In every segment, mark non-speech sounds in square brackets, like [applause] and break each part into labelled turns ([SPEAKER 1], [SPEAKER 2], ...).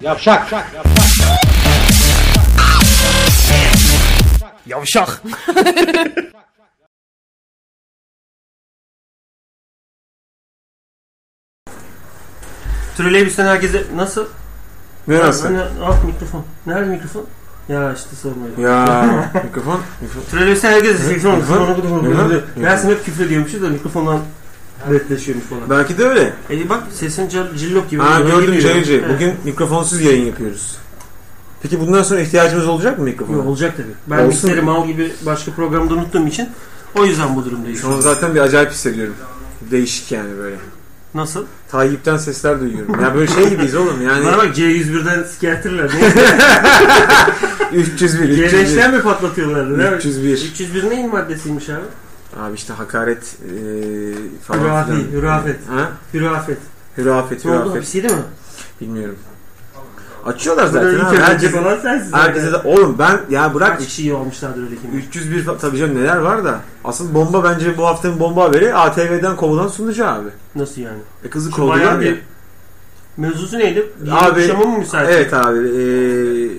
[SPEAKER 1] Yavşak.
[SPEAKER 2] Yavşak.
[SPEAKER 3] Trolleybüsten herkese nasıl?
[SPEAKER 2] Ne nasıl?
[SPEAKER 3] Ne- Al mikrofon. Nerede mikrofon? Ya işte sorma ya.
[SPEAKER 2] Ya
[SPEAKER 3] [laughs]
[SPEAKER 2] mikrofon. mikrofon.
[SPEAKER 3] Trolleybüsten herkese mikrofon.
[SPEAKER 2] Mikrofon. Mikrofon.
[SPEAKER 3] Mikrofon. Dersin hep küfür ediyormuşuz da mikrofondan netleşiyormuş falan.
[SPEAKER 2] Belki de öyle.
[SPEAKER 3] E bak sesin cil- cillop gibi.
[SPEAKER 2] Ha
[SPEAKER 3] Böyle
[SPEAKER 2] gördüm
[SPEAKER 3] giriyor.
[SPEAKER 2] Canici.
[SPEAKER 3] He.
[SPEAKER 2] Bugün mikrofonsuz yayın yapıyoruz. Peki bundan sonra ihtiyacımız olacak mı
[SPEAKER 3] Yok,
[SPEAKER 2] mikrofona?
[SPEAKER 3] olacak tabii. Ben
[SPEAKER 2] Olsun.
[SPEAKER 3] mikleri mal gibi başka programda unuttuğum için o yüzden bu durumdayım.
[SPEAKER 2] Şu an zaten bir acayip hissediyorum. Değişik yani böyle.
[SPEAKER 3] Nasıl?
[SPEAKER 2] Tayyip'ten sesler duyuyorum. Ya böyle şey gibiyiz oğlum
[SPEAKER 3] Bana
[SPEAKER 2] yani.
[SPEAKER 3] bak C101'den sikertirler.
[SPEAKER 2] [laughs] 301, 301.
[SPEAKER 3] G5'ten mi patlatıyorlardı? değil mi?
[SPEAKER 2] 301.
[SPEAKER 3] 301 neyin maddesiymiş abi?
[SPEAKER 2] Abi işte hakaret eee falan
[SPEAKER 3] Hürafi,
[SPEAKER 2] filan.
[SPEAKER 3] hürafet.
[SPEAKER 2] Ha?
[SPEAKER 3] Hürafet.
[SPEAKER 2] Hürafet,
[SPEAKER 3] Ne oldu?
[SPEAKER 2] hürafet.
[SPEAKER 3] Hapisteydi şey mi?
[SPEAKER 2] Bilmiyorum. Açıyorlar zaten.
[SPEAKER 3] Zaten
[SPEAKER 2] abi.
[SPEAKER 3] ilk önce
[SPEAKER 2] Herkes,
[SPEAKER 3] falan sensin.
[SPEAKER 2] herkese de, oğlum ben ya bırak
[SPEAKER 3] Kaç kişi olmuşlardır öyle kim?
[SPEAKER 2] 301 fa- tabii canım neler var da. Asıl bomba bence bu haftanın bomba haberi ATV'den kovulan sunucu abi.
[SPEAKER 3] Nasıl yani?
[SPEAKER 2] E kızı
[SPEAKER 3] Şu bayan
[SPEAKER 2] kovdular ya.
[SPEAKER 3] bir... Mevzusu neydi?
[SPEAKER 2] Abi-
[SPEAKER 3] Abi, kuşama mı müsait?
[SPEAKER 2] Evet abi. E,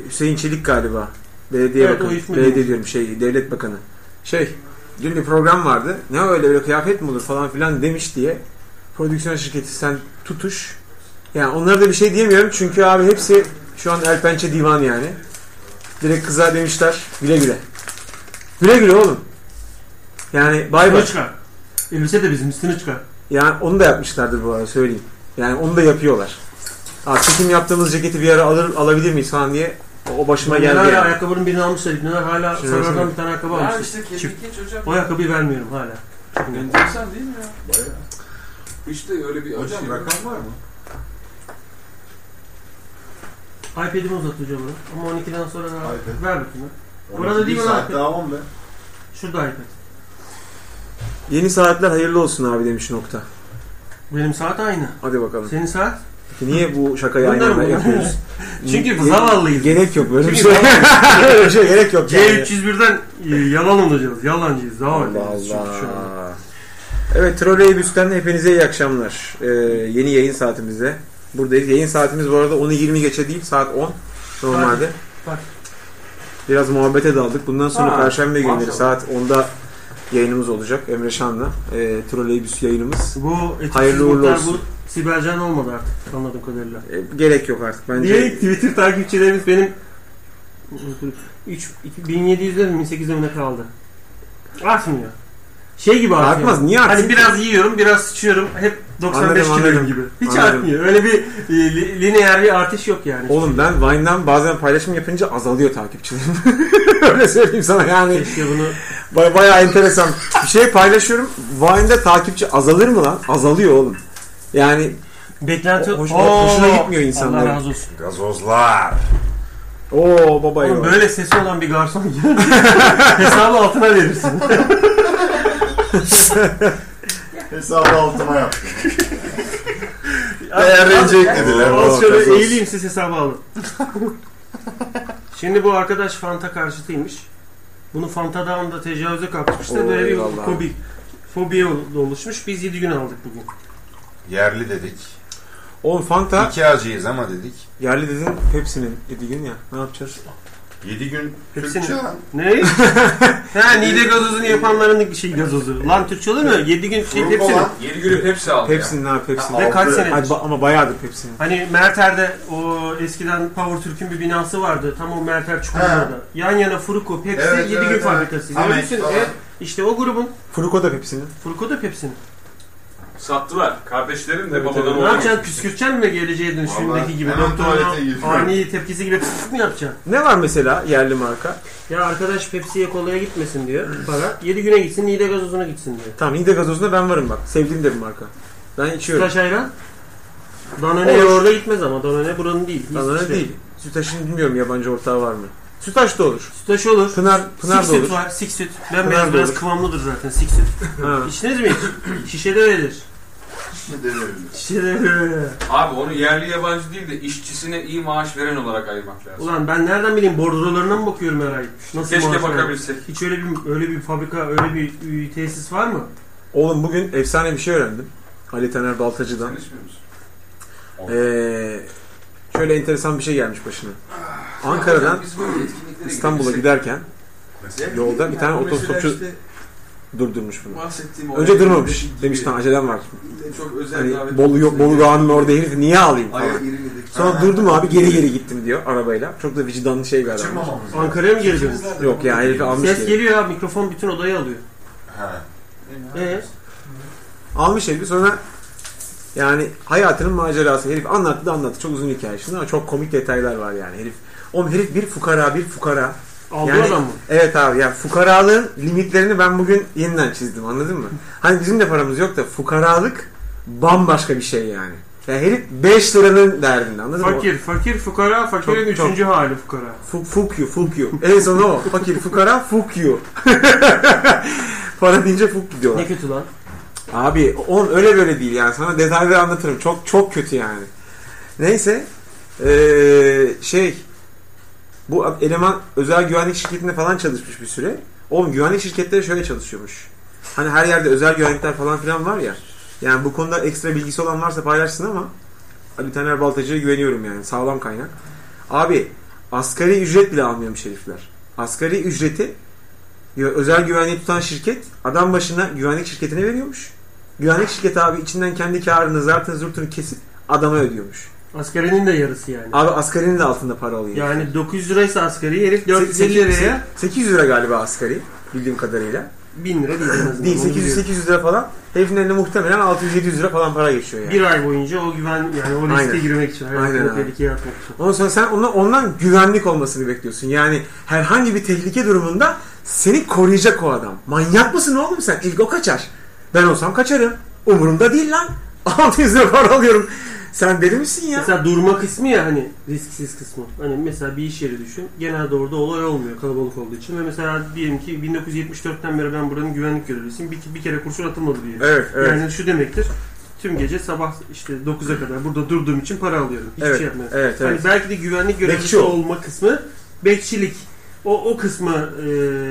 [SPEAKER 2] Hüseyin Çelik galiba. Belediye
[SPEAKER 3] Evet, o
[SPEAKER 2] bakanı.
[SPEAKER 3] iş mi
[SPEAKER 2] Belediye
[SPEAKER 3] diyorsun?
[SPEAKER 2] diyorum şey devlet bakanı. Şey dün bir program vardı. Ne öyle böyle kıyafet mi olur falan filan demiş diye. Prodüksiyon şirketi sen tutuş. Yani onlara da bir şey diyemiyorum çünkü abi hepsi şu an el pençe divan yani. Direkt kıza demişler güle güle. Güle güle oğlum. Yani bay bay.
[SPEAKER 3] Üstünü çıkar. Elbise de bizim üstünü çıkar.
[SPEAKER 2] Yani onu da yapmışlardır bu arada söyleyeyim. Yani onu da yapıyorlar. Aa, çekim yaptığımız ceketi bir ara alır, alabilir miyiz falan diye o- o başıma
[SPEAKER 3] Bunlar
[SPEAKER 2] geldi
[SPEAKER 3] hala
[SPEAKER 2] yani.
[SPEAKER 3] ayakkabının birini almışlar. İbniler hala
[SPEAKER 2] Şuna
[SPEAKER 3] sarılardan
[SPEAKER 2] baksana.
[SPEAKER 3] bir tane ayakkabı
[SPEAKER 4] Abi
[SPEAKER 3] almışlar.
[SPEAKER 4] işte kemikli çocuğa
[SPEAKER 3] O ayakkabıyı vermiyorum hala.
[SPEAKER 4] enteresan değil mi ya?
[SPEAKER 5] Bayağı.
[SPEAKER 4] İşte öyle bir
[SPEAKER 5] Hocam
[SPEAKER 4] şey.
[SPEAKER 5] rakam var mı?
[SPEAKER 3] iPad'imi uzatacağım bunu. Ama 12'den sonra ver,
[SPEAKER 5] iPad.
[SPEAKER 3] ver bakayım. Burada
[SPEAKER 5] Orada
[SPEAKER 3] değil
[SPEAKER 5] değil
[SPEAKER 3] mi
[SPEAKER 5] mi
[SPEAKER 3] lan?
[SPEAKER 5] saat daha 10 be.
[SPEAKER 3] Şurada iPad.
[SPEAKER 2] Yeni saatler hayırlı olsun abi demiş nokta.
[SPEAKER 3] Benim saat aynı.
[SPEAKER 2] Hadi bakalım.
[SPEAKER 3] Senin saat?
[SPEAKER 2] Peki niye bu şakayı
[SPEAKER 3] Bunlar
[SPEAKER 2] aynı anda
[SPEAKER 3] mı?
[SPEAKER 2] yapıyoruz?
[SPEAKER 3] [laughs] Çünkü
[SPEAKER 2] Ge-
[SPEAKER 3] zavallıyız.
[SPEAKER 2] Gerek yok böyle bir şey.
[SPEAKER 3] [laughs]
[SPEAKER 2] [laughs]
[SPEAKER 3] Çünkü
[SPEAKER 2] Böyle bir şey gerek yok yani.
[SPEAKER 3] C301'den e, yalan olacağız. Yalancıyız. Zavallı.
[SPEAKER 2] Allah Allah. Evet Troleybüs'ten hepinize iyi akşamlar. Ee, yeni yayın saatimizde. Buradayız. Yayın saatimiz bu arada 10'u 20 geçe değil saat 10 normalde.
[SPEAKER 3] Bak.
[SPEAKER 2] Biraz muhabbete daldık. Bundan sonra
[SPEAKER 4] Ha,
[SPEAKER 2] Perşembe günleri
[SPEAKER 4] maşallah.
[SPEAKER 2] saat 10'da yayınımız olacak. Emre Şan'la e, Troleybüs yayınımız.
[SPEAKER 3] Bu etiksiz
[SPEAKER 2] Hayırlı uğurlu
[SPEAKER 3] botlar
[SPEAKER 2] olsun.
[SPEAKER 3] bu Sibelcan olmadı artık anladığım kadarıyla.
[SPEAKER 2] E, gerek yok artık bence.
[SPEAKER 3] Niye Twitter takipçilerimiz benim 3 1700'de mi 1800'de mi ne kaldı? Artmıyor. Şey gibi artmıyor.
[SPEAKER 2] Artmaz. Niye artsın
[SPEAKER 3] Hani
[SPEAKER 2] ki?
[SPEAKER 3] biraz yiyorum, biraz sıçıyorum. Hep 95
[SPEAKER 2] Anladım,
[SPEAKER 3] kiloyum
[SPEAKER 2] anladım.
[SPEAKER 3] gibi. Hiç
[SPEAKER 2] Anladım.
[SPEAKER 3] artmıyor. Öyle bir e, li- lineer bir artış yok yani.
[SPEAKER 2] Oğlum ben Vine'dan bazen paylaşım yapınca azalıyor takipçilerim. [laughs] Öyle söyleyeyim sana yani.
[SPEAKER 3] Keşke bunu
[SPEAKER 2] Baya, bayağı enteresan. Bir şey paylaşıyorum. Vine'da takipçi azalır mı lan? Azalıyor oğlum. Yani
[SPEAKER 3] beklenti
[SPEAKER 2] Hoş-
[SPEAKER 3] Oo!
[SPEAKER 2] hoşuna gitmiyor insanların.
[SPEAKER 3] Allah razı olsun.
[SPEAKER 5] Gazozlar.
[SPEAKER 2] o baba
[SPEAKER 3] Oğlum
[SPEAKER 2] eyvah.
[SPEAKER 3] böyle sesi olan bir garson
[SPEAKER 2] [laughs]
[SPEAKER 3] gel. hesabı altına verirsin.
[SPEAKER 5] Hesabı altıma yaptım.
[SPEAKER 2] Değerlenecek dediler.
[SPEAKER 3] Az
[SPEAKER 2] Oo,
[SPEAKER 3] şöyle
[SPEAKER 2] kazası.
[SPEAKER 3] eğileyim siz hesabı alın. Şimdi bu arkadaş Fanta karşıtıymış. Bunu Fanta'dan da tecavüze kalkmışlar.
[SPEAKER 2] Oo,
[SPEAKER 3] Böyle bir
[SPEAKER 2] eyvallah.
[SPEAKER 3] fobi, fobiye oluşmuş. Biz 7 gün aldık bugün.
[SPEAKER 5] Yerli dedik.
[SPEAKER 2] Oğlum Fanta
[SPEAKER 5] İki acıyız ama dedik.
[SPEAKER 2] yerli dedin hepsinin gün ya. Ne yapacağız?
[SPEAKER 5] 7 gün
[SPEAKER 3] Hepsini.
[SPEAKER 5] Türkçe.
[SPEAKER 3] Ne? ha Nide gazozunu yapanların şey gazozu. Lan Türkçe olur mu? 7 gün şey
[SPEAKER 5] Turbo
[SPEAKER 3] hepsini.
[SPEAKER 5] lan.
[SPEAKER 4] 7 günü hepsi aldı ya.
[SPEAKER 2] Pepsi'nin abi Pepsi'nin.
[SPEAKER 3] Ve kaç
[SPEAKER 5] Aldı.
[SPEAKER 3] senedir?
[SPEAKER 2] Ay, ba- ama bayağıdır Pepsi'nin.
[SPEAKER 3] Hani Merter'de o eskiden Power Türk'ün bir binası vardı. Tam o Merter Çukurova'da. Yan yana Furuko, Pepsi,
[SPEAKER 5] Evet,
[SPEAKER 3] 7
[SPEAKER 5] evet,
[SPEAKER 3] gün
[SPEAKER 5] evet.
[SPEAKER 3] fabrikası.
[SPEAKER 5] Amex
[SPEAKER 3] Görüyorsun,
[SPEAKER 5] falan.
[SPEAKER 3] evet. İşte o grubun
[SPEAKER 2] Fruko da Pepsi'nin.
[SPEAKER 3] Furuko da Pepsi'nin.
[SPEAKER 4] Sattılar. Kardeşlerim de
[SPEAKER 2] Tabii,
[SPEAKER 4] babadan
[SPEAKER 2] tabii.
[SPEAKER 3] Ne
[SPEAKER 4] oldu.
[SPEAKER 3] yapacaksın? Püskürteceksin mi geleceğe dönüş
[SPEAKER 5] Vallahi
[SPEAKER 3] filmdeki gibi?
[SPEAKER 5] hemen
[SPEAKER 3] Doktorun
[SPEAKER 5] tuvalete girdim.
[SPEAKER 3] o ani tepkisi gibi pıs mı yapacaksın?
[SPEAKER 2] Ne var mesela yerli marka?
[SPEAKER 3] Ya arkadaş Pepsi'ye kolaya gitmesin diyor bana. 7 güne gitsin, Nide gazozuna gitsin diyor.
[SPEAKER 2] Tamam Nide gazozunda ben varım bak. Sevdiğim de bir marka. Ben içiyorum.
[SPEAKER 3] Flash ayran. Danone
[SPEAKER 2] Olur.
[SPEAKER 3] orada gitmez ama Danone buranın şey değil.
[SPEAKER 2] Danone
[SPEAKER 3] İsviçre.
[SPEAKER 2] değil. Sütaş'ın bilmiyorum yabancı ortağı var mı? Sütaş da olur.
[SPEAKER 3] Sütaş olur.
[SPEAKER 2] Pınar, Pınar
[SPEAKER 3] sik
[SPEAKER 2] da olur.
[SPEAKER 3] süt var, sik süt.
[SPEAKER 2] Pınar
[SPEAKER 3] Ben
[SPEAKER 2] da
[SPEAKER 3] biraz biraz
[SPEAKER 2] olur.
[SPEAKER 3] kıvamlıdır zaten sik [laughs] süt.
[SPEAKER 2] Ha.
[SPEAKER 3] İçtiniz mi [clears throat] hiç? Şişede verilir.
[SPEAKER 5] Ne demiyorum.
[SPEAKER 3] Şişede verilir.
[SPEAKER 4] Abi onu yerli yabancı değil de işçisine iyi maaş veren olarak ayırmak lazım.
[SPEAKER 3] Ulan ben nereden bileyim bordrolarına mı bakıyorum her ay? Nasıl
[SPEAKER 4] Keşke
[SPEAKER 3] maaş veriyor?
[SPEAKER 4] bakabilsek.
[SPEAKER 3] Hiç öyle bir öyle bir fabrika, öyle bir e, tesis var mı?
[SPEAKER 2] Oğlum bugün efsane bir şey öğrendim. Ali Taner Baltacı'dan.
[SPEAKER 4] Sen içmiyor musun?
[SPEAKER 2] Ee, şöyle enteresan bir şey gelmiş başına. Ankara'dan
[SPEAKER 4] Biz böyle etkinliklere
[SPEAKER 2] İstanbul'a
[SPEAKER 4] gidersek-
[SPEAKER 2] giderken
[SPEAKER 5] Mesela
[SPEAKER 2] Yolda bir tane
[SPEAKER 5] bu mesela
[SPEAKER 2] otostopçu-
[SPEAKER 5] işte
[SPEAKER 2] durdurmuş bunu.
[SPEAKER 5] bahsettiğim olay
[SPEAKER 2] Önce durmamış.
[SPEAKER 5] gibi.
[SPEAKER 2] Demiş lan acelem var.
[SPEAKER 5] Çok özel
[SPEAKER 2] Hani
[SPEAKER 5] davet-
[SPEAKER 2] Bolu yok Bolu Dağı'nın orada herif niye alayım
[SPEAKER 5] Ay'a
[SPEAKER 2] falan.
[SPEAKER 5] irilmedik.
[SPEAKER 2] Sonra durdum abi geri geri gittim diyor arabayla. Çok da vicdanlı şey bir adam.
[SPEAKER 5] Kaçırmamamız lazım. Ankara'ya
[SPEAKER 3] Ankara'ya mı geri dönüyorsun?
[SPEAKER 2] Yok ya herifi almış
[SPEAKER 3] Ses
[SPEAKER 2] geri.
[SPEAKER 3] geliyor abi mikrofon bütün odayı alıyor.
[SPEAKER 5] Ha.
[SPEAKER 3] Ee?
[SPEAKER 2] Almış herifi sonra yani hayatının macerası. Herif anlattı da anlattı. Çok uzun hikaye şimdi ama çok komik detaylar var yani. Herif, oğlum herif bir fukara bir fukara.
[SPEAKER 3] Aldı
[SPEAKER 2] Yani-
[SPEAKER 3] adam mı?
[SPEAKER 2] Evet abi ya fukaralığın limitlerini ben bugün yeniden çizdim anladın mı? Hani bizim de paramız yok da fukaralık bambaşka bir şey yani. Ya herif 5 liranın derdinde anladın mı?
[SPEAKER 3] Fakir, fakir, fukara, fakirin
[SPEAKER 2] Çok- çok-
[SPEAKER 3] üçüncü hali fukara.
[SPEAKER 2] Fu- fuck you, fuck you. en son o. Fakir fukara fuck you. [laughs] Para deyince fuck diyorlar.
[SPEAKER 3] Ne kötü lan.
[SPEAKER 2] Abi on öyle böyle değil yani. Sana detayları anlatırım. Çok çok kötü yani. Neyse. Ee, şey bu eleman özel güvenlik şirketinde falan çalışmış bir süre. Oğlum güvenlik şirketleri şöyle çalışıyormuş. Hani her yerde özel güvenlikler falan filan var ya. Yani bu konuda ekstra bilgisi olan varsa paylaşsın ama Ali Taner Baltacı'ya güveniyorum yani. Sağlam kaynak. Abi asgari ücret bile almıyormuş herifler. Asgari ücreti ya özel güvenliği tutan şirket adam başına güvenlik şirketine veriyormuş. Güvenlik şirketi abi içinden kendi karını zaten zurtunu kesip adama ödüyormuş.
[SPEAKER 3] Askerinin de yarısı yani.
[SPEAKER 2] Abi asgarinin de altında para alıyor.
[SPEAKER 3] Yani 900 liraysa asgari herif 450
[SPEAKER 2] Sekiz-
[SPEAKER 3] liraya
[SPEAKER 2] sekiz- 800 lira galiba asgari bildiğim kadarıyla.
[SPEAKER 3] 1000 lira değil en azından.
[SPEAKER 2] Değil
[SPEAKER 3] onu
[SPEAKER 2] 800
[SPEAKER 3] biliyorum.
[SPEAKER 2] 800 lira falan. Herifin eline muhtemelen 600 700 lira falan para geçiyor yani.
[SPEAKER 3] Bir ay boyunca o güven yani o riske
[SPEAKER 2] Aynen.
[SPEAKER 3] girmek için.
[SPEAKER 2] Aynen
[SPEAKER 3] Aynen.
[SPEAKER 2] abi.
[SPEAKER 3] Tehlikeye atmak için.
[SPEAKER 2] Ondan sonra sen ondan, ondan güvenlik olmasını bekliyorsun. Yani herhangi bir tehlike durumunda seni koruyacak o adam. Manyak mısın oğlum sen? İlk o kaçar. Ben olsam kaçarım. Umurumda değil lan. [laughs] 600 lira para alıyorum. Sen deli misin ya?
[SPEAKER 3] Mesela durma kısmı ya hani risksiz kısmı. Hani mesela bir iş yeri düşün. Genelde orada olay olmuyor kalabalık olduğu için. Ve mesela diyelim ki 1974'ten beri ben buranın güvenlik görevlisiyim. Bir, bir kere kurşun atılmadı diye.
[SPEAKER 2] Evet, evet.
[SPEAKER 3] Yani şu demektir. Tüm gece sabah işte 9'a kadar burada durduğum için para alıyorum. Hiçbir
[SPEAKER 2] evet,
[SPEAKER 3] şey yapmıyorum.
[SPEAKER 2] Evet, evet.
[SPEAKER 3] Hani belki de güvenlik görevlisi
[SPEAKER 2] Bekçi ol.
[SPEAKER 3] olma kısmı bekçilik. O, o kısmı e,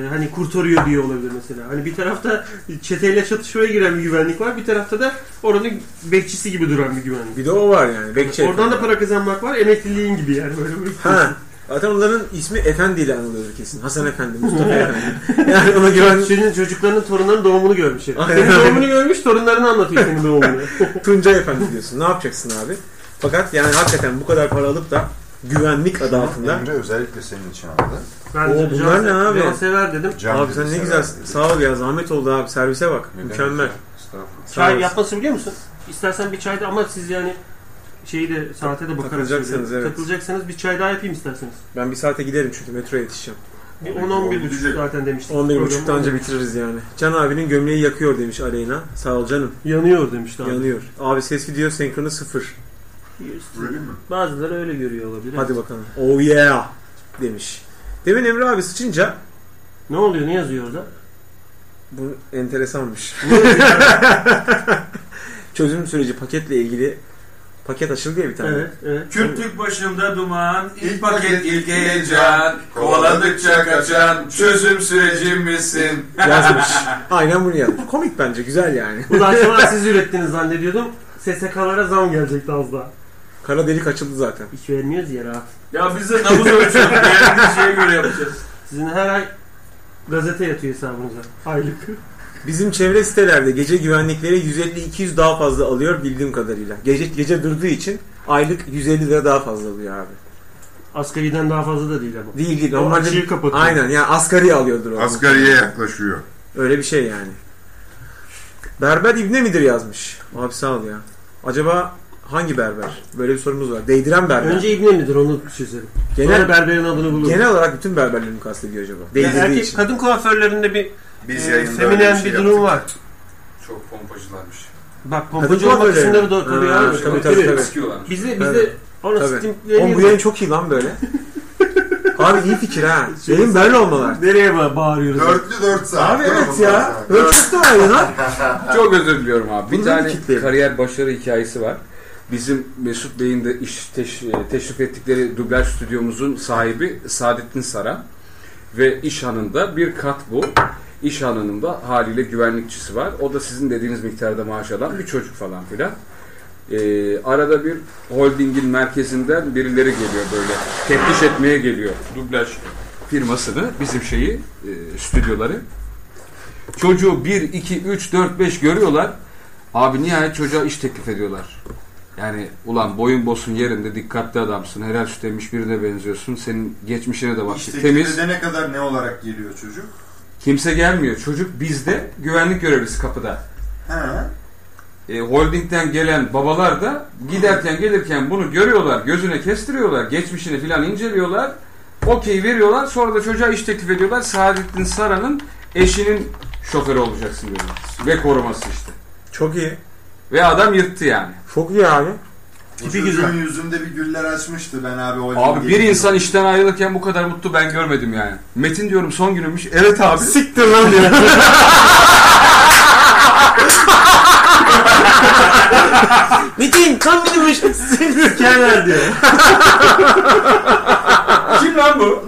[SPEAKER 3] hani kurtarıyor diye olabilir mesela. Hani bir tarafta çeteyle çatışmaya giren bir güvenlik var. Bir tarafta da oranın bekçisi gibi duran bir güvenlik.
[SPEAKER 2] Bir de o var yani. Bekçi.
[SPEAKER 3] Oradan da para kazanmak var. Emekliliğin gibi yani böyle bir
[SPEAKER 2] Ha. Zaten onların ismi Efendi ile anılıyor kesin. Hasan Efendi, Mustafa Efendi. Yani ona [laughs] güven
[SPEAKER 3] Senin çocuklarının torunların doğumunu görmüş. herif.
[SPEAKER 2] Aynen.
[SPEAKER 3] Senin doğumunu görmüş, torunlarını anlatıyor senin doğumunu.
[SPEAKER 2] Tuncay Efendi diyorsun. Ne yapacaksın abi? Fakat yani hakikaten bu kadar para alıp da güvenlik adı altında.
[SPEAKER 5] Emre özellikle senin için aldı.
[SPEAKER 3] Ben
[SPEAKER 2] [laughs] Oo, bunlar
[SPEAKER 3] can-
[SPEAKER 2] ne abi?
[SPEAKER 3] can sever dedim.
[SPEAKER 5] Can
[SPEAKER 2] abi sen
[SPEAKER 5] dedi,
[SPEAKER 2] ne
[SPEAKER 5] sever
[SPEAKER 2] güzel.
[SPEAKER 5] dedi.
[SPEAKER 2] Sağ ol ya. Zahmet oldu abi. Servise bak.
[SPEAKER 5] Ne demek
[SPEAKER 2] Mükemmel.
[SPEAKER 5] ya? Estağfurullah.
[SPEAKER 2] Sağ
[SPEAKER 3] Çay
[SPEAKER 2] olasın.
[SPEAKER 3] yapmasın biliyor musun? İstersen bir çay da ama siz yani şeyi de saate de bakarak
[SPEAKER 2] Takılacaksanız,
[SPEAKER 3] söylüyorum.
[SPEAKER 2] evet.
[SPEAKER 3] Takılacaksanız bir çay daha yapayım isterseniz.
[SPEAKER 2] Ben bir saate giderim çünkü metroya yetişeceğim.
[SPEAKER 3] Bir
[SPEAKER 5] Tabii ki,
[SPEAKER 3] 10-11
[SPEAKER 5] olmayacak.
[SPEAKER 3] buçuk zaten demiştik.
[SPEAKER 2] 11
[SPEAKER 3] Program
[SPEAKER 2] buçukta anca bitiririz yani. Can abinin gömleği yakıyor demiş Aleyna. Sağ ol canım.
[SPEAKER 3] Yanıyor demişti abi.
[SPEAKER 2] Yanıyor. Abi ses video senkronu sıfır.
[SPEAKER 5] Öyle mi?
[SPEAKER 3] Bazıları öyle görüyor olabilir.
[SPEAKER 2] Hadi bakalım. Oh yeah demiş. Demin Emre abi sıçınca
[SPEAKER 3] Ne oluyor? Ne yazıyor orada?
[SPEAKER 2] bu
[SPEAKER 3] [laughs]
[SPEAKER 2] enteresanmış.
[SPEAKER 3] Ne yazıyor?
[SPEAKER 2] [laughs] Çözüm süreci paketle ilgili paket açıldı ya bir tane.
[SPEAKER 3] evet, evet.
[SPEAKER 4] Kürtlük başımda duman, ilk
[SPEAKER 5] İlk
[SPEAKER 4] paket
[SPEAKER 5] paket,
[SPEAKER 4] ilk
[SPEAKER 5] ilk
[SPEAKER 4] heyecan,
[SPEAKER 5] heyecan.
[SPEAKER 4] kovaladıkça kaçan, çözüm sürecim misin?
[SPEAKER 2] Yazmış.
[SPEAKER 3] [laughs]
[SPEAKER 2] Aynen bunu yazmış. Komik bence. Güzel yani.
[SPEAKER 3] Bu akşamlar siz ürettiniz zannediyordum. SSK'lara zam gelecekti az daha.
[SPEAKER 2] Kara delik açıldı zaten.
[SPEAKER 3] Hiç vermiyoruz ya rahat.
[SPEAKER 4] Ya biz de nabız [laughs] ölçüyoruz, beğendiği şeye göre yapacağız.
[SPEAKER 3] Sizin her ay gazete yatıyor hesabınıza. Aylık.
[SPEAKER 2] Bizim çevre sitelerde gece güvenlikleri 150-200 daha fazla alıyor bildiğim kadarıyla. Gece gece durduğu için aylık 150 lira daha fazla alıyor abi.
[SPEAKER 3] Asgariden daha fazla da değil ama.
[SPEAKER 2] Değil değil.
[SPEAKER 3] O
[SPEAKER 2] Normalde
[SPEAKER 3] açığı kapatıyor.
[SPEAKER 2] Aynen yani asgari alıyordur o.
[SPEAKER 5] Asgariye yaklaşıyor.
[SPEAKER 2] Öyle bir şey yani. Berber İbne midir yazmış. Abi sağ ol ya. Acaba hangi berber? Böyle bir sorumuz var. Değdiren berber.
[SPEAKER 3] Önce İbne midir onu çözelim. Genel,
[SPEAKER 2] genel
[SPEAKER 3] berberin adını bulur.
[SPEAKER 2] genel olarak bütün berberlerini kastediyor acaba. Değdirdiği
[SPEAKER 3] erkek
[SPEAKER 2] için.
[SPEAKER 3] kadın kuaförlerinde bir
[SPEAKER 5] Biz
[SPEAKER 1] Ee,
[SPEAKER 3] e,
[SPEAKER 5] yayında öyle
[SPEAKER 3] feminen bir,
[SPEAKER 5] şey
[SPEAKER 3] durum
[SPEAKER 5] yaptık.
[SPEAKER 3] var.
[SPEAKER 4] Çok pompacılarmış.
[SPEAKER 3] Bak
[SPEAKER 2] Kadın
[SPEAKER 3] pompacı olma
[SPEAKER 2] kuaförleri.
[SPEAKER 3] kısımları doğru tabii
[SPEAKER 2] Ha,
[SPEAKER 4] şey
[SPEAKER 3] abi.
[SPEAKER 2] tabii,
[SPEAKER 3] Tabii,
[SPEAKER 2] tabii, tabii.
[SPEAKER 4] Sıkıyorlarmış.
[SPEAKER 3] Bizi
[SPEAKER 2] Tabii.
[SPEAKER 3] bizi ona
[SPEAKER 2] Tabii. Oğlum bu
[SPEAKER 3] stimpleniyor.
[SPEAKER 2] yayın çok iyi lan böyle. Abi iyi fikir ha. Benim böyle olmalar.
[SPEAKER 3] Nereye ba- bağırıyoruz?
[SPEAKER 5] Dörtlü dört saat.
[SPEAKER 2] Abi
[SPEAKER 5] Değil mi
[SPEAKER 2] evet
[SPEAKER 5] bu
[SPEAKER 2] ya.
[SPEAKER 5] saat?
[SPEAKER 2] Böyle çok daha iyi lan.
[SPEAKER 4] Çok özür diliyorum abi. Bir
[SPEAKER 2] Bunları
[SPEAKER 4] tane
[SPEAKER 2] kitleyelim.
[SPEAKER 4] kariyer başarı hikayesi var. Bizim Mesut Bey'in de iş teş- teşrif ettikleri dublaj stüdyomuzun sahibi Saadettin Saran ve iş hanında bir kat bu.
[SPEAKER 6] iş alanında haliyle güvenlikçisi var. O da sizin dediğiniz miktarda maaş alan bir çocuk falan filan. Ee, arada bir holdingin merkezinden birileri geliyor böyle teftiş etmeye geliyor dublaj firmasını bizim şeyi e, stüdyoları. Çocuğu 1, 2, 3, 4, 5 görüyorlar. Abi nihayet çocuğa iş teklif ediyorlar. Yani ulan boyun bosun yerinde dikkatli adamsın. Helal süt emmiş birine benziyorsun. Senin geçmişine de baktık.
[SPEAKER 1] İşte
[SPEAKER 6] Temiz.
[SPEAKER 1] ne kadar ne olarak geliyor çocuk?
[SPEAKER 6] Kimse gelmiyor. Çocuk bizde güvenlik görevlisi kapıda.
[SPEAKER 1] Ha.
[SPEAKER 6] E, holdingden gelen babalar da giderken gelirken bunu görüyorlar. Gözüne kestiriyorlar. Geçmişini filan inceliyorlar. Okey veriyorlar. Sonra da çocuğa iş teklif ediyorlar. Saadettin Saran'ın eşinin şoförü olacaksın diyorlar. Ve koruması işte.
[SPEAKER 2] Çok iyi.
[SPEAKER 6] Ve adam yırttı yani.
[SPEAKER 2] Çok iyi abi.
[SPEAKER 1] O
[SPEAKER 3] Tipi
[SPEAKER 1] çocuğun
[SPEAKER 3] güzel.
[SPEAKER 1] yüzünde bir güller açmıştı ben abi. o
[SPEAKER 6] Abi bir
[SPEAKER 1] gelin-
[SPEAKER 6] insan işten ayrılırken bu kadar mutlu ben görmedim yani. Metin diyorum son günümmüş. Evet abi.
[SPEAKER 2] Siktir lan diyor. Metin tam benim işim.
[SPEAKER 3] Sikerler diyor.
[SPEAKER 6] Kim lan bu?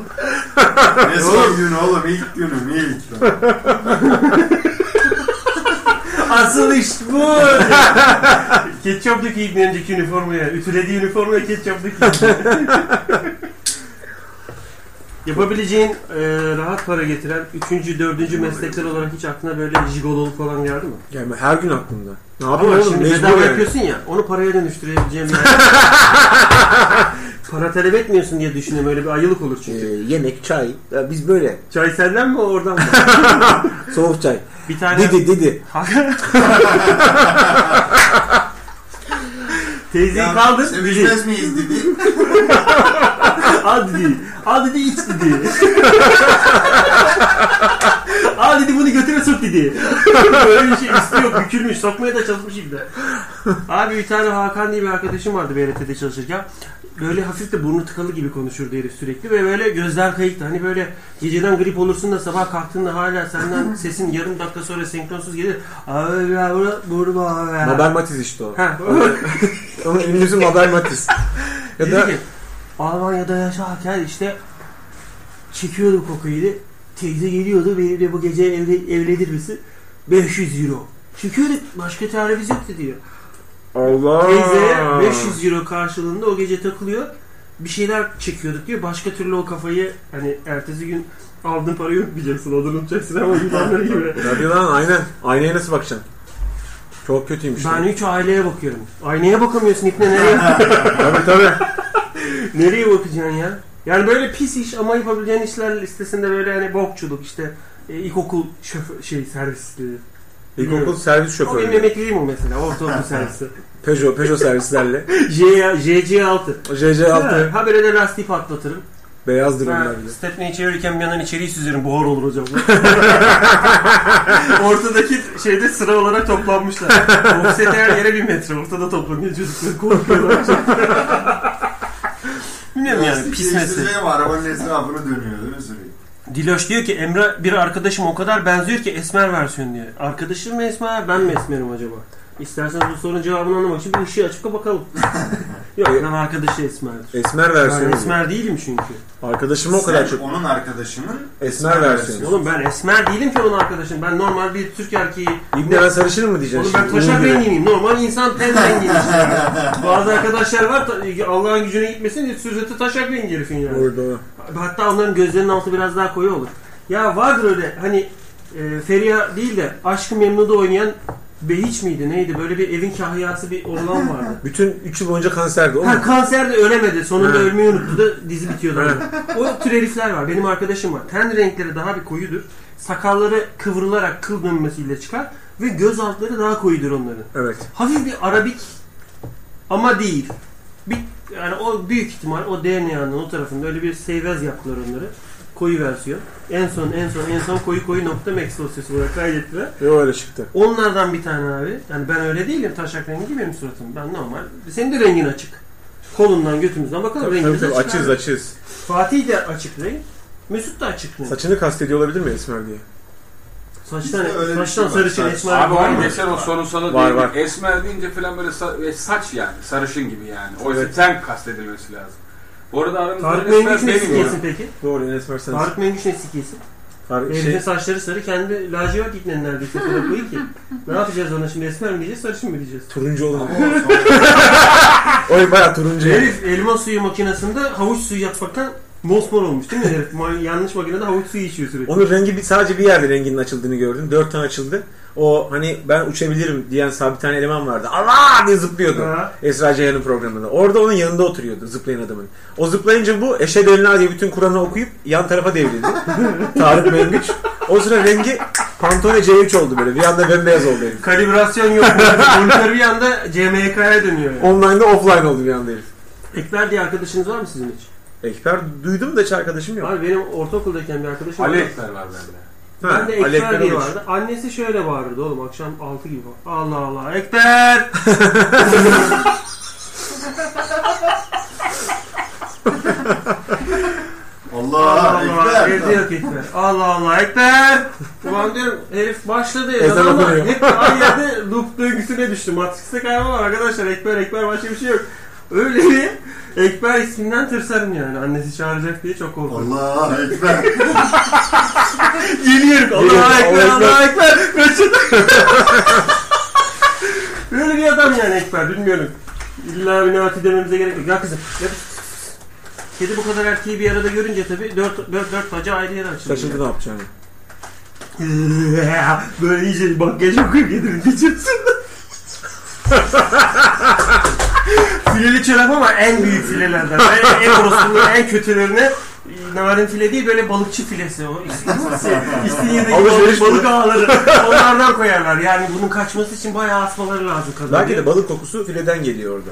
[SPEAKER 1] Ne son gün oğlum ilk günüm ilk.
[SPEAKER 3] Asıl iş bu. Ketçapdaki ilk önceki üniformaya, ütülediği üniformaya ketçapdaki.
[SPEAKER 2] [laughs]
[SPEAKER 3] Yapabileceğin e, rahat para getiren 3. 4. meslekler olarak hiç aklına böyle jigololuk falan geldi mi?
[SPEAKER 2] Yani her gün aklımda. Ne
[SPEAKER 3] Ama
[SPEAKER 2] yapayım oğlum?
[SPEAKER 3] şimdi
[SPEAKER 2] Mecbur
[SPEAKER 3] bedava
[SPEAKER 2] yani.
[SPEAKER 3] yapıyorsun ya, onu paraya dönüştürebileceğim [laughs] yani. Para talep etmiyorsun diye düşünüyorum öyle bir ayılık olur
[SPEAKER 2] Ee,
[SPEAKER 3] çünkü.
[SPEAKER 2] yemek, çay. Ya biz böyle.
[SPEAKER 3] Çay senden mi oradan mı?
[SPEAKER 2] Soğuk çay.
[SPEAKER 3] Bir tane...
[SPEAKER 2] Dedi dedi.
[SPEAKER 3] Teyzeyi
[SPEAKER 1] Ya,
[SPEAKER 3] kaldır. dedi.
[SPEAKER 1] Sevişmez miyiz dedi.
[SPEAKER 3] Al dedi. Al dedi iç dedi. Al dedi bunu götüre sok dedi. Böyle bir şey üstü yok. Bükülmüş. Sokmaya da çalışmış gibi. Abi bir tane Hakan diye bir arkadaşım vardı BRT'de çalışırken. Böyle hafif de burnu tıkalı gibi konuşurdu herif sürekli ve böyle gözler kayıktı. Hani böyle geceden grip olursun da sabah kalktığında hala senden sesin yarım dakika sonra senkronsuz gelir. Abi ya bura burma abi. ya.
[SPEAKER 2] Mabel Matiz işte o.
[SPEAKER 3] Ha.
[SPEAKER 2] Onun İngilizce Mabel Matiz. Ya
[SPEAKER 3] Dedi
[SPEAKER 2] da
[SPEAKER 3] ki Almanya'da yaşarken işte çekiyordu kokuydu. Teyze geliyordu benimle bu gece evli, evlenir misin? 500 euro. Çekiyorduk başka tarifimiz yok dedi ya.
[SPEAKER 2] Allah.
[SPEAKER 3] Teyze 500 euro karşılığında o gece takılıyor. Bir şeyler çekiyorduk diyor. Başka türlü o kafayı hani ertesi gün aldığın parayı unutmayacaksın. Adını unutacaksın [laughs] ama insanlar gibi.
[SPEAKER 2] Tabii lan aynen. Aynaya nasıl bakacaksın? Çok kötüymüş.
[SPEAKER 3] Ben
[SPEAKER 2] lan.
[SPEAKER 3] hiç aileye bakıyorum. Aynaya bakamıyorsun ipne nereye?
[SPEAKER 2] Tabii tabii.
[SPEAKER 3] Nereye bakacaksın ya? Yani böyle pis iş ama yapabileceğin işler listesinde böyle hani bokçuluk işte e, ilkokul şoför, şey servisleri.
[SPEAKER 2] İlkokul servis
[SPEAKER 3] O benim
[SPEAKER 2] şoförü.
[SPEAKER 3] emekliliğim o mesela. Ortaokul servisi.
[SPEAKER 2] Peugeot, Peugeot servislerle.
[SPEAKER 3] J- JC6.
[SPEAKER 2] JJ6
[SPEAKER 3] Ha böyle de lastiği patlatırım.
[SPEAKER 2] beyazdır
[SPEAKER 3] Ha,
[SPEAKER 2] onlar bile.
[SPEAKER 3] Stepney'i çevirirken bir yandan içeriği süzerim. Buhar olur hocam. Ortadaki şeyde sıra olarak toplanmışlar. Offset her yere bir metre. Ortada toplanıyor çocuklar. Korkuyorlar. Bilmiyorum yani pis mesele.
[SPEAKER 1] Şey var arabanın etrafını dönüyor değil mi sürekli?
[SPEAKER 3] Diloş diyor ki Emre bir arkadaşım o kadar benziyor ki Esmer versiyon diyor. Arkadaşım mı Esmer ben mi Esmer'im acaba? İsterseniz bu sorunun cevabını anlamak için bir ışığı açıp da bakalım. Yok
[SPEAKER 2] E-
[SPEAKER 3] ben arkadaşı Esmer'dir. Ben
[SPEAKER 2] Esmer versiyonu.
[SPEAKER 3] Esmer değilim çünkü.
[SPEAKER 2] Arkadaşım o kadar
[SPEAKER 1] Sen
[SPEAKER 2] çok.
[SPEAKER 3] [laughs]
[SPEAKER 1] Onun arkadaşının
[SPEAKER 2] Esmer versiyonu.
[SPEAKER 3] Oğlum ben Esmer değilim ki onun arkadaşım. Ben normal bir Türk erkeği.
[SPEAKER 2] İbni ben sarışınım mı
[SPEAKER 3] Oğlum
[SPEAKER 2] diyeceksin
[SPEAKER 3] ben
[SPEAKER 2] şimdi?
[SPEAKER 3] taşak
[SPEAKER 2] Bunun gibi.
[SPEAKER 3] rengiyim. Normal insan ten rengiyim. işte. Bazı arkadaşlar var ta- Allah'ın gücüne gitmesin diye sürüzete taşak rengi herifin yani.
[SPEAKER 2] Orada o.
[SPEAKER 3] Hatta onların gözlerinin altı biraz daha koyu olur. Ya vardır öyle hani e, Feriha değil de Aşkı Memnu'da oynayan Behiç miydi neydi? Böyle bir evin kahyası bir oğlan
[SPEAKER 2] [laughs]
[SPEAKER 3] vardı.
[SPEAKER 2] Bütün üçü boyunca kanserdi oğlum.
[SPEAKER 3] Ha kanser de ölemedi. Sonunda
[SPEAKER 2] Ha.
[SPEAKER 3] ölmeyi unuttu da dizi bitiyordu. o tür herifler var. Benim arkadaşım var. Ten renkleri daha bir koyudur. Sakalları kıvrılarak kıl dönmesiyle çıkar. Ve göz altları daha koyudur onların.
[SPEAKER 2] Evet.
[SPEAKER 3] Hafif bir arabik ama değil. Bir, yani o büyük ihtimal o DNA'nın o tarafında öyle bir seyvez yaptılar onları. Koyu versiyon. En son en son en son koyu koyu nokta Max dosyası olarak kaydettiler.
[SPEAKER 2] Ve o öyle çıktı.
[SPEAKER 3] Onlardan bir tane abi. Yani ben öyle değilim. Taşak rengi değil benim suratım. Ben normal. Senin de rengin açık. Kolundan götümüzden bakalım
[SPEAKER 2] Tabii tabii,
[SPEAKER 3] rengimiz
[SPEAKER 2] tabii
[SPEAKER 3] açık.
[SPEAKER 2] açız
[SPEAKER 3] abi.
[SPEAKER 2] açız.
[SPEAKER 3] Fatih de açık renk. Mesut da açık renk.
[SPEAKER 2] Saçını kastediyor olabilir mi Esmer diye?
[SPEAKER 3] Saçtan,
[SPEAKER 1] Bizde öyle bir
[SPEAKER 3] saçtan
[SPEAKER 1] şey var.
[SPEAKER 3] sarışın
[SPEAKER 1] Saç.
[SPEAKER 3] esmer
[SPEAKER 6] Abi
[SPEAKER 3] var
[SPEAKER 6] var
[SPEAKER 3] mı?
[SPEAKER 6] geçer o sonu sonu
[SPEAKER 2] Var,
[SPEAKER 6] değil.
[SPEAKER 2] var.
[SPEAKER 6] Esmer deyince falan böyle sa- e, saç yani sarışın gibi yani. Oysa
[SPEAKER 2] Evet.
[SPEAKER 6] ten kastedilmesi lazım. Bu arada aramızda
[SPEAKER 3] Tarık
[SPEAKER 6] esmer
[SPEAKER 3] Mengüç ne
[SPEAKER 6] benim ya.
[SPEAKER 3] sikiyesin peki?
[SPEAKER 2] Doğru yani Esmer sen.
[SPEAKER 3] Tarık Mengüç ne sikiyesin?
[SPEAKER 2] Abi
[SPEAKER 3] Herifin
[SPEAKER 2] şey,
[SPEAKER 3] saçları sarı kendi lacivert iknenin neredeyse fotoğrafı ki. Ne yapacağız ona şimdi esmer mi diyeceğiz sarışın mı diyeceğiz?
[SPEAKER 2] turuncu olan.
[SPEAKER 5] Sonra-
[SPEAKER 2] [laughs] Oy bayağı turuncu. yani.
[SPEAKER 3] Herif elma suyu makinesinde havuç suyu yapmaktan mosmor olmuş değil mi herif? Ma- Yanlış makinede havuç suyu içiyor sürekli.
[SPEAKER 2] Onun rengi bir, sadece bir yerde renginin açıldığını gördüm. Dört tane açıldı. O hani ben uçabilirim diyen sabit tane eleman vardı. Allah diye zıplıyordu.
[SPEAKER 3] Ha.
[SPEAKER 2] Esra Ceyhan'ın programında. Orada onun yanında oturuyordu zıplayan adamın. O zıplayınca bu eşe dönüla diye bütün Kur'an'ı okuyup yan
[SPEAKER 3] [laughs]
[SPEAKER 2] tarafa devrildi. Tarık Mengüç. O sıra rengi Pantone C3 oldu böyle. Bir anda bembeyaz oldu herif.
[SPEAKER 3] Kalibrasyon yok. Monitör bir anda CMYK'ya dönüyor. Yani.
[SPEAKER 2] Online'da offline oldu bir anda herif.
[SPEAKER 3] Ekber diye arkadaşınız var mı sizin hiç?
[SPEAKER 2] Ekber duydum da hiç arkadaşım yok.
[SPEAKER 3] Abi benim ortaokuldayken bir arkadaşım
[SPEAKER 4] Ali
[SPEAKER 3] vardı.
[SPEAKER 4] Ekber var bende.
[SPEAKER 2] Ha,
[SPEAKER 3] Ben de
[SPEAKER 2] Ali
[SPEAKER 3] Ekber diye
[SPEAKER 2] olur.
[SPEAKER 3] vardı. Annesi şöyle bağırırdı oğlum akşam 6 gibi. Allah Allah Ekber!
[SPEAKER 5] Allah
[SPEAKER 3] Allah
[SPEAKER 5] ekber.
[SPEAKER 3] evde yok Ekber. Allah Allah Ekber! Ulan diyorum herif başladı ezan
[SPEAKER 2] Ezan
[SPEAKER 3] ama
[SPEAKER 2] okunuyor.
[SPEAKER 3] hep aynı yerde loop döngüsüne düştü. Matrix'te kayma var arkadaşlar Ekber Ekber başka bir şey yok. Öyle bir Ekber isminden tırsarım yani. Annesi çağıracak diye çok korkuyorum.
[SPEAKER 5] Allah ekber.
[SPEAKER 3] Geliyorum. Allah
[SPEAKER 2] Geliyorum,
[SPEAKER 3] Ekber,
[SPEAKER 2] Allah
[SPEAKER 3] Allah Ekber. Kaçın. Böyle bir adam yani Ekber, bilmiyorum. İlla münati dememize gerek yok. Ya kızım, ya Kedi bu kadar erkeği bir arada görünce tabii dört, dört, dört bacağı ayrı yere açılıyor.
[SPEAKER 2] Şaşırdı ne yapacağını.
[SPEAKER 3] [laughs] Böyle iyice makyaj okuyup yedirin geçirsin. [laughs] Fileli çorap ama en büyük filelerden. En, en orospunun en kötülerine narin file değil böyle balıkçı filesi o. İstinye'deki
[SPEAKER 2] Alışveriş
[SPEAKER 3] balık,
[SPEAKER 2] mi?
[SPEAKER 3] balık ağları. Onlardan koyarlar. Yani bunun kaçması için bayağı asmaları lazım kadın.
[SPEAKER 2] Belki de balık kokusu fileden geliyor orada.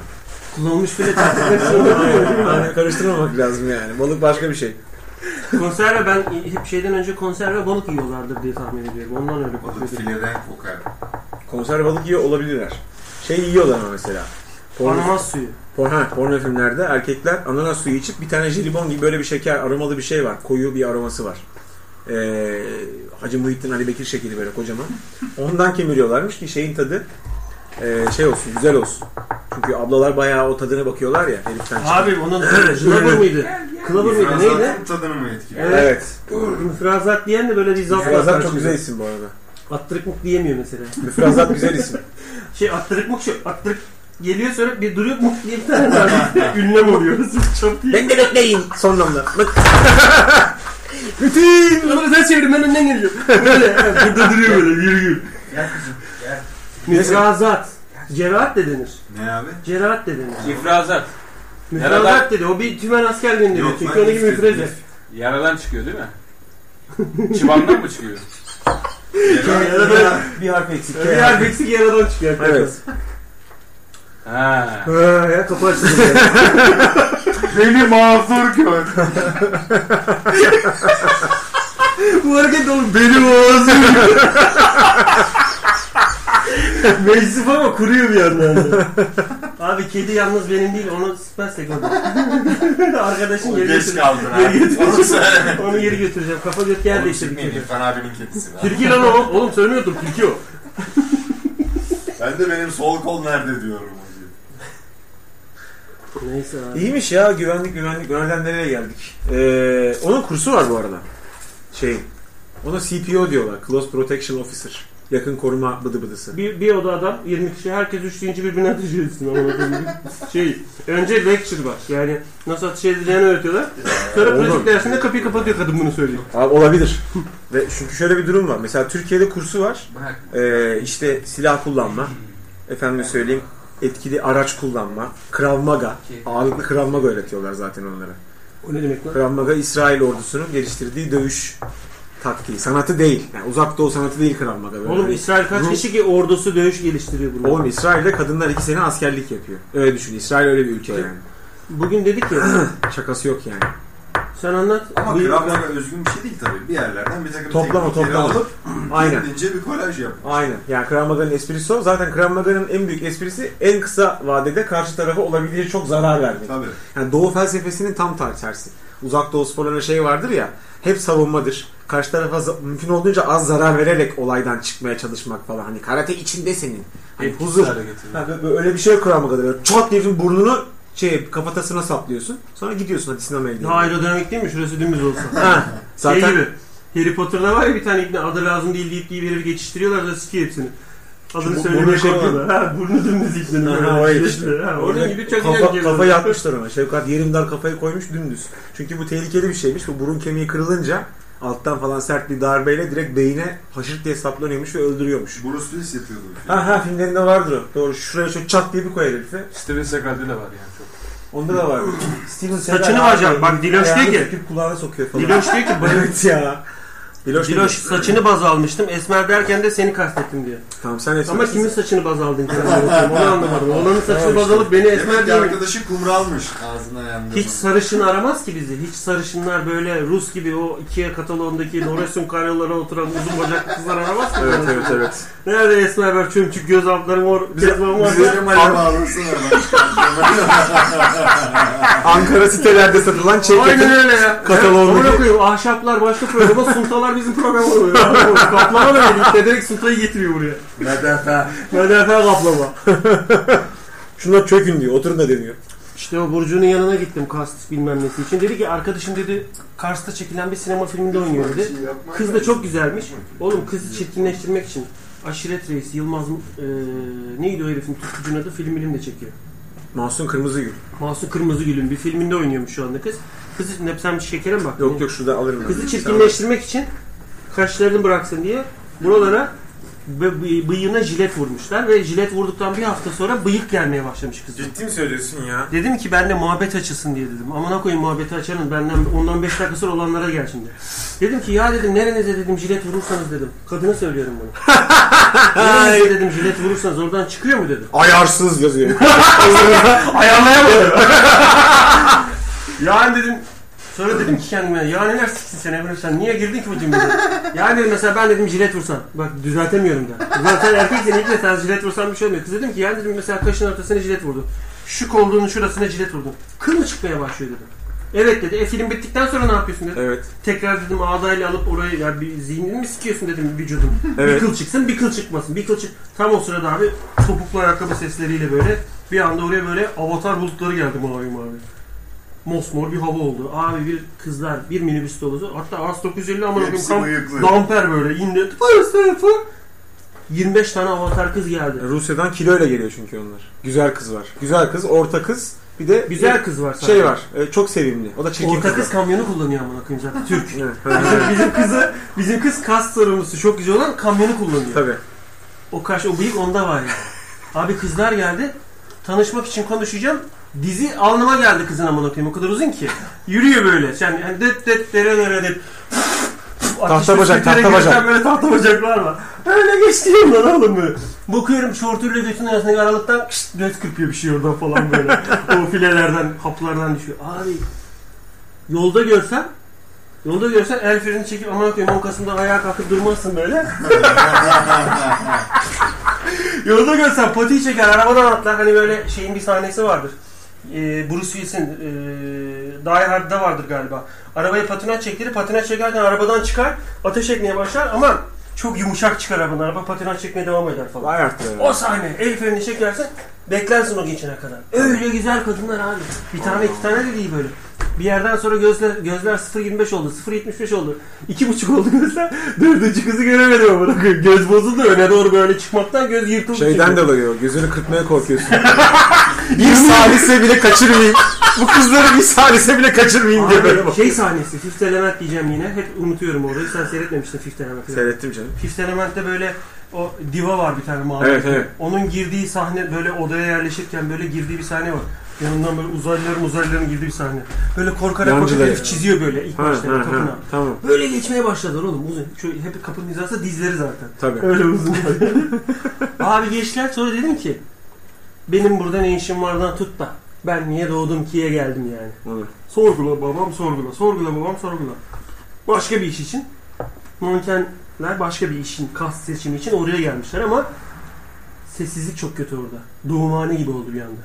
[SPEAKER 3] kullanılmış file taktikleri sonra değil mi?
[SPEAKER 2] Yani karıştırmamak lazım yani. Balık başka bir şey.
[SPEAKER 3] Konserve ben hep şeyden önce konserve balık yiyorlardır diye tahmin ediyorum. Ondan öyle
[SPEAKER 5] Balık
[SPEAKER 3] bakıyorum.
[SPEAKER 5] fileden kokar.
[SPEAKER 2] Konserve balık yiyor olabilirler. Şey yiyorlar ama mesela. Porno,
[SPEAKER 3] Ananas suyu.
[SPEAKER 2] por- ha, porno filmlerde erkekler ananas suyu içip bir tane jelibon gibi böyle bir şeker aromalı bir şey var. Koyu bir aroması var. Ee, Hacı Muhittin Ali Bekir şekeri böyle kocaman. Ondan kemiriyorlarmış ki şeyin tadı e, şey olsun güzel olsun. Çünkü ablalar bayağı o tadına bakıyorlar ya heriften çıkan.
[SPEAKER 3] Abi onun Clover mıydı? Clover mıydı? Neydi?
[SPEAKER 5] Fransa'nın tadını mı etkiliyor?
[SPEAKER 3] Evet.
[SPEAKER 2] Evet.
[SPEAKER 3] Müfrazat diyen de böyle bir zaaf
[SPEAKER 2] Müfrazat çok güzel isim bu arada.
[SPEAKER 3] Attırıkmık diyemiyor mesela.
[SPEAKER 2] Müfrazat güzel isim.
[SPEAKER 3] [laughs] Şey attırıkmık şu attırık geliyor sonra bir duruyor muk diye bir tane [laughs] daha ünlem E, oluyoruz. çok iyi.
[SPEAKER 2] Ben de bekleyin son damla. Bak. Bütün.
[SPEAKER 3] Bunları sen çevirin ben önden geliyorum. [laughs] Böyle evet, burada duruyor böyle virgül.
[SPEAKER 5] Gel kızım gel.
[SPEAKER 3] Müfrazat. Cerahat de denir.
[SPEAKER 5] Ne abi?
[SPEAKER 3] Cerahat de denir.
[SPEAKER 4] İfrazat.
[SPEAKER 3] Müfrazat dedi. O bir tümen asker gönderiyor.
[SPEAKER 5] Yok,
[SPEAKER 3] Çünkü
[SPEAKER 5] ben
[SPEAKER 3] ona gibi
[SPEAKER 5] istedim.
[SPEAKER 3] müfreze.
[SPEAKER 4] Yaradan çıkıyor değil mi? [laughs] Çıbandan mı çıkıyor?
[SPEAKER 3] Yaradan-
[SPEAKER 2] Bir harf eksik.
[SPEAKER 3] Bir yer eksik yaradan çıkıyor.
[SPEAKER 2] Evet.
[SPEAKER 4] Ha.
[SPEAKER 3] Ha, ya kapı açıldı.
[SPEAKER 5] Beni mazur gör.
[SPEAKER 3] Bu hareket oğlum benim ağzım. Meczup ama kuruyor bir yandan. da. Abi kedi yalnız benim değil onu sıkmazsak onu. Arkadaşın geri
[SPEAKER 5] Geç
[SPEAKER 3] götür.
[SPEAKER 5] kaldın ha.
[SPEAKER 3] Geri götür.
[SPEAKER 5] Onu söyle.
[SPEAKER 3] Onu geri götüreceğim. Kafa göt yer
[SPEAKER 5] Onu
[SPEAKER 3] değiştirdik.
[SPEAKER 5] çıkmayın İrfan abinin kedisi. var.
[SPEAKER 3] Kirki lan o. Oğlum söylemiyordur kirki o.
[SPEAKER 5] Ben de benim sol kol nerede diyorum.
[SPEAKER 3] Neyse abi.
[SPEAKER 2] İyiymiş ya güvenlik güvenlik. Nereden nereye geldik? Ee, onun kursu var bu arada. Şey. Ona CPO diyorlar. Close Protection Officer. Yakın koruma bıdı bıdısı.
[SPEAKER 3] Bir, bir oda adam 20 kişi herkes 3 deyince birbirine ateş etsin. amına koyayım. şey, önce lecture var. Yani nasıl ateş edileceğini öğretiyorlar. Sonra
[SPEAKER 2] Oğlum.
[SPEAKER 3] pratik dersinde kapıyı kapatıyor kadın bunu söylüyor.
[SPEAKER 2] Abi olabilir. Ve çünkü şöyle bir durum var. Mesela Türkiye'de kursu var.
[SPEAKER 4] Bırak.
[SPEAKER 2] Ee, işte silah kullanma. Efendim söyleyeyim etkili araç kullanma. Krav Maga. Ağırlıklı Krav Maga öğretiyorlar zaten onlara.
[SPEAKER 3] O ne demek lan?
[SPEAKER 2] Krav Maga İsrail ordusunun geliştirdiği dövüş taktiği. Sanatı değil. Yani uzak doğu sanatı değil Krav Maga. Böyle
[SPEAKER 3] Oğlum
[SPEAKER 2] bir-
[SPEAKER 3] İsrail kaç
[SPEAKER 2] Rum-
[SPEAKER 3] kişi ki ordusu dövüş geliştiriyor bunu.
[SPEAKER 2] Oğlum İsrail'de kadınlar iki sene askerlik yapıyor. Öyle düşün. İsrail öyle bir ülke yani.
[SPEAKER 3] Bugün dedik ya
[SPEAKER 2] Şakası yok yani.
[SPEAKER 3] sen anlat.
[SPEAKER 5] Ama
[SPEAKER 3] Buyur.
[SPEAKER 5] Kravmaga özgün bir şey değil tabii. Bir yerlerden bir takım
[SPEAKER 2] Toplama,
[SPEAKER 5] teknikleri
[SPEAKER 2] toplama.
[SPEAKER 5] alıp
[SPEAKER 2] Aynen.
[SPEAKER 5] kendince bir kolaj yap.
[SPEAKER 2] Aynen. Yani Krav Maga'nın esprisi o. Zaten Krav Maga'nın en büyük esprisi en kısa vadede karşı tarafa olabileceği çok zarar vermek.
[SPEAKER 5] Tabii.
[SPEAKER 2] Yani doğu felsefesinin tam ter- tersi. Uzak doğu sporlarında şey vardır ya. Hep savunmadır. Karşı tarafa za- mümkün olduğunca az zarar vererek olaydan çıkmaya çalışmak falan. Hani karate içinde senin. Hani
[SPEAKER 4] Etkisiz
[SPEAKER 2] huzur.
[SPEAKER 4] hale getirmek.
[SPEAKER 2] Ha, böyle- öyle bir şey yok Krav Maga'da. Böyle Çat diye herifin burnunu şey kafatasına saplıyorsun. Sonra gidiyorsun hadi sinemaya gidelim. [laughs]
[SPEAKER 3] Daha aerodinamik değil mi? Şurası dümdüz olsa.
[SPEAKER 2] Ha,
[SPEAKER 3] Zaten...
[SPEAKER 2] zaten
[SPEAKER 3] Şey gibi. Harry Potter'da var ya bir tane ikna adı lazım değil deyip diye bir herifi geçiştiriyorlar da sikiyor hepsini. Adını
[SPEAKER 1] Bu-
[SPEAKER 3] söylemeye
[SPEAKER 1] burnu şey
[SPEAKER 3] korkuyorlar. Ha burnu
[SPEAKER 2] [laughs]
[SPEAKER 3] dümdüz iknenin
[SPEAKER 2] Ha,
[SPEAKER 3] böyle.
[SPEAKER 2] ha, o
[SPEAKER 3] bir
[SPEAKER 2] işte.
[SPEAKER 3] şey. Ha, onun gibi çok
[SPEAKER 2] kafa,
[SPEAKER 3] eğlenceli.
[SPEAKER 2] kafa yapmışlar ona. Şefkat yerim dar kafayı koymuş dümdüz. Çünkü bu tehlikeli bir şeymiş. Bu burun kemiği kırılınca alttan falan sert bir darbeyle direkt beyine haşırt diye saplanıyormuş ve öldürüyormuş.
[SPEAKER 5] Bruce Willis yapıyordu.
[SPEAKER 2] Ha ha filmlerinde vardır o. Doğru. Şuraya şöyle çat diye bir koyar herifi.
[SPEAKER 1] Steven Seagal'de de var yani çok.
[SPEAKER 2] Onda da var. Steven
[SPEAKER 3] Saçını
[SPEAKER 2] Seagal
[SPEAKER 3] var canım.
[SPEAKER 2] abi,
[SPEAKER 3] Bak Diloş
[SPEAKER 2] ayağını
[SPEAKER 3] diyor ki-
[SPEAKER 2] söküp kulağına sokuyor falan.
[SPEAKER 3] Diloş diyor ki bayılır.
[SPEAKER 2] [laughs] evet ya. Diloş,
[SPEAKER 3] Diloş
[SPEAKER 2] Diloş.
[SPEAKER 3] saçını baz almıştım. Esmer derken de seni kastettim diyor.
[SPEAKER 2] Tamam sen esmersin.
[SPEAKER 3] Ama kimin saçını baz
[SPEAKER 2] [laughs]
[SPEAKER 3] aldın? ki? Onu anlamadım. Olanın saçını baz alıp beni esmer
[SPEAKER 5] Demek ki
[SPEAKER 3] diyor.
[SPEAKER 5] arkadaşı kumralmış. Ağzına yandı.
[SPEAKER 3] Hiç sarışın aramaz ki bizi. Hiç sarışınlar böyle Rus gibi o Ikea kataloğundaki Noresun karyolara oturan uzun bacaklı kızlar aramaz ki.
[SPEAKER 2] Evet evet evet.
[SPEAKER 3] Nerede esmer var çömçük göz altları mor.
[SPEAKER 2] Bize-
[SPEAKER 3] Kezban var.
[SPEAKER 2] bize-
[SPEAKER 5] Üzerime bağlasın
[SPEAKER 2] Ankara sitelerde satılan çek
[SPEAKER 3] Aynen öyle ya.
[SPEAKER 2] Kataloğundaki-
[SPEAKER 3] Amına koyayım ahşaplar başka programa suntalar bizim programa
[SPEAKER 2] [laughs]
[SPEAKER 3] oluyor. kaplama da dedik de direkt suntayı getiriyor buraya.
[SPEAKER 5] Medefe.
[SPEAKER 3] MDF kaplama.
[SPEAKER 2] [laughs] Şunlar çökün diyor. Oturun da demiyor.
[SPEAKER 3] İşte o Burcu'nun yanına gittim Kast bilmem nesi için. Dedi ki arkadaşım dedi Kars'ta çekilen bir sinema filminde oynuyor dedi.
[SPEAKER 5] şey
[SPEAKER 3] Kız da çok güzelmiş. Oğlum kızı çirkinleştirmek için Aşiret Reis Yılmaz eee, neydi o herifin tutkucunun adı film bilim de çekiyor.
[SPEAKER 2] Mahsun Kırmızıgül.
[SPEAKER 3] Masum Kırmızıgül'ün bir filminde oynuyormuş şu anda kız. Kızı ne sen bir şekere mi bak?
[SPEAKER 2] Yok yok şurada alırım. ben.
[SPEAKER 3] Kızı çirkinleştirmek için kaşlarını bıraksın diye buralara bı- bı- bıyığına jilet vurmuşlar ve jilet vurduktan bir hafta sonra bıyık gelmeye başlamış kızın.
[SPEAKER 2] Ciddi mi söylüyorsun ya?
[SPEAKER 3] Dedim ki ben de muhabbet açılsın diye dedim. Amına koyayım muhabbeti açarız. Benden ondan 5 dakika sonra olanlara gel şimdi. Dedim ki ya dedim nerenize dedim jilet vurursanız dedim. Kadına söylüyorum bunu. nerenize dedim jilet vurursanız oradan çıkıyor mu dedim.
[SPEAKER 2] Ayarsız yazıyor.
[SPEAKER 3] Ayarlayamadım. yani dedim Sonra dedim ki kendime ya neler siksin sen Emre sen niye girdin ki bu cümleye? yani dedim mesela ben dedim jilet vursan. Bak düzeltemiyorum da. Zaten erkeksen ilk sen jilet vursan bir şey olmuyor. Kız dedim ki yani dedim mesela kaşın ortasına jilet vurdu. Şu kolluğunun şurasına jilet vurdu. Kıl mı çıkmaya başlıyor dedim. Evet dedi. E film bittikten sonra ne yapıyorsun dedi.
[SPEAKER 2] evet.
[SPEAKER 3] Tekrar dedim ağdayla alıp oraya ya bir zihnini mi sikiyorsun dedim vücudum.
[SPEAKER 2] Evet.
[SPEAKER 3] Bir kıl çıksın bir kıl çıkmasın. Bir kıl çık. Tam o sırada abi topuklu ayakkabı sesleriyle böyle bir anda oraya böyle avatar bulutları geldi mavim abi. Mosmor bir hava oldu. Abi bir kızlar bir minibüs dolusu. Hatta az 950 amına koyayım
[SPEAKER 5] Hepsi
[SPEAKER 3] kamp-
[SPEAKER 5] bıyıklı.
[SPEAKER 3] damper böyle indi. Fır fır fır. 25 tane avatar kız geldi.
[SPEAKER 2] Rusya'dan kiloyla geliyor çünkü onlar. Güzel kız var. Güzel kız, orta kız. Bir de
[SPEAKER 3] Güzel kız var
[SPEAKER 2] bir şey var. e, çok sevimli. O da çirkin
[SPEAKER 3] Orta
[SPEAKER 2] kız.
[SPEAKER 3] kız kamyonu kullanıyor amına koyayım zaten [laughs] Türk.
[SPEAKER 2] Evet.
[SPEAKER 3] bizim, bizim kızı, bizim kız kas sorumlusu çok güzel olan kamyonu kullanıyor.
[SPEAKER 2] Tabii.
[SPEAKER 3] O kaş, o bıyık onda var ya. Abi kızlar geldi. Tanışmak için konuşacağım. Dizi alnıma geldi kızın amına koyayım. O kadar uzun ki. Yürüyor böyle. Sen yani det det dere dere det. Ateşli
[SPEAKER 2] bacak,
[SPEAKER 3] sütlere
[SPEAKER 2] tahta bacak.
[SPEAKER 3] girerken Böyle tahta bacaklar var. Öyle geçtiğim lan oğlum böyle. Bakıyorum şortuyla götünün arasındaki aralıktan kışt, göz kırpıyor bir şey oradan falan
[SPEAKER 2] [laughs]
[SPEAKER 3] böyle. o filelerden, haplardan düşüyor. Abi yolda görsen Yolda görsen el freni çekip aman koyayım 10 Kasım'da ayağa kalkıp durmazsın böyle. [laughs] Yolda görsen patiyi çeker arabadan atlar hani böyle şeyin bir sahnesi vardır. Ee, Bruce Willis'in e, Die Hard'da vardır galiba. Arabayı patinaj çektirir patinaj çekerken arabadan çıkar ateş etmeye başlar ama çok yumuşak çıkar arabadan araba patinaj çekmeye devam eder falan.
[SPEAKER 2] Vay artık.
[SPEAKER 3] O sahne el freni çekersen beklersin o geçene kadar. Öyle güzel kadınlar abi. Bir tane iki tane de değil böyle. Bir yerden sonra gözler gözler 0.25 oldu, 0.75 oldu. 2.5 oldu gözler. [laughs] Dördüncü kızı göremedim ama bakın göz bozuldu öne doğru böyle çıkmaktan göz yırtıldı.
[SPEAKER 2] Şeyden
[SPEAKER 3] çünkü.
[SPEAKER 2] dolayı o, gözünü kırpmaya korkuyorsun. bir salise bile kaçırmayayım. Bu kızları bir salise bile kaçırmayayım diye böyle
[SPEAKER 3] Abi,
[SPEAKER 2] bak.
[SPEAKER 3] şey sahnesi Fifth Element diyeceğim yine. Hep unutuyorum orayı. Sen seyretmemiştin Fifth Element'i.
[SPEAKER 2] Seyrettim canım.
[SPEAKER 3] Fifth Element'te böyle o diva var bir tane mavi.
[SPEAKER 2] Evet evet.
[SPEAKER 3] Onun girdiği sahne böyle odaya yerleşirken böyle girdiği bir sahne var. Yanından böyle uzaylıların uzaylıların girdiği bir sahne. Böyle korkarak korkarak
[SPEAKER 2] Yancıları.
[SPEAKER 3] herif çiziyor böyle ilk
[SPEAKER 2] Ha,
[SPEAKER 3] başta
[SPEAKER 2] ha,
[SPEAKER 3] kapına.
[SPEAKER 2] ha. Tamam.
[SPEAKER 3] Böyle geçmeye başladılar oğlum uzun. Şöyle hep kapının hizası dizleri zaten.
[SPEAKER 2] Tabii.
[SPEAKER 3] Öyle
[SPEAKER 2] [laughs]
[SPEAKER 3] uzun. Abi geçtiler sonra dedim ki benim burada ne işim vardan tut da ben niye doğdum ki'ye geldim yani.
[SPEAKER 2] Olur.
[SPEAKER 3] Sorgula babam sorgula. Sorgula babam sorgula. Başka bir iş için. Mankenler başka bir işin kas seçimi için oraya gelmişler ama sessizlik çok kötü orada. Doğumhane gibi oldu bir anda.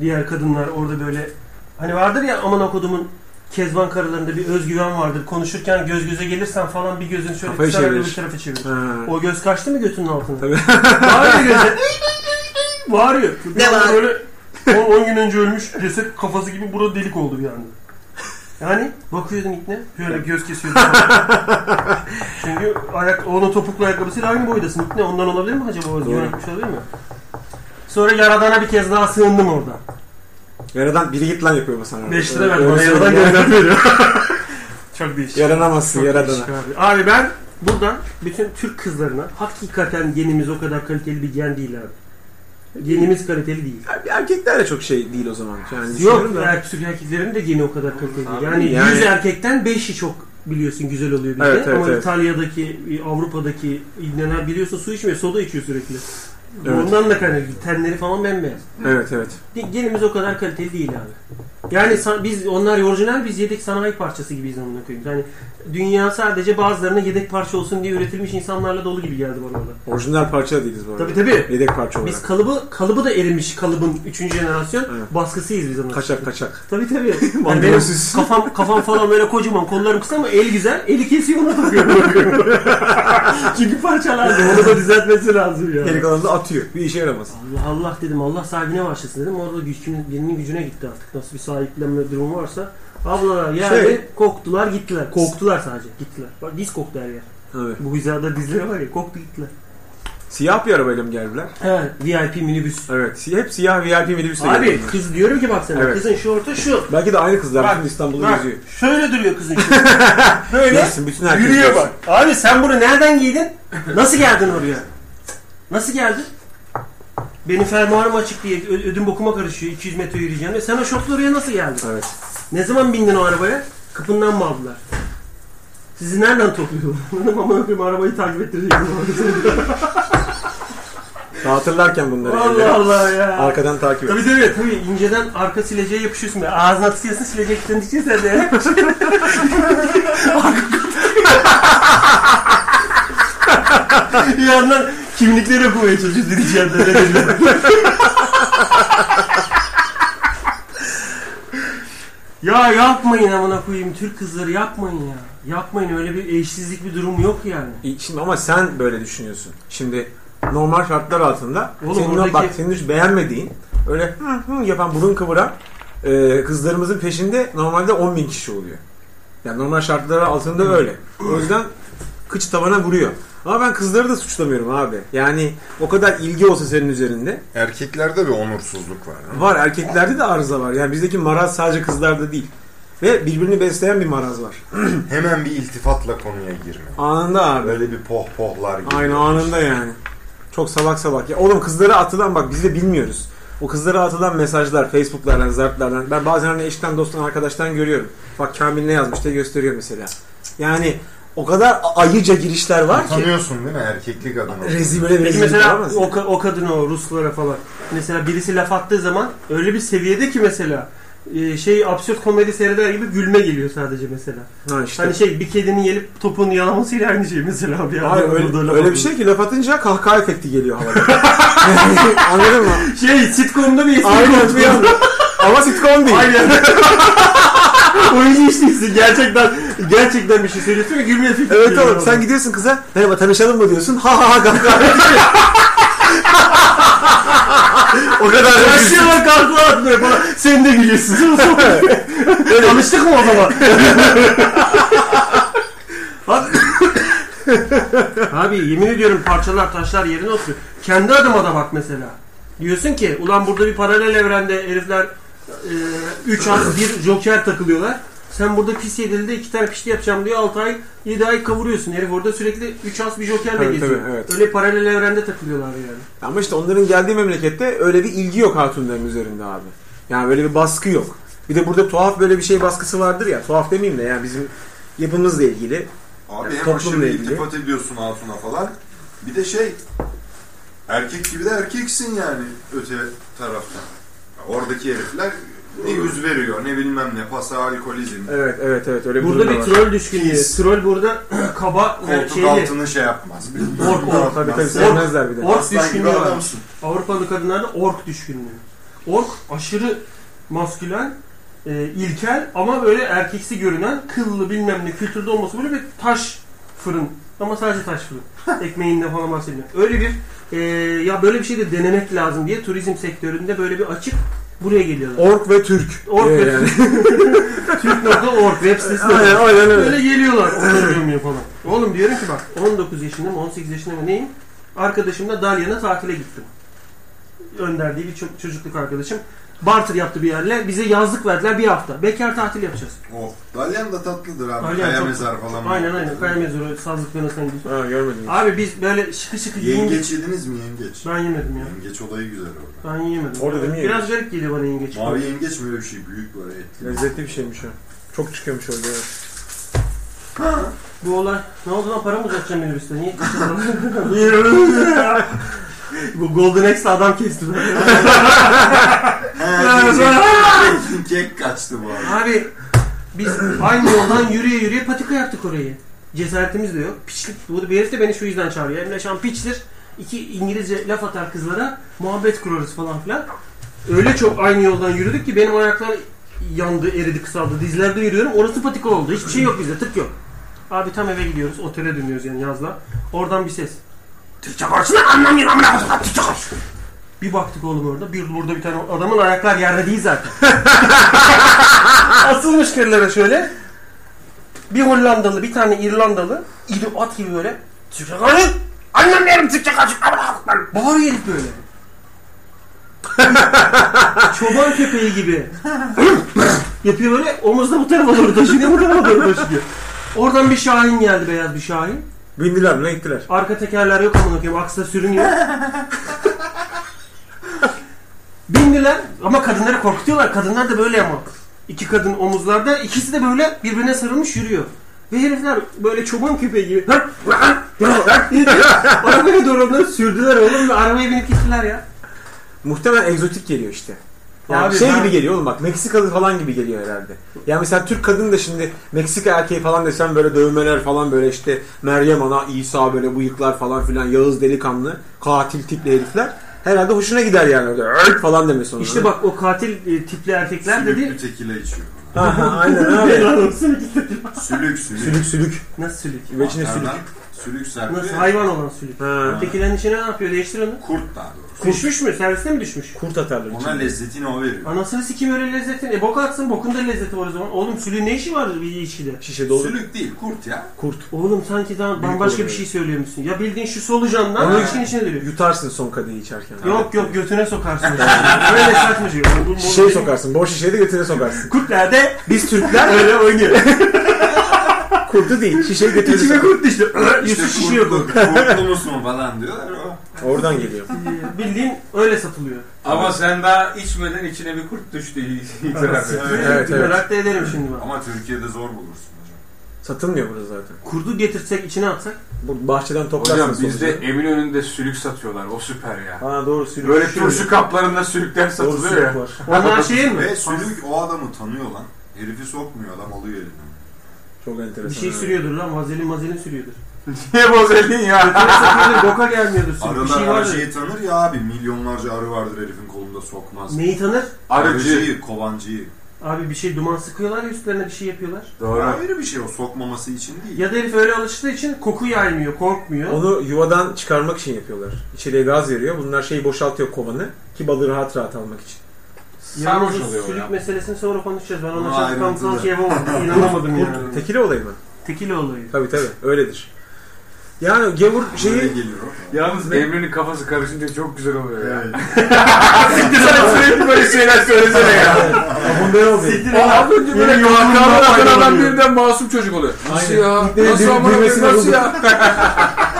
[SPEAKER 3] Diğer kadınlar orada böyle hani vardır ya aman okudumun Kezban karılarında bir özgüven vardır. Konuşurken göz göze gelirsen falan bir gözün şöyle
[SPEAKER 2] Kafayı
[SPEAKER 3] kısarak
[SPEAKER 2] çevirir.
[SPEAKER 3] öbür tarafa çevirir.
[SPEAKER 2] Ha.
[SPEAKER 3] O göz kaçtı mı götünün altına?
[SPEAKER 2] Tabii.
[SPEAKER 3] Bağırıyor
[SPEAKER 2] [laughs]
[SPEAKER 3] göze. Bağırıyor. Ne
[SPEAKER 2] var?
[SPEAKER 3] Böyle 10 gün önce ölmüş desek kafası gibi burada delik oldu bir anda. Yani bakıyordun ipne. Şöyle göz kesiyordun.
[SPEAKER 2] [laughs]
[SPEAKER 3] Çünkü ayak, onun topuklu ayakkabısıyla aynı boydasın. İpne ondan olabilir mi acaba? O
[SPEAKER 2] Doğru.
[SPEAKER 3] yönetmiş olabilir mi? Sonra yaradana bir kez daha sığındım orada.
[SPEAKER 2] Yaradan biri git lan yapıyor mesela.
[SPEAKER 3] 5 lira ver.
[SPEAKER 2] Öyle
[SPEAKER 3] Bana yaradan
[SPEAKER 2] söylüyor.
[SPEAKER 3] gönderdi veriyor. Çok değişik.
[SPEAKER 2] [laughs] Yaranamazsın
[SPEAKER 3] Çok
[SPEAKER 2] yaradana.
[SPEAKER 3] değişik abi. Abi ben buradan bütün Türk kızlarına hakikaten genimiz o kadar kaliteli bir gen değil abi. Genimiz kaliteli değil.
[SPEAKER 2] Abi Erkekler de çok şey değil o zaman. Yani
[SPEAKER 3] Yok
[SPEAKER 2] Yok da.
[SPEAKER 3] erkek Türk erkeklerin de geni o kadar kaliteli değil.
[SPEAKER 4] Abi,
[SPEAKER 3] Yani,
[SPEAKER 2] yani-
[SPEAKER 3] 100 erkekten 5'i çok biliyorsun güzel oluyor bir de.
[SPEAKER 2] Evet, evet,
[SPEAKER 3] Ama
[SPEAKER 2] evet.
[SPEAKER 3] İtalya'daki, Avrupa'daki neler biliyorsun su içmiyor, soda içiyor sürekli.
[SPEAKER 2] Evet.
[SPEAKER 3] Ondan da kaynaklı. Tenleri falan bembeyaz.
[SPEAKER 2] Evet evet.
[SPEAKER 3] Genimiz o kadar kaliteli değil abi. Yani sa- biz onlar orijinal biz yedek sanayi parçası gibiyiz amına koyayım. Yani dünya sadece bazılarına yedek parça olsun diye üretilmiş insanlarla dolu gibi geldi bana da.
[SPEAKER 2] Orijinal parça da değiliz bu arada.
[SPEAKER 3] Tabii tabii.
[SPEAKER 2] Yedek parça olarak.
[SPEAKER 3] Biz kalıbı kalıbı da erimiş kalıbın 3. jenerasyon
[SPEAKER 2] Evet.
[SPEAKER 3] baskısıyız biz onlar.
[SPEAKER 2] Kaçak kaçak.
[SPEAKER 3] Tabii [laughs] tabii. Yani benim
[SPEAKER 2] Mandolsuz.
[SPEAKER 3] kafam kafam falan böyle kocaman, kollarım kısa ama el güzel. Eli kesiyor onu takıyor. [laughs] Çünkü parça lazım. Onu da düzeltmesi lazım ya.
[SPEAKER 2] Geri kalanı da atıyor. Bir işe yaramaz.
[SPEAKER 3] Allah Allah dedim Allah sahibine başlasın dedim. Orada gücün, birinin gücüne gitti artık. Nasıl bir sahiplenme durumu varsa. Ablalar yerde
[SPEAKER 2] Şey-
[SPEAKER 3] koktular gittiler. Koktular sadece gittiler. Bak diz koktu her yer.
[SPEAKER 2] Evet.
[SPEAKER 3] Bu hizada dizleri var ya koktu gittiler.
[SPEAKER 2] Siyah bir arabayla mı geldiler?
[SPEAKER 3] He VIP minibüs.
[SPEAKER 2] Evet. si- Hep siyah VIP minibüsle
[SPEAKER 3] Abi
[SPEAKER 2] geldiler.
[SPEAKER 3] kız diyorum ki bak sana
[SPEAKER 2] Evet.
[SPEAKER 3] kızın şortu şu.
[SPEAKER 2] Belki de aynı kızlar.
[SPEAKER 3] Bak,
[SPEAKER 2] Bütün İstanbul'u
[SPEAKER 3] Bak,
[SPEAKER 2] geziyor.
[SPEAKER 3] şöyle duruyor [laughs] kızın şortu. Böyle.
[SPEAKER 2] Görsün bütün herkes.
[SPEAKER 3] Yürüyor
[SPEAKER 2] görsün.
[SPEAKER 3] bak. Abi sen bunu nereden giydin? Nasıl geldin oraya? Nasıl geldin? Benim fermuarım açık diye ö- ödüm bokuma karışıyor 200 metre yürüyeceğim. diye. Sen o şortla oraya nasıl geldin?
[SPEAKER 2] Evet.
[SPEAKER 3] Ne zaman bindin o arabaya? Kapından mı aldılar? Sizi nereden topluyorlar? [laughs] Dedim ama öpeyim arabayı takip ettirecektim. [laughs]
[SPEAKER 2] Dağıtırlarken bunları. evlere.
[SPEAKER 3] Allah Allah ya.
[SPEAKER 2] Arkadan takip et.
[SPEAKER 3] Tabii tabii tabii inceden arka sileceğe yapışıyorsun. Böyle Ağzına tutuyorsun silecekten dikeceksin sen de. Arka- Bir yandan kimlikleri okumaya çalışıyorsun içeride. öyle dediler. ya yapmayın amına koyayım Türk kızları yapmayın ya. Yapmayın öyle bir eşsizlik bir durum yok yani.
[SPEAKER 2] İyi, Şimdi ama sen böyle düşünüyorsun. Şimdi normal şartlar altında
[SPEAKER 3] Oğlum
[SPEAKER 2] senin
[SPEAKER 3] oradaki-
[SPEAKER 2] o bak senin hiç beğenmediğin öyle hı hı yapan burun kıvıran e, kızlarımızın peşinde normalde 10 bin kişi oluyor. Yani normal şartlar altında öyle. O yüzden kıç tavana vuruyor. Ama ben kızları da suçlamıyorum abi. Yani o kadar ilgi olsa senin üzerinde.
[SPEAKER 5] Erkeklerde bir onursuzluk var. ha?
[SPEAKER 2] Var erkeklerde de arıza var. Yani bizdeki maraz sadece kızlarda değil. Ve birbirini besleyen bir maraz var.
[SPEAKER 5] Hemen bir iltifatla konuya girme.
[SPEAKER 2] Anında abi.
[SPEAKER 5] Böyle bir pohpohlar gibi.
[SPEAKER 2] Aynı anında yani. Çok salak salak. Ya oğlum kızlara atılan bak biz de bilmiyoruz. O kızlara atılan mesajlar Facebook'lardan, zartlardan. Ben bazen hani eşten, dosttan, arkadaştan görüyorum. Bak Kamil ne yazmış diye gösteriyor mesela. Yani o kadar a- ayıca girişler var ki.
[SPEAKER 5] Tanıyorsun değil mi erkeklik adına?
[SPEAKER 2] Rezil böyle bir
[SPEAKER 3] Peki
[SPEAKER 2] rezil
[SPEAKER 3] mesela
[SPEAKER 2] olamaz.
[SPEAKER 3] o, ka- o kadın o Ruslara falan. Mesela birisi laf attığı zaman öyle bir seviyede ki mesela e, şey absürt komedi seyreder gibi gülme geliyor sadece mesela.
[SPEAKER 2] Ha işte.
[SPEAKER 3] Hani şey bir kedinin gelip topun yalamasıyla aynı şey mesela abi.
[SPEAKER 2] Hayır,
[SPEAKER 3] Adam
[SPEAKER 2] öyle,
[SPEAKER 3] burada laf
[SPEAKER 2] öyle bir
[SPEAKER 3] atıyor.
[SPEAKER 2] şey ki laf atınca kahkaha efekti geliyor havada.
[SPEAKER 3] [laughs]
[SPEAKER 2] [laughs] Yani anladın mı?
[SPEAKER 3] Şey sitcom'da bir eski
[SPEAKER 2] Aynen bir [laughs] anda. Ama sitcom değil.
[SPEAKER 3] Aynen. [laughs] Oyuncu işliysin gerçekten gerçekten bir şey söylüyorsun ve gülme efekti.
[SPEAKER 2] Evet
[SPEAKER 3] geliyor
[SPEAKER 2] oğlum sen
[SPEAKER 3] adam.
[SPEAKER 2] gidiyorsun kıza merhaba tanışalım mı diyorsun ha ha ha [laughs] kahkaha.
[SPEAKER 5] O kadar
[SPEAKER 3] Başlıyorlar kahkaha atmaya falan. Sen de gülüyorsun. [laughs] Tanıştık mı o zaman? Abi- Abi yemin ediyorum parçalar taşlar yerine oturuyor. Kendi adıma da bak mesela. Diyorsun ki ulan burada bir paralel evrende herifler 3 az bir joker takılıyorlar. Sen burada pis yedilde iki tane pişti yapacağım diyor 6 ay 7 ay kavuruyorsun. Herif orada sürekli 3 as bir jokerle
[SPEAKER 2] Tabii,
[SPEAKER 3] geziyor.
[SPEAKER 2] tabii, evet.
[SPEAKER 3] Öyle paralel evrende takılıyorlar yani.
[SPEAKER 2] Ama işte onların geldiği memlekette öyle bir ilgi yok hatunların üzerinde abi. Yani böyle bir baskı yok. Bir de burada tuhaf böyle bir şey baskısı vardır ya. Tuhaf demeyeyim de yani bizim yapımızla ilgili.
[SPEAKER 1] Abi
[SPEAKER 2] Yani
[SPEAKER 1] hem
[SPEAKER 2] toplumla
[SPEAKER 1] aşırı
[SPEAKER 2] ilgili.
[SPEAKER 1] iltifat ediyorsun altına falan. Bir de şey, erkek gibi de erkeksin yani öte taraftan. Ya Oradaki herifler ne yüz veriyor, ne bilmem ne, pasa alkolizm.
[SPEAKER 2] Evet evet evet öyle bir
[SPEAKER 3] Burada bir
[SPEAKER 2] var.
[SPEAKER 3] troll düşkünlüğü. Troll burada [clears throat] kaba ve
[SPEAKER 1] Koltuk
[SPEAKER 3] şeyli.
[SPEAKER 1] altını şey yapmaz. bilmem
[SPEAKER 3] Ork, ork,
[SPEAKER 1] ne yapmaz.
[SPEAKER 2] Tabii tabii
[SPEAKER 1] Sen
[SPEAKER 2] sevmezler bir de.
[SPEAKER 3] Ork
[SPEAKER 1] Aslan gibi
[SPEAKER 3] düşkünlüğü var.
[SPEAKER 1] adamsın.
[SPEAKER 3] Avrupalı kadınlarda ork düşkünlüğü. Ork aşırı maskülen, e, ilkel ama böyle erkeksi görünen, kıllı bilmem ne kültürde olması böyle bir taş fırın. Ama sadece taş fırın. Ekmeğinde falan bahsediyor. Öyle bir e, ya böyle bir şey de denemek lazım diye turizm sektöründe böyle bir açık Buraya
[SPEAKER 2] [laughs]
[SPEAKER 3] geliyorlar.
[SPEAKER 2] Ork ve Türk.
[SPEAKER 3] Ork
[SPEAKER 2] diyor
[SPEAKER 3] ve Türk.org web sitesine.
[SPEAKER 2] [laughs] Aynen aynen öyle.
[SPEAKER 3] Böyle geliyorlar onları gömüyor falan. Oğlum diyorum ki bak 19 yaşında mı 18 yaşında mı neyim? Arkadaşımla Dalyan'a tatile gittim. Önder diye bir ço- çocukluk arkadaşım. Barter yaptı bir yerle. Bize yazlık verdiler bir hafta. Bekar tatil yapacağız.
[SPEAKER 1] Oh. Dalyan da tatlıdır abi.
[SPEAKER 3] Dalyan
[SPEAKER 1] Kaya
[SPEAKER 3] çok-
[SPEAKER 1] mezar falan.
[SPEAKER 3] Aynen aynen. Kaya mezunu, sazlık yanasına gidiyoruz.
[SPEAKER 2] Ha görmedim.
[SPEAKER 3] Abi biz böyle şıkı şıkı yengeç.
[SPEAKER 1] Yengeç yediniz mi yengeç?
[SPEAKER 3] Ben yemedim ya.
[SPEAKER 1] Yengeç olayı güzel orada.
[SPEAKER 3] Ben yemedim.
[SPEAKER 2] Orada değil mi yengeç?
[SPEAKER 3] Biraz garip geliyor bana yengeç.
[SPEAKER 1] Mavi yengeç mi öyle bir şey? Büyük böyle etli.
[SPEAKER 2] Lezzetli bir şeymiş o. Çok çıkıyormuş orada. evet.
[SPEAKER 3] Bu olay. Ne oldu lan para mı uzatacağım minibüste? Niye? [laughs] Bu Golden Axe adam kesti. [laughs]
[SPEAKER 1] Kek- [laughs] Kek kaçtı bu arada.
[SPEAKER 3] Abi biz aynı yoldan yürüye yürüye patika yaptık orayı. Cesaretimiz de yok. Piçlik. Bu bir herif de beni şu yüzden çağırıyor. Emre Şan piçtir. İki İngilizce laf atar kızlara. Muhabbet kurarız falan filan. Öyle çok aynı yoldan yürüdük ki benim ayaklar yandı, eridi, kısaldı. Dizlerde yürüyorum. Orası patika oldu. Hiçbir şey yok bizde. Tık yok. Abi tam eve gidiyoruz. Otele dönüyoruz yani yazla. Oradan bir ses. Türkçe konuşsana anlamıyorum amına kodum. Türkçe konuş. Bir baktık oğlum orada. Bir burada bir tane adamın ayaklar yerde değil zaten. Asılmış kırlara şöyle. Bir Hollandalı, bir tane İrlandalı. iri at gibi böyle. Türkçe konuş. Anlamıyorum Türkçe konuş. amına kodum." Bağırıyor herif böyle. [laughs] Çoban köpeği gibi. [laughs] Yapıyor böyle omuzda bu tarafa doğru taşınıyor, bu tarafa doğru taşınıyor. Oradan bir şahin geldi, beyaz bir şahin.
[SPEAKER 2] Bindiler mi? Gittiler.
[SPEAKER 3] Arka tekerler yok amına koyayım. Aksa sürünüyor.
[SPEAKER 2] [laughs]
[SPEAKER 3] Bindiler ama kadınları korkutuyorlar. Kadınlar da böyle ama. İki kadın omuzlarda ikisi de böyle birbirine sarılmış yürüyor. Ve herifler böyle çoban köpeği gibi. Arabaya doğru onları sürdüler oğlum ve arabaya binip gittiler ya.
[SPEAKER 2] Muhtemelen egzotik geliyor işte. Yani
[SPEAKER 3] Abi
[SPEAKER 2] şey
[SPEAKER 3] ben-
[SPEAKER 2] gibi geliyor oğlum bak Meksikalı falan gibi geliyor herhalde. Yani mesela Türk kadın da şimdi Meksika erkeği falan desen böyle dövmeler falan böyle işte Meryem Ana, İsa böyle bıyıklar falan filan Yağız delikanlı, katil tipli herifler. Herhalde hoşuna gider yani öyle "Ört!" falan demesi ona.
[SPEAKER 3] İşte bak o katil e, tipli erkekler dedi.
[SPEAKER 1] Sülüklü tekile içiyor.
[SPEAKER 2] Aha,
[SPEAKER 3] [laughs]
[SPEAKER 2] aynen abi.
[SPEAKER 3] Helal olsun ikisi.
[SPEAKER 1] Sülük sülük.
[SPEAKER 2] sülük sülük.
[SPEAKER 3] Nasıl sülük?
[SPEAKER 2] Ve içine sülük.
[SPEAKER 1] Arkadan Sülük serpiyor.
[SPEAKER 3] Nasıl hayvan olan sülük?
[SPEAKER 2] Ha.
[SPEAKER 3] Ötekilerin içine ne yapıyor? Değiştir onu.
[SPEAKER 1] Kurt daha doğrusu.
[SPEAKER 3] Düşmüş mü? Serviste mi düşmüş?
[SPEAKER 2] Kurt atarlar
[SPEAKER 1] Ona
[SPEAKER 2] içine.
[SPEAKER 1] lezzetini o veriyor.
[SPEAKER 3] Anasını sikim öyle lezzetin. E bok atsın bokun da lezzeti var o zaman. Oğlum sülüğün ne işi var bir içkide?
[SPEAKER 2] Şişe dolu
[SPEAKER 1] Sülük değil kurt ya.
[SPEAKER 2] kurt.
[SPEAKER 3] Oğlum sanki daha bambaşka
[SPEAKER 2] oluyor.
[SPEAKER 3] bir şey söylüyormuşsun. Ya bildiğin şu solucandan
[SPEAKER 2] Onun-
[SPEAKER 3] işin içine dönüyor.
[SPEAKER 2] Yutarsın son kadehi içerken.
[SPEAKER 3] Yok yok götüne sokarsın. [laughs] Böyle saçma şey. Oğlum, bu- bu-
[SPEAKER 2] Şişeye sokarsın. Boş şişeyi de götüne sokarsın.
[SPEAKER 3] Kurt nerede?
[SPEAKER 2] Biz Türkler
[SPEAKER 3] Öyle
[SPEAKER 2] [laughs]
[SPEAKER 3] oynuyor.
[SPEAKER 2] kurtu değil. Şişeyi götüne
[SPEAKER 3] İçime
[SPEAKER 2] sokarsın.
[SPEAKER 3] kurt düştü.
[SPEAKER 1] İşte
[SPEAKER 3] Yusuf şişiyor bu.
[SPEAKER 1] kurtlu, kurtlu musun falan diyorlar. O.
[SPEAKER 2] [laughs] Oradan geliyor.
[SPEAKER 3] Ee, Bildiğin öyle satılıyor.
[SPEAKER 4] Ama sen daha içmeden içine bir kurt düştü. [laughs] itiraf et.
[SPEAKER 2] Evet,
[SPEAKER 3] Bir
[SPEAKER 2] evet.
[SPEAKER 3] Merak da ederim şimdi ben.
[SPEAKER 1] Ama Türkiye'de zor bulursun hocam.
[SPEAKER 2] Satılmıyor burada zaten.
[SPEAKER 3] Kurdu getirsek içine atsak.
[SPEAKER 2] Bu bahçeden toplarsın.
[SPEAKER 4] Hocam bizde Eminönü'nde sülük satıyorlar. O süper ya.
[SPEAKER 2] Ha doğru sülük.
[SPEAKER 4] Böyle
[SPEAKER 2] Sülük.
[SPEAKER 4] turşu kaplarında sülükler
[SPEAKER 2] Doğru
[SPEAKER 4] satılıyor
[SPEAKER 2] sülük
[SPEAKER 4] ya.
[SPEAKER 2] var.
[SPEAKER 3] Onlar şey mi?
[SPEAKER 1] Ve sülük o adamı tanıyor lan. Herifi sokmuyor adam alıyor elinden.
[SPEAKER 2] Çok enteresan.
[SPEAKER 3] Bir şey
[SPEAKER 2] evet.
[SPEAKER 3] sürüyordur lan. Vazelin vazelin
[SPEAKER 2] [laughs]
[SPEAKER 3] sürüyordur.
[SPEAKER 4] Niye bozeldin ya?
[SPEAKER 3] Götüne sokuyordur. Boka gelmiyordur. sürü. Bir
[SPEAKER 1] Arılar
[SPEAKER 3] şey vardır.
[SPEAKER 1] arıcıyı tanır ya abi. Milyonlarca arı vardır herifin kolunda sokmaz.
[SPEAKER 3] Neyi tanır?
[SPEAKER 4] Arıcı.
[SPEAKER 1] Arıcıyı, kovancıyı.
[SPEAKER 3] Abi bir şey duman sıkıyorlar ya üstlerine bir şey yapıyorlar.
[SPEAKER 4] Doğru.
[SPEAKER 1] Ayrı bir şey o sokmaması için değil.
[SPEAKER 3] Ya da herif öyle alıştığı için koku yaymıyor, korkmuyor.
[SPEAKER 2] Onu yuvadan çıkarmak için yapıyorlar. İçeriye gaz veriyor. Bunlar şeyi boşaltıyor kovanı. Ki balığı rahat rahat almak için.
[SPEAKER 3] Yalnız
[SPEAKER 4] Sarhoş
[SPEAKER 3] o
[SPEAKER 4] oluyor
[SPEAKER 3] sülük
[SPEAKER 4] ya.
[SPEAKER 3] meselesini sonra konuşacağız. Ben ona
[SPEAKER 1] Vay
[SPEAKER 3] çok tam
[SPEAKER 1] ayrıntılı.
[SPEAKER 3] sanki yapamadım. İnanamadım yani.
[SPEAKER 2] Tekili olayı mı?
[SPEAKER 3] Tekili olayı.
[SPEAKER 2] Tabii tabii. Öyledir. Yani gavur
[SPEAKER 1] Şeye
[SPEAKER 2] şeyi
[SPEAKER 1] geliyor o.
[SPEAKER 4] Yalnız Emre'nin kafası karışınca çok güzel oluyor ya.
[SPEAKER 1] Evet.
[SPEAKER 4] [laughs] Siktir sana sürekli böyle şeyler söylesene ya.
[SPEAKER 2] Bomber
[SPEAKER 3] [laughs]
[SPEAKER 2] oluyor.
[SPEAKER 3] Siktir
[SPEAKER 4] O
[SPEAKER 3] lan.
[SPEAKER 4] az önce böyle
[SPEAKER 3] Yeni yoğunluğundan
[SPEAKER 4] kahkahalar atan adam
[SPEAKER 3] faydalanıyor.
[SPEAKER 4] birden masum çocuk oluyor. Nasıl
[SPEAKER 2] Aynen.
[SPEAKER 4] ya?
[SPEAKER 2] İlkleri
[SPEAKER 4] Nasıl
[SPEAKER 2] dur-
[SPEAKER 4] amına koyayım
[SPEAKER 2] durmasını
[SPEAKER 4] nasıl
[SPEAKER 2] buldum.
[SPEAKER 4] ya?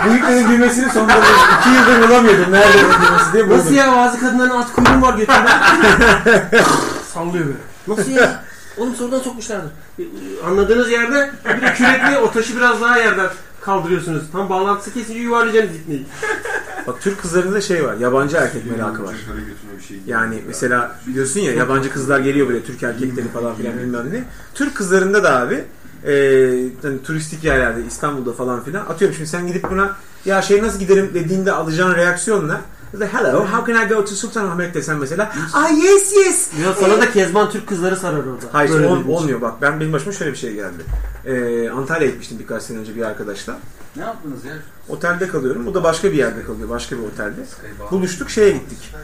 [SPEAKER 2] Büyüklerin düğmesini sonunda buldum. İki yıldır bulamıyordum. Nerede bu düğmesi diye buldum.
[SPEAKER 3] Nasıl ya bazı kadınların at kuyruğu var götünde. Sallıyor böyle. Nasıl ya? Oğlum sonradan sokmuşlardır. Ee, Anladığınız yerde bir de kürekle o taşı biraz daha yerden kaldırıyorsunuz. Tam bağlantısı kesince yuvarlayacaksınız ipneyi.
[SPEAKER 2] Bak Türk kızlarında şey var. Yabancı erkek merakı var.
[SPEAKER 1] Çocuklara götüne bir şey giyiyor.
[SPEAKER 2] Yani mesela biliyorsun ya yabancı kızlar geliyor böyle Türk erkekleri falan filan bilmem ne. Türk kızlarında da abi e, hani turistik yerlerde İstanbul'da falan filan atıyorum şimdi sen gidip buna ya şey nasıl giderim dediğinde alacağın reaksiyonla ya da hello how can I go to Sultanahmet desen mesela ah yes yes
[SPEAKER 3] Ya sana da Kezban Türk kızları sarar orada.
[SPEAKER 2] Hayır
[SPEAKER 3] Böyle şey.
[SPEAKER 2] ol-
[SPEAKER 3] dediğin için.
[SPEAKER 2] olmuyor bak ben benim başıma şöyle bir şey geldi ee, Antalya'ya gitmiştim birkaç sene önce bir arkadaşla
[SPEAKER 4] Ne yaptınız ya?
[SPEAKER 2] otelde kalıyorum bu da başka bir yerde kalıyor başka bir otelde buluştuk şeye gittik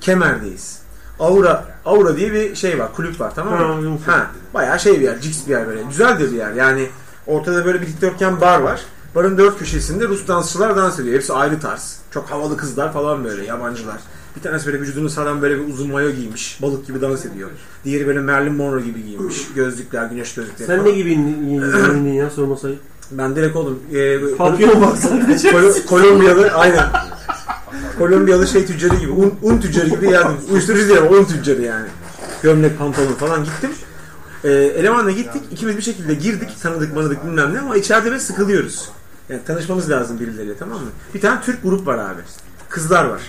[SPEAKER 2] Kemer'deyiz. Aura Aura diye bir şey var, kulüp var tamam mı? Ha, bayağı şey bir yer, ciks bir yer böyle. Güzel de bir yer. Yani ortada böyle bir dikdörtgen bar var. Barın dört köşesinde Rus dansçılar dans ediyor. Hepsi ayrı tarz. Çok havalı kızlar falan böyle, yabancılar. Bir tanesi böyle vücudunu saran böyle bir uzun mayo giymiş. Balık gibi dans ediyor. Diğeri böyle Marilyn Monroe gibi giymiş. Gözlükler, güneş gözlükleri
[SPEAKER 3] Sen ne
[SPEAKER 2] falan.
[SPEAKER 3] gibi yedin ya sorma sayı?
[SPEAKER 2] Ben direkt oldum. Ee,
[SPEAKER 3] Papyon baksana diyecek.
[SPEAKER 2] Kol- Kolombiyalı aynen. Kolombiyalı şey tüccarı gibi. Un, un tüccarı gibi yani. Uyuşturucu değil ama un tüccarı yani. Gömlek pantolon falan gittim. Ee, elemanla gittik. ikimiz bir şekilde girdik. Tanıdık manıdık bilmem ne ama içeride böyle sıkılıyoruz. Yani tanışmamız lazım birileriyle tamam mı? Bir tane Türk grup var abi. Kızlar var.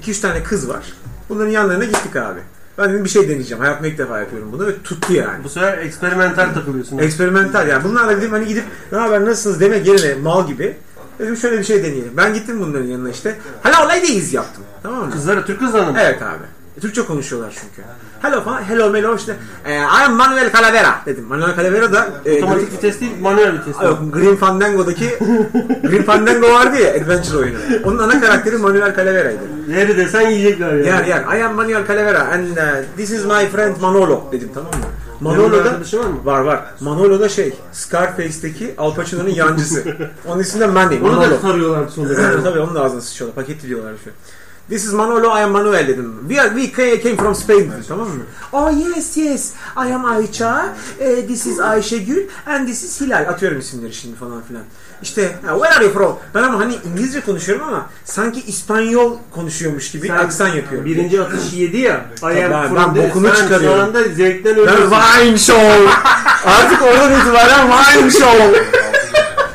[SPEAKER 2] 2-3 tane kız var. Bunların yanlarına gittik abi. Ben dedim bir şey deneyeceğim. Hayatımda ilk defa yapıyorum bunu ve tuttu yani.
[SPEAKER 3] Bu sefer eksperimental takılıyorsun.
[SPEAKER 2] Eksperimental yani. Bunlarla dedim hani gidip ne haber nasılsınız demek yerine mal gibi. Dedim şöyle bir şey deneyelim. Ben gittim bunların yanına işte. Hani Hala olay değiliz yaptım. Tamam mı?
[SPEAKER 3] Kızlara Türk kızlarına mı?
[SPEAKER 2] Evet abi. E, Türkçe konuşuyorlar çünkü. Hello falan. Hello melo işte. E, I'm Manuel Calavera dedim. Manuel Calavera da e,
[SPEAKER 3] Otomatik vites değil, manuel vites.
[SPEAKER 2] Ay Yok Green Fandango'daki Green Fandango vardı ya Adventure oyunu. Onun ana karakteri Manuel Calavera'ydı.
[SPEAKER 3] Nerede desen yiyecekler yani.
[SPEAKER 2] Yani yani I am Manuel Calavera and uh, this is my friend Manolo dedim tamam mı?
[SPEAKER 3] Yanında
[SPEAKER 2] Manolo da
[SPEAKER 3] arkadaşı var mı?
[SPEAKER 2] Var var. Manolo da şey Scarface'deki Al Pacino'nun yancısı. Onun ismi de Manny.
[SPEAKER 3] Onu da
[SPEAKER 2] Manolo.
[SPEAKER 3] tarıyorlar sonunda.
[SPEAKER 2] Tabii onun da ağzına sıçıyorlar. Paket diyorlar şu. This is Manolo, I am Manuel dedim. We, are, we ca- came from Spain dedim tamam mı? Oh yes yes, I am Ayça, eh, this is Ayşegül and this is Hilal. Atıyorum isimleri şimdi falan filan. İşte ha, where are you from? Ben ama hani İngilizce konuşuyorum ama sanki İspanyol konuşuyormuş gibi
[SPEAKER 3] Sen
[SPEAKER 2] aksan yapıyorum.
[SPEAKER 3] Birinci atışı yedi ya. I am
[SPEAKER 2] ben-
[SPEAKER 3] from
[SPEAKER 2] ben
[SPEAKER 3] dedi.
[SPEAKER 2] bokunu
[SPEAKER 3] Sen
[SPEAKER 2] çıkarıyorum.
[SPEAKER 3] Şu anda zevkten
[SPEAKER 2] Ben
[SPEAKER 3] ölüyorsun.
[SPEAKER 2] Vine Show. Artık oradan itibaren Vine Show.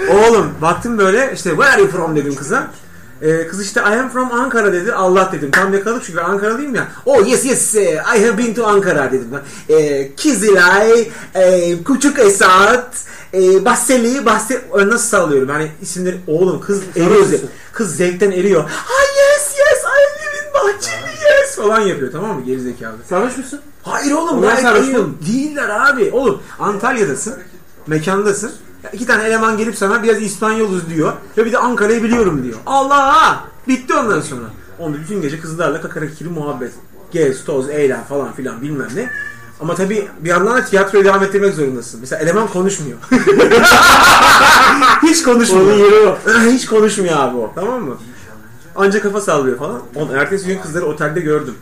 [SPEAKER 2] Oğlum baktım böyle işte where are you from dedim kıza. Ee, kız işte I am from Ankara dedi. Allah dedim. Tam yakaladık çünkü ben Ankaralıyım ya. Oh yes yes eh, I have been to Ankara dedim ben. Ee, Kizilay, eh, Küçük Esat, e, Bahseli, Bahseli. Nasıl sağlıyorum? Yani isimleri oğlum kız eriyor.
[SPEAKER 3] musun?
[SPEAKER 2] Kız zevkten eriyor. Ah yes yes I live in Bahçeli yes falan yapıyor tamam mı gerizekalı.
[SPEAKER 3] Sarhoş musun?
[SPEAKER 2] Hayır oğlum
[SPEAKER 3] Onlar
[SPEAKER 2] gayet
[SPEAKER 3] sarhoş
[SPEAKER 2] iyi.
[SPEAKER 3] oğlum.
[SPEAKER 2] Değiller abi. Oğlum Antalya'dasın. Mekandasın. Ya İki tane eleman gelip sana biraz İspanyoluz diyor. Ve bir de Ankara'yı biliyorum diyor. Allah! Bitti ondan sonra. Onda bütün gece kızlarla kakarakikili muhabbet. Gez, toz, eğlen falan filan bilmem ne. Ama tabii bir yandan da tiyatroya devam ettirmek zorundasın. Mesela eleman konuşmuyor. Hiç konuşmuyor.
[SPEAKER 3] Onun yeri yok.
[SPEAKER 2] [laughs] Hiç konuşmuyor abi o. Tamam mı? Anca kafa sallıyor falan. Oğlum ertesi gün kızları otelde gördüm.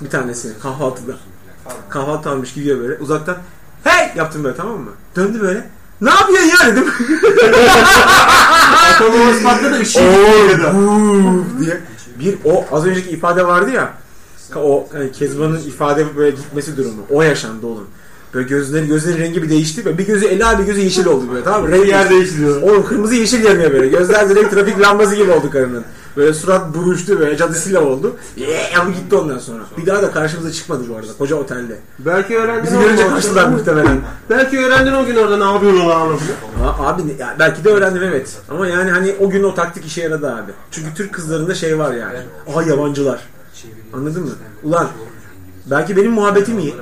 [SPEAKER 2] Bir tanesini kahvaltıda. Kahvaltı almış gidiyor böyle uzaktan. Hey! Yaptım böyle tamam mı? Döndü böyle. Ne yapıyorsun ya dedim. [laughs]
[SPEAKER 3] Atom ispatla da ışığı.
[SPEAKER 2] Oğlum diye. Bir o az önceki ifade vardı ya. O hani Kezban'ın ifade böyle gitmesi durumu. O yaşandı oğlum. Böyle gözleri gözlerin rengi bir değişti. Böyle bir gözü eli abi gözü yeşil oldu böyle tamam mı? Renk
[SPEAKER 3] Yer değiştiriyor.
[SPEAKER 2] Oğlum kırmızı yeşil yanıyor böyle. Gözler direkt trafik lambası gibi oldu karının. Böyle surat buruştu böyle cadısıyla oldu. Eee bu gitti ondan sonra. Bir daha da karşımıza çıkmadı bu arada koca otelde.
[SPEAKER 3] Belki öğrendin
[SPEAKER 2] Bizi
[SPEAKER 3] oğlum
[SPEAKER 2] görünce
[SPEAKER 3] orada.
[SPEAKER 2] kaçtılar muhtemelen.
[SPEAKER 3] Belki öğrendin o gün orada ne yapıyorsun lan oğlum?
[SPEAKER 2] Aa, abi ne- ya belki de öğrendim evet. Ama yani hani o gün o taktik işe yaradı abi. Çünkü Türk kızlarında şey var yani. Aha yabancılar. Anladın mı? Ulan belki benim muhabbetim iyi.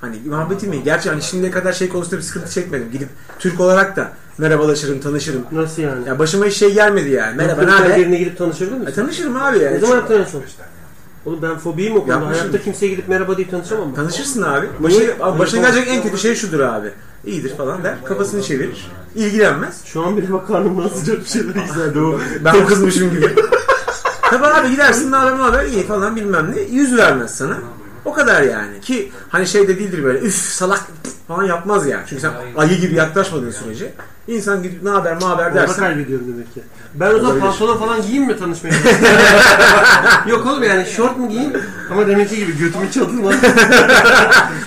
[SPEAKER 2] Hani muhabbetim iyi. Gerçi hani şimdiye kadar şey konusunda bir sıkıntı çekmedim. Gidip Türk olarak da merhabalaşırım, tanışırım.
[SPEAKER 3] Nasıl yani?
[SPEAKER 2] Ya başıma hiç şey gelmedi yani. Merhaba, ne
[SPEAKER 3] Kırklar
[SPEAKER 2] haber?
[SPEAKER 3] Birine gidip tanışabilir
[SPEAKER 2] E,
[SPEAKER 3] misin?
[SPEAKER 2] tanışırım abi
[SPEAKER 3] Ne
[SPEAKER 2] yani.
[SPEAKER 3] zaman yaptın en son? Oğlum ben fobiyim o konuda.
[SPEAKER 2] Yapmışım.
[SPEAKER 3] Hayatta kimseye gidip merhaba deyip tanışamam ben.
[SPEAKER 2] Tanışırsın abi. Başı, abi başına gelecek en kötü şey şudur abi. İyidir falan der. Kafasını çevirir. İlgilenmez.
[SPEAKER 3] Şu an bile bak karnımdan [laughs] sıcak bir şeyler güzeldi o.
[SPEAKER 2] Ben kızmışım gibi. [laughs] Tabii abi gidersin ne haber ne haber iyi falan bilmem ne. Yüz vermez sana. O kadar yani. Ki hani şey de değildir böyle üf salak falan yapmaz yani. Çünkü sen ayı gibi yaklaşmadığın sürece insan gidip ne haber ne haber
[SPEAKER 3] Orada
[SPEAKER 2] dersin.
[SPEAKER 3] kaybediyorum demek ki. şey. Ben o zaman pantolon falan giyeyim mi [laughs] tanışmaya? Yok oğlum yani şort mu giyeyim? Ama deminki gibi götümü çaldım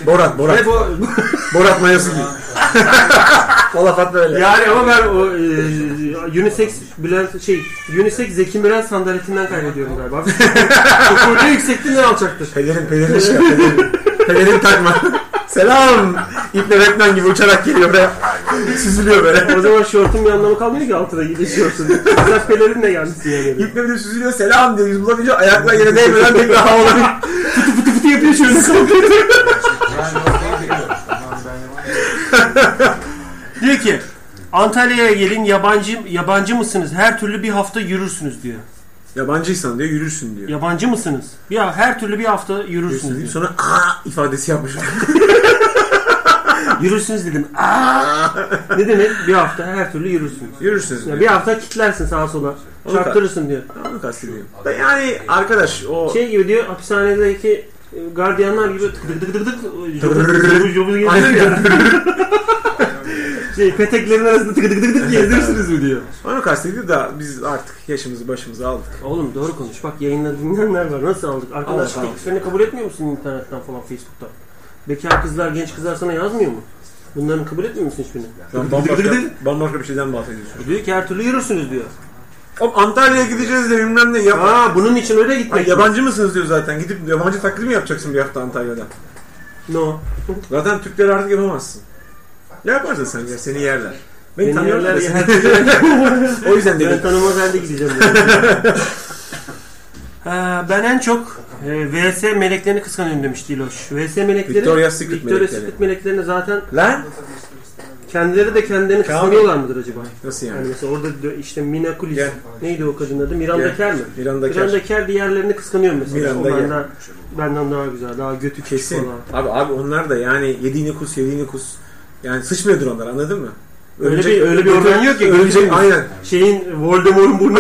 [SPEAKER 2] Borat Borat.
[SPEAKER 3] Ve bu,
[SPEAKER 2] Borat mayası [laughs] gibi. Kalafat böyle.
[SPEAKER 3] yani ama ben o e, unisex Bülent şey unisex Zeki Müren sandaletinden kaybediyorum [laughs] galiba. Kurda yüksekliğinden alçaktır.
[SPEAKER 2] Pelerin pelerin şey yap, pelerin. Pelerin takma. [laughs] Selam. İple Batman gibi uçarak geliyor böyle. Süzülüyor böyle.
[SPEAKER 3] O zaman şortun bir anlamı kalmıyor ki altına gidiyor şortun. Sen pelerinle gelmişsin yani.
[SPEAKER 2] İple bir de süzülüyor selam diye yüz bulamayınca ayaklar yere değmeden tekrar havalanıyor.
[SPEAKER 3] Fıtı fıtı yapıyor şöyle [laughs] kalkıyor. Diyor ki Antalya'ya gelin yabancı yabancı mısınız? Her türlü bir hafta yürürsünüz diyor.
[SPEAKER 2] Yabancıysan diyor yürürsün diyor.
[SPEAKER 3] Yabancı mısınız? Ya her türlü bir hafta yürürsünüz.
[SPEAKER 2] Yürürsün diyor.
[SPEAKER 3] diyor.
[SPEAKER 2] Sonra aa ifadesi yapmış. [laughs]
[SPEAKER 3] Yürürsünüz dedim. Aa! ne demek? Bir hafta her türlü yürürsünüz.
[SPEAKER 2] Yürürsünüz
[SPEAKER 3] Ya
[SPEAKER 2] diyor.
[SPEAKER 3] bir hafta kitlersin sağa sola.
[SPEAKER 2] Onu
[SPEAKER 3] Çarptırırsın diyor.
[SPEAKER 2] Onu kastediyorum. Ben yani arkadaş o
[SPEAKER 3] Şey gibi diyor hapishanedeki e, gardiyanlar gibi tık tık tık tık tık jobuz- jobuz
[SPEAKER 2] Aynen.
[SPEAKER 3] geziyor ya. şey peteklerin arasında tık tık tık tık gezdirirsiniz mi diyor.
[SPEAKER 2] onu kastediyor da biz artık yaşımızı başımıza aldık.
[SPEAKER 3] Oğlum doğru konuş. Bak yayında dinleyenler var. Nasıl aldık? Arkadaş
[SPEAKER 2] Allah Allah.
[SPEAKER 3] tekliflerini kabul etmiyor musun internetten falan Facebook'ta? Bekar kızlar, genç kızlar sana yazmıyor mu? Bunların kabul etmiyor musun hiçbirini? E
[SPEAKER 2] Ben bambaşka, bambaşka bir şeyden bahsediyorsun.
[SPEAKER 3] Diyor ki her türlü yürürsünüz diyor.
[SPEAKER 2] Oğlum Antalya'ya gideceğiz de bilmem ne yap.
[SPEAKER 3] Aa bunun için öyle
[SPEAKER 2] Ay,
[SPEAKER 3] gitmek.
[SPEAKER 2] yabancı mısınız diyor zaten. Gidip yabancı taklidi mi yapacaksın bir hafta Antalya'da?
[SPEAKER 3] No.
[SPEAKER 2] Zaten Türkler artık yapamazsın. Ya yaparsın sen ya seni yerler. Beni,
[SPEAKER 3] Beni
[SPEAKER 2] tanıyorlar
[SPEAKER 3] yerler
[SPEAKER 2] da
[SPEAKER 3] ya.
[SPEAKER 2] seni- o yüzden
[SPEAKER 3] Ben
[SPEAKER 2] dedim.
[SPEAKER 3] tanımaz halde gideceğim. dedim.
[SPEAKER 2] [laughs]
[SPEAKER 3] Ha, ben en çok e, VS meleklerini kıskanıyorum demiş Diloş. VS melekleri
[SPEAKER 2] Victoria's Secret
[SPEAKER 3] Victoria's
[SPEAKER 2] melekleri.
[SPEAKER 3] Secret meleklerini zaten
[SPEAKER 2] Lan
[SPEAKER 3] kendileri de kendilerini
[SPEAKER 2] Tamam.
[SPEAKER 3] kıskanıyorlar mıdır acaba?
[SPEAKER 2] nasıl
[SPEAKER 3] Yani
[SPEAKER 2] yani?
[SPEAKER 3] mesela orada diyor işte Mina Kulis
[SPEAKER 2] Gel.
[SPEAKER 3] neydi o kadın adı? Miranda
[SPEAKER 2] Gel.
[SPEAKER 3] Kerr mi?
[SPEAKER 2] İran'da
[SPEAKER 3] Miranda
[SPEAKER 2] Kerr.
[SPEAKER 3] Kerr diğerlerini kıskanıyor mesela.
[SPEAKER 2] Miranda
[SPEAKER 3] O
[SPEAKER 2] Kerr.
[SPEAKER 3] benden, benden daha güzel, daha götü küçük
[SPEAKER 2] Kesin.
[SPEAKER 3] falan.
[SPEAKER 2] Abi abi onlar da yani yediğini kus yediğini kus. Yani sıçmıyordur onlar anladın mı?
[SPEAKER 3] Öyle bir- öyle bir organ yok ki.
[SPEAKER 2] Örümcek aynen.
[SPEAKER 3] Şeyin Voldemort'un
[SPEAKER 2] [laughs]
[SPEAKER 3] burnu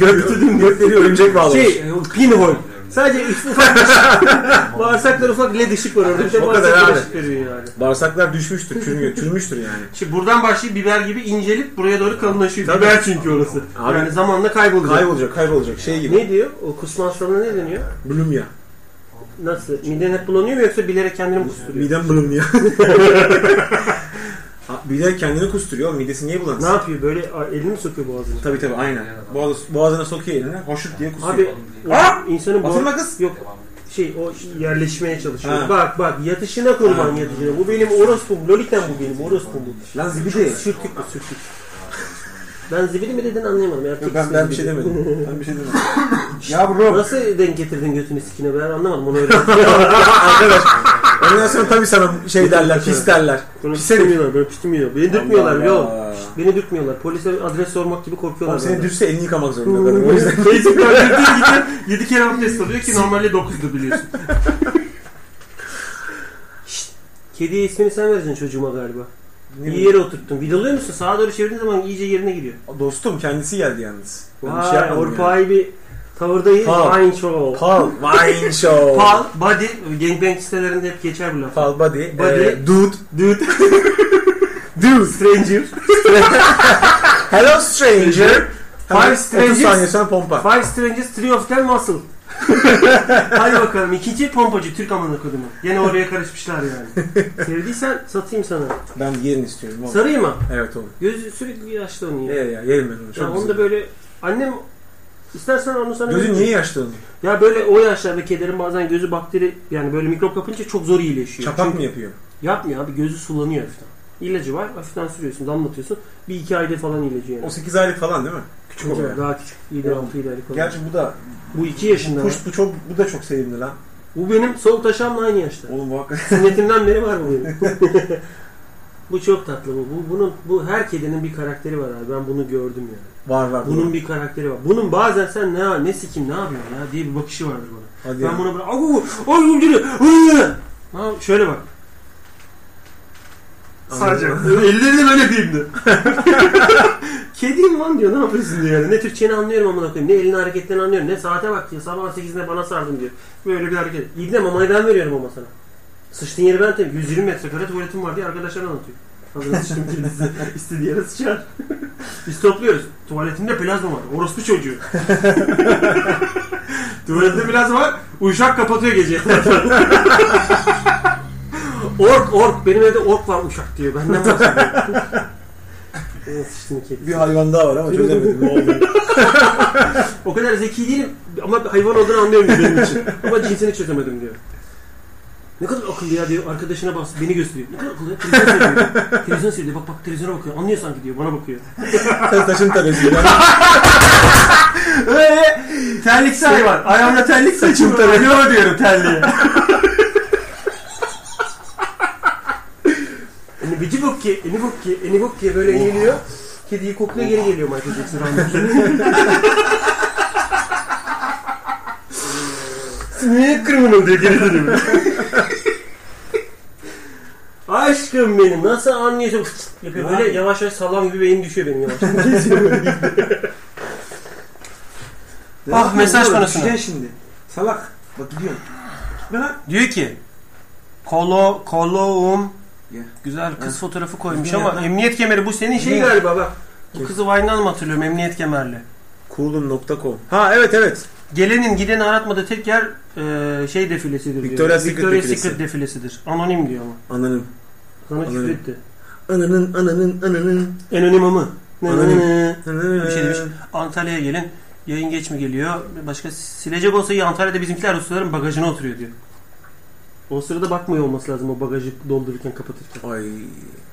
[SPEAKER 2] Götürdüğüm götleri örümcek bağlamış.
[SPEAKER 3] şey o pinhole. Sadece ufak [laughs] bağırsaklar ufak led ışık var orada. Bir de
[SPEAKER 2] O kadar
[SPEAKER 3] bağırsaklar
[SPEAKER 2] abi.
[SPEAKER 3] ışık veriyor yani.
[SPEAKER 2] Bağırsaklar düşmüştür, çürümüyor, çürümüştür yani.
[SPEAKER 3] Şimdi buradan başlayıp biber gibi incelip buraya doğru kalınlaşıyor.
[SPEAKER 2] Tabii.
[SPEAKER 3] Biber çünkü orası.
[SPEAKER 2] Abi.
[SPEAKER 3] Yani zamanla kaybolacak.
[SPEAKER 2] Kaybolacak, kaybolacak. Şey gibi.
[SPEAKER 3] Ne diyor? O kusma hastalığına ne deniyor?
[SPEAKER 2] Bulumya.
[SPEAKER 3] Nasıl? Miden hep bulanıyor mu yoksa bilerek kendini mi kusturuyor?
[SPEAKER 2] Midem [laughs] bulumya. Bilerek kendini kusturuyor. oğlum, Midesi niye
[SPEAKER 3] Ne
[SPEAKER 2] bulansın?
[SPEAKER 3] yapıyor? Böyle a, elini mi sokuyor boğazına?
[SPEAKER 2] Tabii tabii aynen. Boğaz, boğazına sokuyor elini. Hoşluk diye kusuyor.
[SPEAKER 3] Abi o
[SPEAKER 2] Aa!
[SPEAKER 3] insanın boğaz...
[SPEAKER 2] Atılma kız.
[SPEAKER 3] Yok şey o yerleşmeye çalışıyor.
[SPEAKER 2] Ha.
[SPEAKER 3] Bak bak yatışına kurban yatışına. Bu benim orospum. Lolitem bu benim orospum bu.
[SPEAKER 2] Lan zibidi.
[SPEAKER 3] Sürtük bu sürtük. Ben zibidi mi dedin anlayamadım. Erkek
[SPEAKER 2] Ben, ben bir
[SPEAKER 3] zibidi.
[SPEAKER 2] şey
[SPEAKER 3] [laughs]
[SPEAKER 2] demedim. Ben bir şey demedim.
[SPEAKER 5] Yavrum.
[SPEAKER 3] Nasıl denk getirdin götünü sikine ben anlamadım onu öyle.
[SPEAKER 2] [laughs] Arkadaş. Ondan sonra tabii sana şey derler, pis derler.
[SPEAKER 3] Bunu
[SPEAKER 2] Pis herif.
[SPEAKER 3] pislemiyorlar, böyle pislemiyorlar. Beni dürtmüyorlar
[SPEAKER 2] şey Allah
[SPEAKER 3] ya oğlum.
[SPEAKER 2] Allah.
[SPEAKER 3] Beni dürtmüyorlar. Polise adres sormak gibi korkuyorlar.
[SPEAKER 2] Oğlum seni
[SPEAKER 3] benden.
[SPEAKER 2] dürse elini yıkamak zorunda kalıyor. O yüzden
[SPEAKER 3] [laughs] Facebook'tan dürtüyor gidiyor. 7 kere abdest alıyor ki normalde 9'du biliyorsun. [laughs] Şşt, Kediye ismini sen vereceksin çocuğuma galiba. İyi yere oturttun. Vidalıyor musun? Sağa doğru çevirdiğin zaman iyice yerine giriyor.
[SPEAKER 2] Dostum kendisi geldi yalnız. Ben bir şey
[SPEAKER 3] Vay,
[SPEAKER 2] yapmadım yani.
[SPEAKER 3] Orpa'yı bir tavırdayız.
[SPEAKER 2] Pal.
[SPEAKER 3] Aynı çoğu.
[SPEAKER 2] Pal. Wine show.
[SPEAKER 3] Pal, body, gangbang sitelerinde hep geçer bu laf.
[SPEAKER 2] Pal body.
[SPEAKER 3] Body.
[SPEAKER 2] eh, dude.
[SPEAKER 3] Dude. Dude. [laughs] Stranger.
[SPEAKER 2] Hello stranger. Hemen
[SPEAKER 3] Five
[SPEAKER 2] 30
[SPEAKER 3] strangers.
[SPEAKER 2] saniye sonra pompa.
[SPEAKER 3] Five Strangers, Three of Them, [laughs] Muscle. Hadi bakalım. İkinci pompacı Türk amına kodumu. Gene oraya karışmışlar [laughs] yani. Sevdiysen satayım sana.
[SPEAKER 2] Ben yerini istiyorum. oğlum.
[SPEAKER 3] Sarayım mı?
[SPEAKER 2] Evet oğlum.
[SPEAKER 3] Gözü sürekli yaşlanıyor.
[SPEAKER 2] Ye
[SPEAKER 3] Evet,
[SPEAKER 2] ya yerim ben onu.
[SPEAKER 3] ya
[SPEAKER 2] Çok
[SPEAKER 3] onu da
[SPEAKER 2] güzel.
[SPEAKER 3] böyle annem istersen onu sana
[SPEAKER 2] Gözün
[SPEAKER 3] vereyim.
[SPEAKER 2] niye yaşlanıyor?
[SPEAKER 3] Ya böyle o yaşlarda kedilerin bazen gözü bakteri yani böyle mikrop kapınca çok zor iyileşiyor.
[SPEAKER 2] Çapak
[SPEAKER 3] Çünkü-
[SPEAKER 2] mı yapıyor?
[SPEAKER 3] Yapmıyor abi gözü sulanıyor hafiften. İlacı var hafiften sürüyorsun damlatıyorsun. Bir iki ayda falan ilacı yani.
[SPEAKER 2] O 8 aylık falan değil mi? Küçük
[SPEAKER 3] Çünkü
[SPEAKER 2] oluyor.
[SPEAKER 3] Daha küçük. 7 6 ilerlik olan.
[SPEAKER 2] Gerçi bu da
[SPEAKER 3] Bu 2 yaşında.
[SPEAKER 2] kuş bu çok bu da çok sevimli lan.
[SPEAKER 3] Bu benim sol taşamla aynı yaşta.
[SPEAKER 2] Oğlum bu hakikaten.
[SPEAKER 3] Sünnetimden beri var bu benim. [laughs] bu çok tatlı bu. bu bunun bu her kedinin bir karakteri var abi. Ben bunu gördüm yani.
[SPEAKER 2] [laughs] Var var.
[SPEAKER 3] Bunun bir karakteri var. Bunun bazen sen ne ne sikim ne yapıyorsun ya diye bir bakışı vardır bana.
[SPEAKER 2] Hadi ya.
[SPEAKER 3] Ben buna böyle agu agu gülü. hı!" Ha şöyle bak. Sadece ellerini böyle diyeyim de. [laughs] Kediyim lan diyor ne yapıyorsun diyor yani. Ne Türkçeni anlıyorum amına koyayım. Ne elini hareketlerini anlıyorum. Ne saate bak diyor. Sabah 8'inde bana sardın diyor. Böyle bir hareket. İbne mamayı ben veriyorum ama sana. Sıçtığın yeri ben tabii 120 metrekare tuvaletim var diye arkadaşlar anlatıyor. Hazır sıçtım kendisi. [laughs] İstediği yere sıçar. [laughs] Biz topluyoruz. Tuvaletimde plazma var. Orospu çocuğu. Tuvaletinde plazma var. Uşak kapatıyor gece. [laughs] ork ork. Benim evde ork var uşak diyor. Benden bahsediyor. Evet, sıçtım kedisi.
[SPEAKER 2] Bir hayvan daha var ama [laughs] çözemedim. Ne oldu?
[SPEAKER 3] O kadar zeki değilim ama hayvan olduğunu anlıyorum benim için. Ama cinsini çözemedim diyor. Ne kadar akıllı ya diyor. Arkadaşına bas. Beni gösteriyor. Ne kadar akıllı ya. Televizyon seyrediyor. Televizyon seyrediyor. Bak bak televizyona bakıyor. Anlıyor sanki diyor. Bana bakıyor.
[SPEAKER 2] Sen taşın tanesi. [laughs]
[SPEAKER 3] Terlik
[SPEAKER 5] Şey var. Ayağımda terlik saçım
[SPEAKER 3] terlik.
[SPEAKER 5] terlik. Ne diyorum terliğe?
[SPEAKER 3] Eni bici bok ki. Eni bok ki. Eni bok ki. Böyle eğiliyor. Kediyi kokluyor geri geliyor Michael Jackson rahmetli. niye criminal diye geri
[SPEAKER 2] [laughs]
[SPEAKER 3] dönüyorum. Aşkım benim nasıl anlıyorsun? Yapıyor böyle yavaş yavaş sallam gibi beyin düşüyor benim yavaş. Ah,
[SPEAKER 2] Devam
[SPEAKER 3] mesaj
[SPEAKER 2] ediyorum.
[SPEAKER 3] panosuna.
[SPEAKER 2] Düşeceksin şimdi. Salak. Bak gidiyorum. Ne lan?
[SPEAKER 3] [laughs] Diyor ki Kolo, koloğum
[SPEAKER 2] Ya.
[SPEAKER 3] Güzel kız
[SPEAKER 2] Ha.
[SPEAKER 3] fotoğrafı koymuş
[SPEAKER 2] Ya.
[SPEAKER 3] ama emniyet kemeri bu senin
[SPEAKER 2] Şey
[SPEAKER 3] şey galiba.
[SPEAKER 2] galiba bak.
[SPEAKER 3] Bu kızı Vine'dan mı hatırlıyorum emniyet kemerli?
[SPEAKER 2] Coolum.com Ha evet evet.
[SPEAKER 3] Gelenin gideni aratmadığı tek yer e, şey defilesidir diyor.
[SPEAKER 2] Victoria's Secret
[SPEAKER 3] Victoria's
[SPEAKER 2] defilesi.
[SPEAKER 3] Secret defilesidir. Anonim diyor ama.
[SPEAKER 2] Ananın.
[SPEAKER 3] Sana küfür
[SPEAKER 2] Anonim.
[SPEAKER 3] etti.
[SPEAKER 2] Ananın ananın ananın.
[SPEAKER 3] Anonim ama.
[SPEAKER 2] Anonim.
[SPEAKER 3] Bir şey demiş. Antalya'ya gelin. Yayın geç mi geliyor? Başka silecek olsa iyi Antalya'da bizimkiler Rusların bagajına oturuyor diyor. O sırada bakmıyor olması lazım o bagajı doldururken kapatırken.
[SPEAKER 2] Ay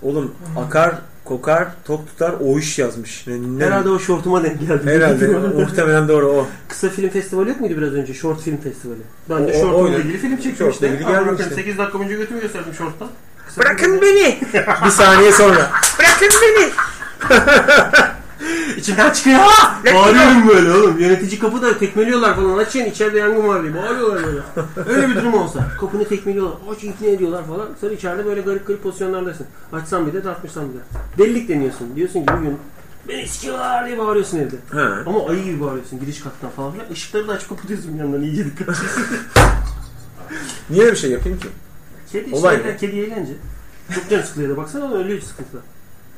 [SPEAKER 2] oğlum akar, kokar, top tutar, o iş yazmış. Ne, ne-
[SPEAKER 3] Herhalde o şortuma denk geldi.
[SPEAKER 2] Herhalde. Muhtemelen doğru o.
[SPEAKER 3] [laughs] Kısa film festivali yok muydu biraz önce? Short film festivali. Ben de
[SPEAKER 2] O- o-
[SPEAKER 3] shortla
[SPEAKER 2] oydu.
[SPEAKER 3] ilgili film çektim
[SPEAKER 2] Shortla
[SPEAKER 3] işte.
[SPEAKER 2] ilgili geldi
[SPEAKER 3] Ama
[SPEAKER 2] işte.
[SPEAKER 3] 8 dakika önce götümü gösterdim shorttan. Kısa film-
[SPEAKER 2] Bırakın beni. [laughs] bir saniye sonra. Bırakın beni.
[SPEAKER 3] İçimden çıkıyor. "Ah!" Bağırıyorum böyle oğlum. Yönetici kapıda tekmeliyorlar falan. Açın içeride yangın var diye. Bağırıyorlar böyle. Öyle bir durum olsa. Kapını tekmeliyorlar. Aç ikna ediyorlar falan. Sonra içeride böyle garip garip pozisyonlardasın. Açsan bir de tartmışsan bir de. Delilik deniyorsun. Diyorsun ki bugün beni sikiyorlar diye bağırıyorsun evde.
[SPEAKER 2] Ha.
[SPEAKER 3] Ama ayı gibi bağırıyorsun giriş kattan falan filan. Işıkları da açıp kapatıyorsun yandan iyice dikkat.
[SPEAKER 2] Niye öyle bir şey yapayım ki?
[SPEAKER 3] Kedi,
[SPEAKER 2] Olay
[SPEAKER 3] işte,
[SPEAKER 2] ne?
[SPEAKER 3] kedi eğlence. Çok canı sıkılıyor da baksana da ölüyor sıkıntıda.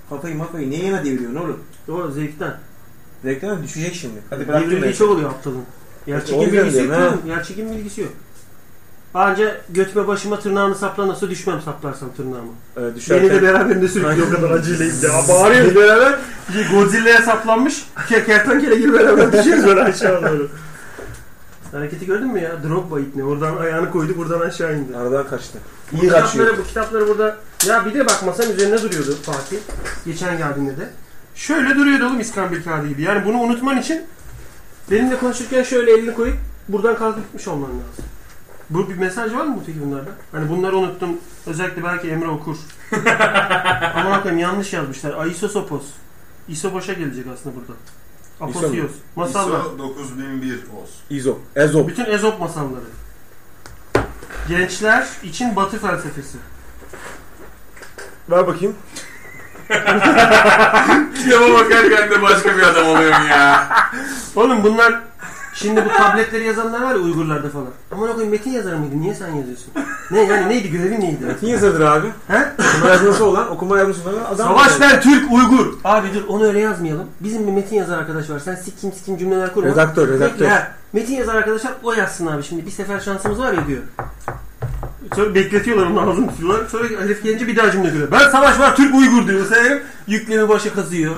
[SPEAKER 2] Kafayı mafayı niye yana deviriyorsun oğlum?
[SPEAKER 3] Doğru zevkten.
[SPEAKER 2] Reklam düşecek şimdi. Hadi bıraktım
[SPEAKER 3] Devrildiği
[SPEAKER 2] ben.
[SPEAKER 3] çok oluyor aptalın. Yer
[SPEAKER 2] O
[SPEAKER 3] çekim
[SPEAKER 2] yüzden
[SPEAKER 3] bilgisi yok
[SPEAKER 2] diyorum,
[SPEAKER 3] oğlum. Yer çekim bilgisi yok. Anca götüme başıma tırnağını sapla nasıl düşmem saplarsam tırnağımı.
[SPEAKER 2] Ee,
[SPEAKER 3] Beni de
[SPEAKER 2] düşerken.
[SPEAKER 3] beraberinde sürüklüyor o kadar acıyla ya
[SPEAKER 2] Biz beraber.
[SPEAKER 3] Bir Godzilla'ya saplanmış. ke- Kertenkele gibi beraber düşüyoruz böyle aşağı
[SPEAKER 2] [laughs]
[SPEAKER 3] doğru. Hareketi gördün mü ya? Drogba ne? Oradan ayağını koydu buradan aşağı indi.
[SPEAKER 2] Aradan kaçtı.
[SPEAKER 3] Bu
[SPEAKER 2] İyi kaçıyor.
[SPEAKER 3] kitapları, bu kitapları burada ya bir de bak masanın üzerine duruyordu Fatih. Geçen geldiğinde de. Şöyle duruyordu oğlum İskambil kağıdı gibi. Yani bunu unutman için benimle konuşurken şöyle elini koyup buradan kaldırmış olman lazım. Bu bir mesaj var mı bu peki bunlarda? Hani bunları unuttum. Özellikle belki Emre
[SPEAKER 2] [laughs]
[SPEAKER 3] okur. Ama bakayım yanlış yazmışlar. Aisosopos. İsoboş'a gelecek aslında burada.
[SPEAKER 2] İso mu?
[SPEAKER 3] Aposios. Masallar.
[SPEAKER 1] ISO 9001 olsun.
[SPEAKER 2] İzo. Ezo.
[SPEAKER 3] Bütün Ezop masalları. Gençler için batı felsefesi.
[SPEAKER 2] Ver bakayım.
[SPEAKER 4] Kitaba bakarken de başka bir adam oluyorum ya.
[SPEAKER 3] Oğlum bunlar şimdi bu tabletleri yazanlar var ya Uygurlarda falan. Aman okuyun metin yazar mıydı? Niye sen yazıyorsun? Ne yani neydi görevi neydi?
[SPEAKER 2] Metin yazarıdır abi.
[SPEAKER 3] He?
[SPEAKER 2] Okuma yazması olan, okuma yazması olan adam.
[SPEAKER 3] Savaş ver Türk Uygur. Abi dur onu öyle yazmayalım. Bizim bir metin yazar arkadaş var. Sen sikim sikim cümleler kurma.
[SPEAKER 2] Redaktör,
[SPEAKER 3] Bekle,
[SPEAKER 2] redaktör.
[SPEAKER 3] he. metin yazar arkadaşlar o yazsın abi şimdi. Bir sefer şansımız var ya diyor. Sonra bekletiyorlar onun ağzını tutuyorlar. Sonra Elif gelince bir daha cümle kuruyor. Ben savaş var Türk Uygur diyor. Sen yüklemi başa kazıyor.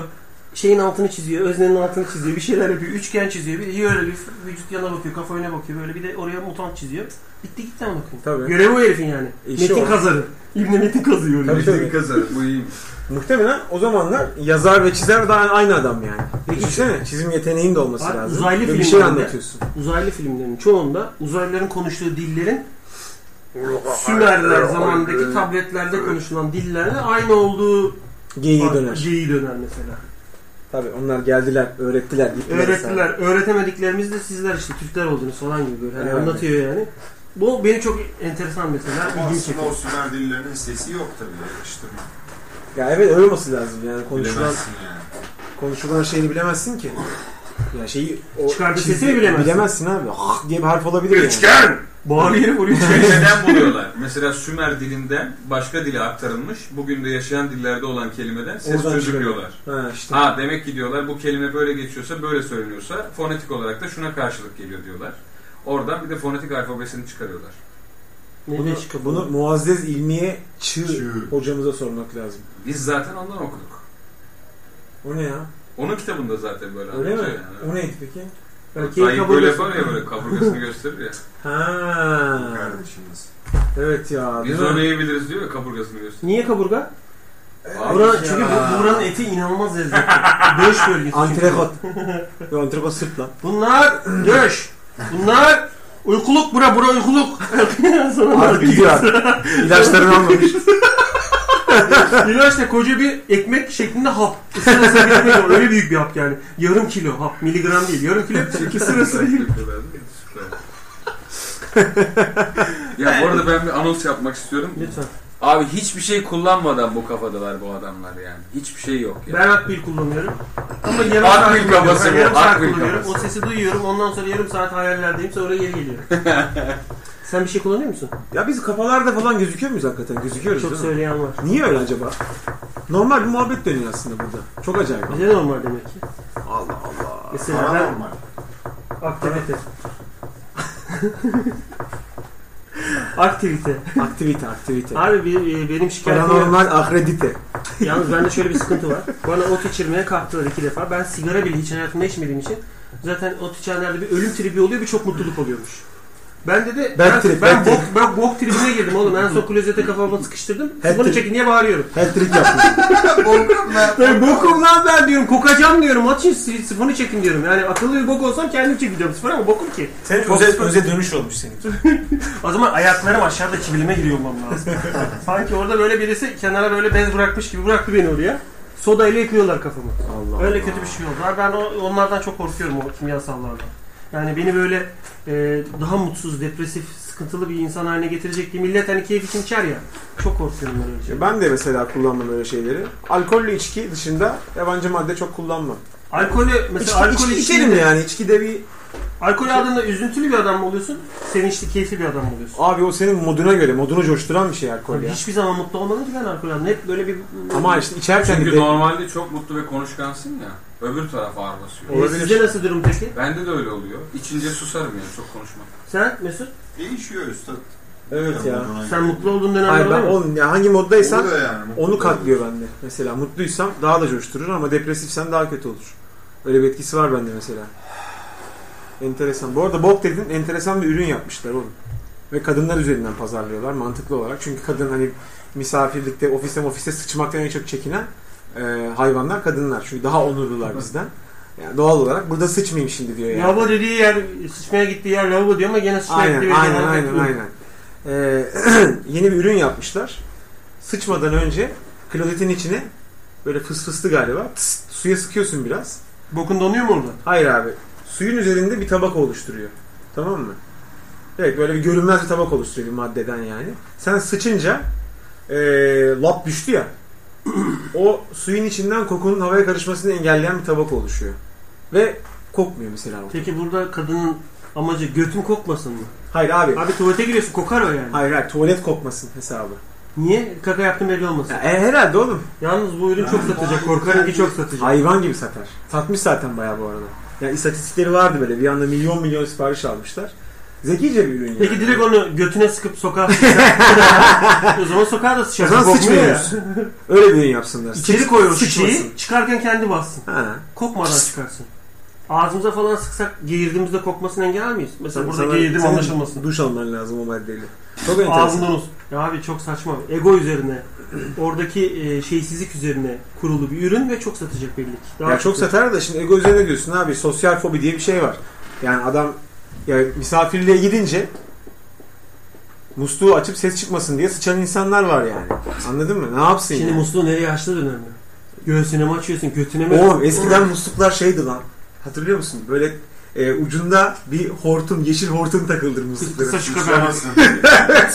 [SPEAKER 3] Şeyin altını çiziyor, öznenin altını çiziyor, bir şeyler yapıyor, üçgen çiziyor, bir de iyi öyle bir vücut yana bakıyor, kafa öne bakıyor, böyle bir de oraya mutant çiziyor. Bitti gitti ama bakayım.
[SPEAKER 2] Tabii.
[SPEAKER 3] Görevi o herifin yani.
[SPEAKER 2] İşi
[SPEAKER 3] metin
[SPEAKER 2] o.
[SPEAKER 3] kazarı. İbni Metin kazıyor. öyle.
[SPEAKER 2] Tabii,
[SPEAKER 5] İşte
[SPEAKER 2] tabii.
[SPEAKER 5] bir kazarı bu iyiymiş.
[SPEAKER 2] Muhtemelen o zamanlar yazar ve çizer daha aynı adam yani. Peki düşünsene çizim yeteneğin de olması
[SPEAKER 3] Abi,
[SPEAKER 2] lazım.
[SPEAKER 3] uzaylı
[SPEAKER 2] Ve bir
[SPEAKER 3] filmlerde-
[SPEAKER 2] şey anlatıyorsun.
[SPEAKER 3] uzaylı filmlerinin çoğunda uzaylıların konuştuğu dillerin Sümerler zamanındaki tabletlerde konuşulan dillerle aynı olduğu
[SPEAKER 2] Geyiği döner.
[SPEAKER 3] Geyiği döner mesela.
[SPEAKER 2] Tabii onlar geldiler, öğrettiler. gittiler
[SPEAKER 3] Öğrettiler.
[SPEAKER 2] sağ-
[SPEAKER 3] Öğretemediklerimiz de sizler işte Türkler oldunuz falan gibi böyle. Hani
[SPEAKER 2] Herhalde.
[SPEAKER 3] anlatıyor yani. Bu beni çok enteresan mesela.
[SPEAKER 1] Ama
[SPEAKER 3] ilgimi
[SPEAKER 1] aslında
[SPEAKER 3] çekiyor.
[SPEAKER 1] o Sümer dillerinin sesi yok tabii. İşte
[SPEAKER 2] Ya evet öyle olması lazım yani. Konuşulan,
[SPEAKER 1] bilemezsin yani.
[SPEAKER 2] konuşulan şeyini bilemezsin ki. Ya şeyi... O
[SPEAKER 3] Çıkardığı
[SPEAKER 2] çizgi-
[SPEAKER 3] sesini bilemezsin.
[SPEAKER 2] Bilemezsin abi. Ah diye bir harf olabilir yani.
[SPEAKER 4] Üçgen!
[SPEAKER 3] Bağırıyor vuruyor.
[SPEAKER 6] Neden buluyorlar? Mesela Sümer dilinden başka dile aktarılmış, bugün de yaşayan dillerde olan kelimeden ses
[SPEAKER 2] Oradan
[SPEAKER 6] çözümlüyorlar.
[SPEAKER 2] Ha işte.
[SPEAKER 6] Ha demek ki diyorlar bu kelime böyle geçiyorsa, böyle söyleniyorsa fonetik olarak da şuna karşılık geliyor diyorlar. Oradan bir de fonetik alfabesini çıkarıyorlar.
[SPEAKER 3] Ne
[SPEAKER 2] Bunu,
[SPEAKER 3] de çıkıyor?
[SPEAKER 2] bunu Muazzez İlmiye Çığ,
[SPEAKER 1] Çığ.
[SPEAKER 2] hocamıza sormak lazım.
[SPEAKER 6] Biz zaten ondan okuduk.
[SPEAKER 2] O ne ya?
[SPEAKER 6] Onun kitabında zaten böyle
[SPEAKER 2] Öyle mi?
[SPEAKER 6] anlatıyor
[SPEAKER 2] O
[SPEAKER 6] şey
[SPEAKER 3] Hani
[SPEAKER 6] yani.
[SPEAKER 2] neydi peki?
[SPEAKER 3] Erkeği
[SPEAKER 6] Tayyip
[SPEAKER 3] kabul
[SPEAKER 6] böyle
[SPEAKER 3] etsin.
[SPEAKER 6] yapar ya böyle kaburgasını gösterir ya.
[SPEAKER 2] Ha.
[SPEAKER 1] Kardeşimiz.
[SPEAKER 2] Evet ya.
[SPEAKER 6] Biz
[SPEAKER 2] değil mi?
[SPEAKER 6] onu yiyebiliriz diyor ya kaburgasını gösterir.
[SPEAKER 3] Niye kaburga?
[SPEAKER 6] Abi
[SPEAKER 3] Bura,
[SPEAKER 2] ya.
[SPEAKER 3] çünkü bu, buranın eti inanılmaz lezzetli. Döş bölgesi.
[SPEAKER 2] Antrekot. Yo antrekot sırt lan.
[SPEAKER 3] Bunlar döş. Bunlar uykuluk bura bura
[SPEAKER 2] [laughs]
[SPEAKER 3] uykuluk. Sonra
[SPEAKER 2] Artık gidiyor artık. İlaçlarını
[SPEAKER 3] [laughs]
[SPEAKER 2] almamış.
[SPEAKER 3] İlaç da koca bir ekmek şeklinde hap. Isıra ısıra bir ekmek var. Öyle büyük bir hap yani. Yarım kilo şey. hap. Miligram değil. Yarım kilo.
[SPEAKER 6] Çirkin
[SPEAKER 3] Isıra ısıra.
[SPEAKER 6] yapıyorlar değil mi? Süper. Ya bu arada ben bir anons yapmak istiyorum.
[SPEAKER 3] Lütfen.
[SPEAKER 6] Abi hiçbir şey kullanmadan bu kafadalar bu adamlar yani. Hiçbir şey yok yani.
[SPEAKER 3] Ben akbil kullanıyorum. Ama
[SPEAKER 6] Akbil
[SPEAKER 3] yarım saat kullanıyorum.
[SPEAKER 6] kafası bu,
[SPEAKER 3] Yarım saat
[SPEAKER 6] akbil
[SPEAKER 3] kullanıyorum.
[SPEAKER 6] kafası.
[SPEAKER 3] O sesi duyuyorum. Ondan sonra yarım saat hayallerdeyim. Sonra geri geliyorum. Sen bir şey kullanıyor musun?
[SPEAKER 2] Ya biz kafalarda falan gözüküyor muyuz hakikaten? Gözüküyoruz
[SPEAKER 3] Çok
[SPEAKER 2] değil mi?
[SPEAKER 3] söyleyen var.
[SPEAKER 2] Niye öyle acaba? Normal bir muhabbet dönüyor aslında burada. Çok acayip.
[SPEAKER 3] Bize normal demek ki.
[SPEAKER 2] Allah Allah.
[SPEAKER 3] Mesela ben
[SPEAKER 5] Paranormal.
[SPEAKER 3] aktivite. [laughs] aktivite.
[SPEAKER 2] Aktivite, aktivite.
[SPEAKER 3] Abi bir- e, benim şikayetim
[SPEAKER 2] Paranormal akredite.
[SPEAKER 3] Yalnız bende şöyle bir sıkıntı var. Bana ot içirmeye kalktılar iki defa. Ben sigara bile hiç hayatımda içmediğim için zaten ot içenlerde bir ölüm tribi oluyor bir çok mutluluk oluyormuş. Bende de
[SPEAKER 2] Ben
[SPEAKER 3] ben,
[SPEAKER 2] trip, ben
[SPEAKER 3] ben, bok, ben bok tribine girdim oğlum. En son klozete kafama sıkıştırdım.
[SPEAKER 2] Head
[SPEAKER 3] Bunu
[SPEAKER 2] trip.
[SPEAKER 3] çekin diye bağırıyorum.
[SPEAKER 2] Hat-trick yapmış.
[SPEAKER 3] Ben bokum lan ben diyorum. Kokacağım diyorum. At için sifonu çekin diyorum. Yani akıllı bir bok olsam kendim çekeceğim sifonu ama bokum ki.
[SPEAKER 7] Senin
[SPEAKER 3] Çok-
[SPEAKER 7] öze, öze dönüş olmuş senin.
[SPEAKER 3] O zaman ayaklarım aşağıda çivilime giriyor olmam [laughs] lazım. Sanki orada böyle birisi kenara böyle bez bırakmış gibi bıraktı beni oraya. Soda ile yıkıyorlar kafamı.
[SPEAKER 2] Allah
[SPEAKER 3] Öyle kötü bir şey oldu. Abi Ben o- onlardan çok korkuyorum o kimyasallardan. Yani beni böyle e, daha mutsuz, depresif, sıkıntılı bir insan haline getirecek diye millet hani keyif için içer ya. Çok korkuyorum ben öyle şey.
[SPEAKER 2] Ya Ben de mesela kullanmam öyle şeyleri. Alkollü içki dışında yabancı madde çok kullanmam.
[SPEAKER 3] Alkolü mesela
[SPEAKER 2] İçki,
[SPEAKER 3] alkol
[SPEAKER 2] içki
[SPEAKER 3] içtiğinde-
[SPEAKER 2] içerim yani. İçki de bir...
[SPEAKER 3] Alkol aldığında üzüntülü bir adam mı oluyorsun? Sevinçli, keyifli bir adam mı oluyorsun?
[SPEAKER 2] Abi o senin moduna göre, modunu coşturan bir şey alkol
[SPEAKER 3] Abi
[SPEAKER 2] ya.
[SPEAKER 3] hiçbir zaman mutlu olmadım ki ben alkol aldım. Hep böyle bir... e,
[SPEAKER 2] Ama işte içerken
[SPEAKER 3] Hani
[SPEAKER 6] Çünkü
[SPEAKER 2] de...
[SPEAKER 6] normalde çok mutlu ve konuşkansın ya. Öbür taraf ağır basıyor.
[SPEAKER 3] E, sizde nasıl durum peki?
[SPEAKER 6] Bende de öyle oluyor. İçince susarım yani çok konuşmak.
[SPEAKER 3] Sen Mesut?
[SPEAKER 5] Değişiyor üstad.
[SPEAKER 2] Evet ya.
[SPEAKER 5] Moduna
[SPEAKER 3] Sen mutlu olduğun dönemler
[SPEAKER 2] Hayır ben
[SPEAKER 3] oluyor mu?
[SPEAKER 2] oğlum ya hangi moddaysan
[SPEAKER 1] Oluyor yani.
[SPEAKER 2] onu katlıyor bende. Mesela mutluysam daha da coşturur ama depresifsen daha kötü olur. Öyle bir etkisi var bende mesela. Enteresan. Bu arada bok dedin enteresan bir ürün yapmışlar oğlum. Ve kadınlar üzerinden pazarlıyorlar mantıklı olarak. Çünkü kadın hani misafirlikte, ofiste ofiste sıçmaktan en çok çekinen e, hayvanlar kadınlar. Çünkü daha onurlular bizden. Yani doğal olarak burada sıçmayayım şimdi diyor yani.
[SPEAKER 3] Lavabo dediği yer, sıçmaya gittiği yer lavabo diyor ama gene sıçmaya
[SPEAKER 2] Aynen
[SPEAKER 3] gittiği bir
[SPEAKER 2] aynen
[SPEAKER 3] yer-
[SPEAKER 2] aynen aynen. Ee, [clears throat] yeni bir ürün yapmışlar. Sıçmadan önce klozetin içine böyle fıs fıslı galiba tıs, suya sıkıyorsun biraz.
[SPEAKER 3] Bokun donuyor mu orada?
[SPEAKER 2] Hayır abi suyun üzerinde bir tabaka oluşturuyor. Tamam mı? Evet böyle bir görünmez bir tabak oluşturuyor bir maddeden yani. Sen sıçınca ee, lap düştü ya. [clears throat] o suyun içinden kokunun havaya karışmasını engelleyen bir tabaka oluşuyor. Ve kokmuyor mesela o.
[SPEAKER 3] Peki burada kadının amacı götün kokmasın mı?
[SPEAKER 2] Hayır abi.
[SPEAKER 3] Abi tuvalete giriyorsun kokar o yani.
[SPEAKER 2] Hayır hayır tuvalet kokmasın hesabı.
[SPEAKER 3] Niye? Kaka yaptım belli olmasın.
[SPEAKER 2] Ya, e, herhalde oğlum.
[SPEAKER 3] Yalnız bu ürün çok satacak. Korkarım ki çok satacak.
[SPEAKER 2] Hayvan gibi satar. Satmış zaten bayağı bu arada. Yani istatistikleri vardı böyle. Bir anda milyon milyon sipariş almışlar. Zekice bir ürün yani.
[SPEAKER 3] Peki direkt onu götüne sıkıp sokağa [laughs] O zaman sokağa da
[SPEAKER 2] O
[SPEAKER 3] sıçarsın.
[SPEAKER 2] zaman
[SPEAKER 3] Kokmuyor ya.
[SPEAKER 2] sıçmıyoruz. Öyle bir ürün yapsınlar.
[SPEAKER 3] İçeri
[SPEAKER 2] Sıç-
[SPEAKER 3] koy o
[SPEAKER 2] sıçmasın.
[SPEAKER 3] şişeyi. Çıkarken kendi bassın.
[SPEAKER 2] Ha.
[SPEAKER 3] Kokmadan çıkarsın. Ağzımıza falan sıksak geğirdiğimizde kokmasını engel miyiz? Mesela burada
[SPEAKER 2] Sana-
[SPEAKER 3] geğirdim
[SPEAKER 2] senin
[SPEAKER 3] anlaşılmasın.
[SPEAKER 2] Duş alman lazım o maddeyle. Çok enteresan.
[SPEAKER 3] Ağzından olsun. Ya abi çok saçma. Ego üzerine, oradaki e, şeysizlik üzerine kurulu bir ürün ve çok satacak belli ki. Daha
[SPEAKER 2] Ya çok satar da şimdi ego üzerine diyorsun abi. Sosyal fobi diye bir şey var. Yani adam ya misafirliğe gidince musluğu açıp ses çıkmasın diye sıçan insanlar var yani. Anladın mı? Ne yapsın
[SPEAKER 3] Şimdi
[SPEAKER 2] yani?
[SPEAKER 3] musluğu nereye açtığı da önemli. Göğsüne mi açıyorsun, götüne mi?
[SPEAKER 2] Oğlum eskiden musluklar şeydi lan. Hatırlıyor musun? Böyle e, ucunda bir hortum, yeşil hortum takılır musluklara. [laughs]
[SPEAKER 3] Kısa şu kadar. [laughs]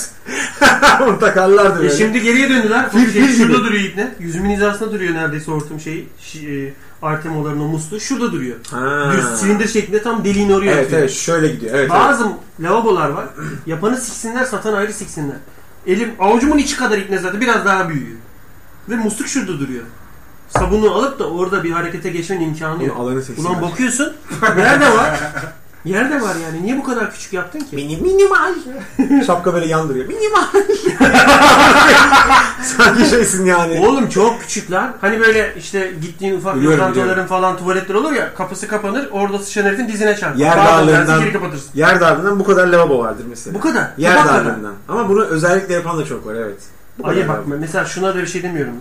[SPEAKER 2] Onu takarlardı
[SPEAKER 3] E
[SPEAKER 2] böyle.
[SPEAKER 3] şimdi geriye döndüler.
[SPEAKER 2] şey. Fil-
[SPEAKER 3] şey,
[SPEAKER 2] fil
[SPEAKER 3] şurada
[SPEAKER 2] gibi.
[SPEAKER 3] duruyor ipne. Yüzümün hizasında duruyor neredeyse hortum şeyi. Şi, e, artemoların o musluğu şurada duruyor.
[SPEAKER 2] Ha.
[SPEAKER 3] Bir silindir şeklinde tam deliğin oraya
[SPEAKER 2] Evet
[SPEAKER 3] atıyor.
[SPEAKER 2] evet şöyle gidiyor. Evet, evet.
[SPEAKER 3] Bazı lavabolar var. Yapanı siksinler, satan ayrı siksinler. Elim avucumun içi kadar ipne zaten biraz daha büyüyor. Ve musluk şurada duruyor. Sabunu alıp da orada bir harekete geçmenin imkanı
[SPEAKER 2] Bunu
[SPEAKER 3] yok.
[SPEAKER 2] alanı seçsin.
[SPEAKER 3] Ulan bakıyorsun.
[SPEAKER 2] [laughs]
[SPEAKER 3] Nerede var? Yerde var yani. Niye bu kadar küçük yaptın ki? [laughs]
[SPEAKER 2] Mini, minimal. Şapka böyle yandırıyor. Minimal. Sanki şeysin yani.
[SPEAKER 3] Oğlum çok küçükler. Hani böyle işte gittiğin ufak
[SPEAKER 2] Biliyorum,
[SPEAKER 3] lokantaların
[SPEAKER 2] biliyorum.
[SPEAKER 3] falan tuvaletler olur ya. Kapısı kapanır. Orada sıçan herifin dizine çarpar.
[SPEAKER 2] Yer
[SPEAKER 3] Pardon, dersin,
[SPEAKER 2] dağlarından-
[SPEAKER 3] geri kapatırsın.
[SPEAKER 2] Yer darlığından bu kadar lavabo vardır mesela.
[SPEAKER 3] Bu kadar.
[SPEAKER 2] Yer
[SPEAKER 3] Tabak kadar.
[SPEAKER 2] darlığından. Ama bunu özellikle yapan da çok var evet. Bu
[SPEAKER 3] Hayır
[SPEAKER 2] kadar
[SPEAKER 3] bak mesela şuna da bir şey demiyorum.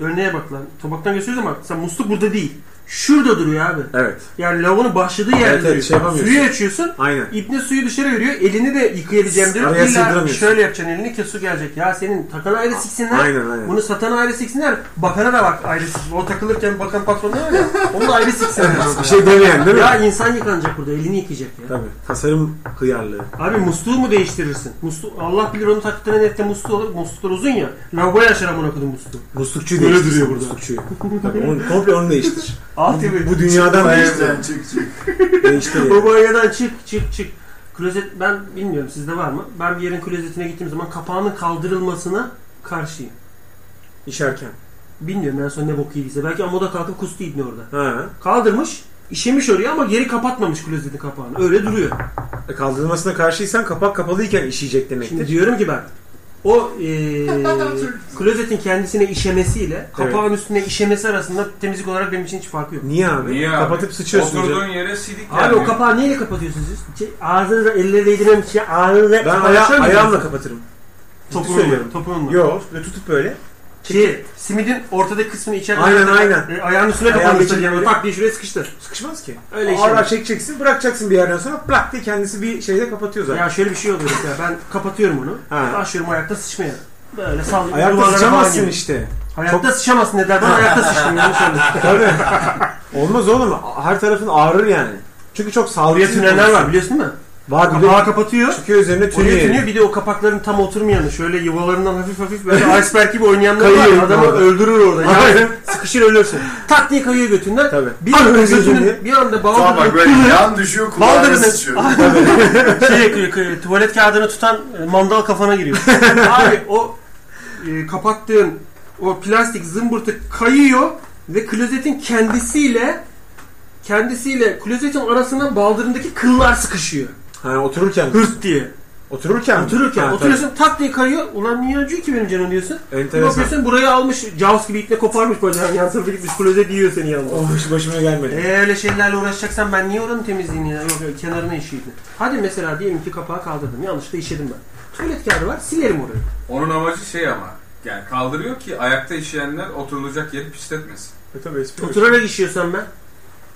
[SPEAKER 3] Örneğe bak lan. Tabaktan gösteriyoruz ama sen musluk burada değil. Şurada duruyor abi.
[SPEAKER 2] Evet.
[SPEAKER 3] Yani lavabonun başladığı yerde
[SPEAKER 2] Evet, evet,
[SPEAKER 3] duruyor.
[SPEAKER 2] şey yapamıyorsun.
[SPEAKER 3] Suyu açıyorsun.
[SPEAKER 2] Aynen.
[SPEAKER 3] İpne suyu dışarı veriyor. Elini de yıkayabileceğim diyor.
[SPEAKER 2] Araya
[SPEAKER 3] İlla
[SPEAKER 2] sığdıramıyorsun.
[SPEAKER 3] şöyle yapacaksın elini ki su gelecek. Ya senin takan ayrı siksinler.
[SPEAKER 2] Aynen aynen.
[SPEAKER 3] Bunu satan ayrı siksinler. Bakana da bak ayrı siksin. O takılırken bakan patronu ya. [laughs] Onu da ayrı siksinler.
[SPEAKER 2] Bir şey demeyen değil mi?
[SPEAKER 3] ya insan yıkanacak burada. Elini yıkayacak ya.
[SPEAKER 2] Tabii. Tasarım hıyarlığı.
[SPEAKER 3] Abi musluğu mu değiştirirsin? Musluğu, Allah bilir onu taktığı nette musluğu olur. Musluklar uzun ya. Lavaboya açar amına kodum musluğu.
[SPEAKER 2] Muslukçuyu
[SPEAKER 3] Böyle
[SPEAKER 2] değiştir.
[SPEAKER 3] duruyor burada.
[SPEAKER 2] Muslukçuyu. Tabii onu, komple
[SPEAKER 3] [laughs]
[SPEAKER 2] onu değiştir.
[SPEAKER 3] Alt evi.
[SPEAKER 2] Bu dünyadan değiştir.
[SPEAKER 5] Evden çık çık.
[SPEAKER 2] değiştir yani.
[SPEAKER 3] O banyodan çık çık çık. Klozet ben bilmiyorum sizde var mı? Ben bir yerin klozetine gittiğim zaman kapağının kaldırılmasına karşıyım.
[SPEAKER 2] İşerken.
[SPEAKER 3] Bilmiyorum en son ne bok yediyse. Belki amoda kalkıp kustu ibni orada.
[SPEAKER 2] Ha.
[SPEAKER 3] Kaldırmış, işemiş oraya ama geri kapatmamış klozetin kapağını. Öyle duruyor.
[SPEAKER 2] E, kaldırılmasına karşıysan kapak kapalıyken işeyecek demektir.
[SPEAKER 3] Şimdi diyorum ki ben o eee, klozetin kendisine işemesiyle kapağın üstüne işemesi arasında temizlik olarak benim için hiç farkı yok.
[SPEAKER 2] Niye abi?
[SPEAKER 6] Niye abi?
[SPEAKER 2] Kapatıp sıçıyorsun.
[SPEAKER 6] Oturduğun
[SPEAKER 2] canım.
[SPEAKER 6] yere silik
[SPEAKER 3] Abi o kapağı neyle kapatıyorsunuz siz? Şey, ağzınıza elle değdiren bir şey ağzınıza şey.
[SPEAKER 2] Ben aya- ayağımla kapatırım.
[SPEAKER 3] Topuğunla.
[SPEAKER 2] söylüyorum.
[SPEAKER 3] Topuğunla.
[SPEAKER 2] Yok. Ve tutup böyle.
[SPEAKER 3] Şey, simidin ortadaki kısmını içeride
[SPEAKER 2] Aynen, aynen.
[SPEAKER 3] E, ayağın üstüne
[SPEAKER 2] Ayağın
[SPEAKER 3] kapanmıştır
[SPEAKER 2] içine
[SPEAKER 3] yani.
[SPEAKER 2] böyle.
[SPEAKER 3] Tak diye şuraya sıkıştır.
[SPEAKER 2] Sıkışmaz ki.
[SPEAKER 3] Öyle
[SPEAKER 2] Ağır ağır
[SPEAKER 3] işe.
[SPEAKER 2] çekeceksin. Bırakacaksın bir yerden sonra. Plak diye kendisi bir şeyde kapatıyor zaten.
[SPEAKER 3] Ya şöyle bir şey oluyor mesela ben kapatıyorum onu.
[SPEAKER 2] Ha.
[SPEAKER 3] Başlıyorum ayakta sıçmaya. Böyle sallıyorum.
[SPEAKER 2] Ayakta
[SPEAKER 3] duvarlara falan
[SPEAKER 2] sıçamazsın
[SPEAKER 3] gibi.
[SPEAKER 2] işte.
[SPEAKER 3] Ayakta sıçamazsın ne derdim ayakta sıçtım yanlış anladım.
[SPEAKER 2] [laughs]
[SPEAKER 3] [laughs]
[SPEAKER 2] Tabii. Olmaz oğlum. Her tarafın ağrır yani. Çünkü çok
[SPEAKER 3] Buraya
[SPEAKER 2] sağlıksız. bir
[SPEAKER 3] tüneller
[SPEAKER 2] konuşma.
[SPEAKER 3] var biliyorsun değil mi?
[SPEAKER 2] Var bir
[SPEAKER 3] Kapağı
[SPEAKER 2] de
[SPEAKER 3] kapatıyor.
[SPEAKER 2] çıkıyor üzerine
[SPEAKER 3] Oraya tünüyor
[SPEAKER 2] tünüyor.
[SPEAKER 3] bir de o kapakların tam oturmayanı şöyle yuvalarından hafif hafif
[SPEAKER 2] [laughs]
[SPEAKER 3] böyle iceberg gibi oynayanlar var.
[SPEAKER 2] Kayıyor
[SPEAKER 3] Adamı
[SPEAKER 2] orada.
[SPEAKER 3] öldürür orada. Yani
[SPEAKER 2] Aynen.
[SPEAKER 3] [laughs] sıkışır ölürsün. Tak diye kayıyor götünden.
[SPEAKER 2] Tabii.
[SPEAKER 3] Bir anda
[SPEAKER 2] Öyle
[SPEAKER 3] gözünün
[SPEAKER 2] diye.
[SPEAKER 3] bir anda
[SPEAKER 5] Tamam
[SPEAKER 3] bağlı
[SPEAKER 5] bak
[SPEAKER 3] [laughs]
[SPEAKER 5] böyle yan düşüyor kulağına
[SPEAKER 3] Baldırını-
[SPEAKER 5] sıçıyor.
[SPEAKER 3] şey yakıyor, kı- tuvalet kağıdını tutan e, mandal kafana giriyor. [laughs] Abi o e, kapattığın o plastik zımbırtı kayıyor ve klozetin kendisiyle kendisiyle klozetin arasına baldırındaki kıllar sıkışıyor.
[SPEAKER 2] Ha, otururken.
[SPEAKER 3] Hırt diye.
[SPEAKER 2] Otururken. mi?
[SPEAKER 3] Otururken
[SPEAKER 2] Ha,
[SPEAKER 3] oturuyorsun tak diye kayıyor. Ulan niye acıyor ki benim canım diyorsun.
[SPEAKER 2] tabii.
[SPEAKER 3] Bir
[SPEAKER 2] Enteresan.
[SPEAKER 3] bakıyorsun burayı almış. Jaws gibi ipne koparmış bacağın yansın birikmiş klozet yiyor seni yalnız.
[SPEAKER 2] Oh hiç başıma gelmedi.
[SPEAKER 3] Ee, öyle şeylerle uğraşacaksan ben niye oranın temizliğini ya? Yok, yok kenarına işiydi. Hadi mesela diyelim ki kapağı kaldırdım. Yanlışlıkla işedim ben. Tuvalet kağıdı var silerim orayı.
[SPEAKER 6] Onun amacı şey ama. Yani kaldırıyor ki ayakta işeyenler oturulacak yeri pisletmesin.
[SPEAKER 2] E, tabii espri yok.
[SPEAKER 3] Oturarak işiyorsan ben.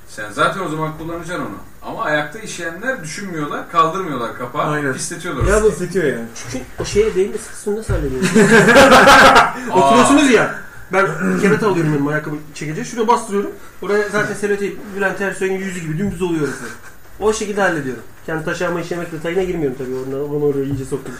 [SPEAKER 6] Sen zaten o zaman kullanacaksın onu. Ama ayakta işeyenler düşünmüyorlar, kaldırmıyorlar kapağı,
[SPEAKER 2] Aynen.
[SPEAKER 6] pisletiyorlar.
[SPEAKER 2] Biraz ısıtıyor yani.
[SPEAKER 3] Çünkü o şeye değmesi kısmını nasıl hallediyorsun? Oturuyorsunuz ya. Ben kerata alıyorum benim ayakkabı çekeceği. Şuraya bastırıyorum. Oraya zaten Selahattin Bülent Ersoy'un yüzü gibi dümdüz oluyor. orası. O şekilde hallediyorum. Kendi taşıyama işlemek detayına girmiyorum tabii. Onu, onu oraya iyice soktum.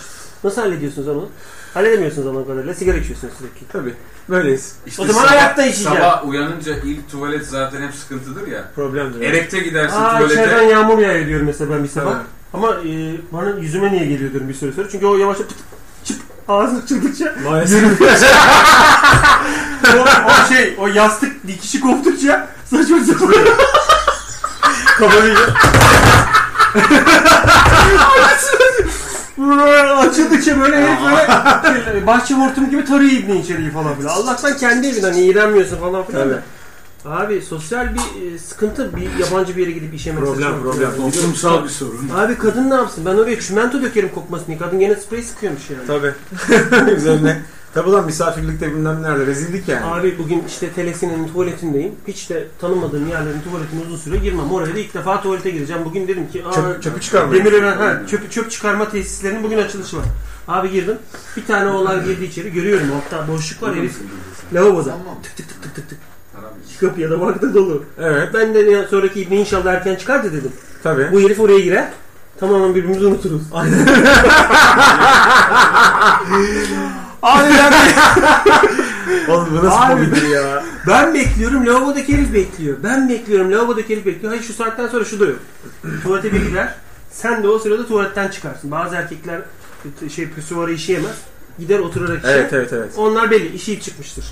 [SPEAKER 3] Nasıl hallediyorsunuz onu? Halledemiyorsunuz anladığım kadarıyla. Sigara içiyorsunuz sürekli.
[SPEAKER 2] Tabii. Böyleyiz.
[SPEAKER 6] İşte
[SPEAKER 3] O zaman
[SPEAKER 6] sabah-
[SPEAKER 3] ayakta işeyeceğim.
[SPEAKER 6] Sabah uyanınca ilk tuvalet zaten hep sıkıntıdır ya.
[SPEAKER 2] Problemdir.
[SPEAKER 6] Erekte gidersin
[SPEAKER 3] Aa içeriden
[SPEAKER 6] tuvalete.
[SPEAKER 3] yağmur yağıyor diyorum mesela ben bir sabah.
[SPEAKER 2] Ha.
[SPEAKER 3] Ama e, bana yüzüme niye geliyor diyorum bir süre sonra. Çünkü o yavaşça pıt çıp ağzını açıldıkça
[SPEAKER 2] Maalesef. [laughs]
[SPEAKER 3] o, o şey o yastık dikişi koptukça saçma sapan. [laughs]
[SPEAKER 2] Kapanıyor.
[SPEAKER 3] Böyle açıldıkça böyle herif böyle şey, bahçe hortumu gibi tarıyor ibni içeriği falan filan. Allah'tan kendi evinden hani iğrenmiyorsun falan filan da. Abi sosyal bir e, sıkıntı bir yabancı bir yere gidip işemek
[SPEAKER 2] Problem
[SPEAKER 3] saçma.
[SPEAKER 2] problem.
[SPEAKER 5] Toplumsal bir sorun.
[SPEAKER 3] Abi kadın ne yapsın? Ben oraya çimento dökerim kokmasın diye. Kadın gene sprey sıkıyormuş yani.
[SPEAKER 2] Tabii. [laughs] Üzerine. Tabii lan misafirlikte bilmem nerede rezillik yani.
[SPEAKER 3] Abi bugün işte Telesine'nin tuvaletindeyim. Hiç de tanımadığım yerlerin tuvaletine uzun süre girmem. Oraya da ilk defa tuvalete gireceğim. Bugün dedim ki aa,
[SPEAKER 2] Çöp, çöpü çıkarmayın.
[SPEAKER 3] Demirören ha, çöp, çöp çıkarma tesislerinin bugün açılışı var. Abi girdim. Bir tane oğlan girdi içeri. Görüyorum altta boşluk var herif. Lavaboda. Tık tık tık tık tık tık. Kapıya da baktı dolu.
[SPEAKER 2] Evet.
[SPEAKER 3] Ben de ya- sonraki ibne inşallah erken çıkar da dedim.
[SPEAKER 2] Tabii.
[SPEAKER 3] Bu herif oraya girer. Tamamen birbirimizi unuturuz. [laughs] Abi ben,
[SPEAKER 2] Oğlum bu
[SPEAKER 3] Abi.
[SPEAKER 2] nasıl hobidir ya?
[SPEAKER 3] ben bekliyorum. Lavabodaki herif bekliyor. Ben bekliyorum. Lavabodaki herif bekliyor. Hayır şu saatten sonra şu da yok. [clears throat] Tuvalete bir girer. Sen de o sırada tuvaletten çıkarsın. Bazı erkekler şey püsüvarı işeyemez. Gider oturarak işer.
[SPEAKER 2] Evet evet evet.
[SPEAKER 3] Onlar belli işi çıkmıştır.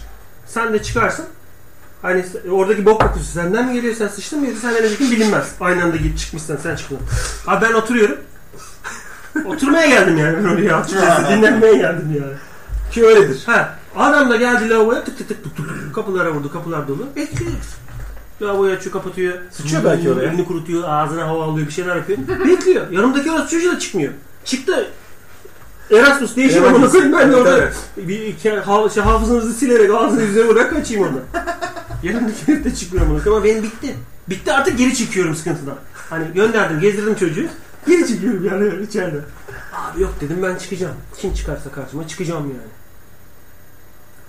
[SPEAKER 3] Sen de çıkarsın. Hani oradaki bok kokusu senden mi geliyor sen sıçtın mı yoksa senden önceki mi bilinmez. Aynı anda git çıkmışsın sen çıktın. Abi ben oturuyorum. [laughs] Oturmaya geldim yani ben oraya
[SPEAKER 2] [laughs]
[SPEAKER 3] açıkçası dinlenmeye geldim yani.
[SPEAKER 2] Ki öyledir.
[SPEAKER 3] Ha, adam da geldi lavaboya tık tık tık tık tık tık. kapılara vurdu kapılar dolu. Bekliyoruz. Lavaboyu açıyor kapatıyor.
[SPEAKER 2] Sıçıyor belki oraya.
[SPEAKER 3] Elini kurutuyor ağzına hava alıyor bir şeyler yapıyor. Bekliyor. Yanımdaki orası çocuğu da çıkmıyor. Çıktı. Erasmus değişim
[SPEAKER 2] Erasmus.
[SPEAKER 3] ama ben de orada [laughs]
[SPEAKER 2] Tabii.
[SPEAKER 3] bir, iki, ha, şey, hafızanızı silerek ağzını yüzüne vurarak kaçayım orada. Yanımdaki herif de çıkmıyor amına koyayım ama benim bitti. Bitti artık geri çekiyorum sıkıntıdan. Hani gönderdim, gezdirdim çocuğu. Geri çekiyorum yani içeride. Abi yok dedim ben çıkacağım. Kim çıkarsa karşıma çıkacağım yani.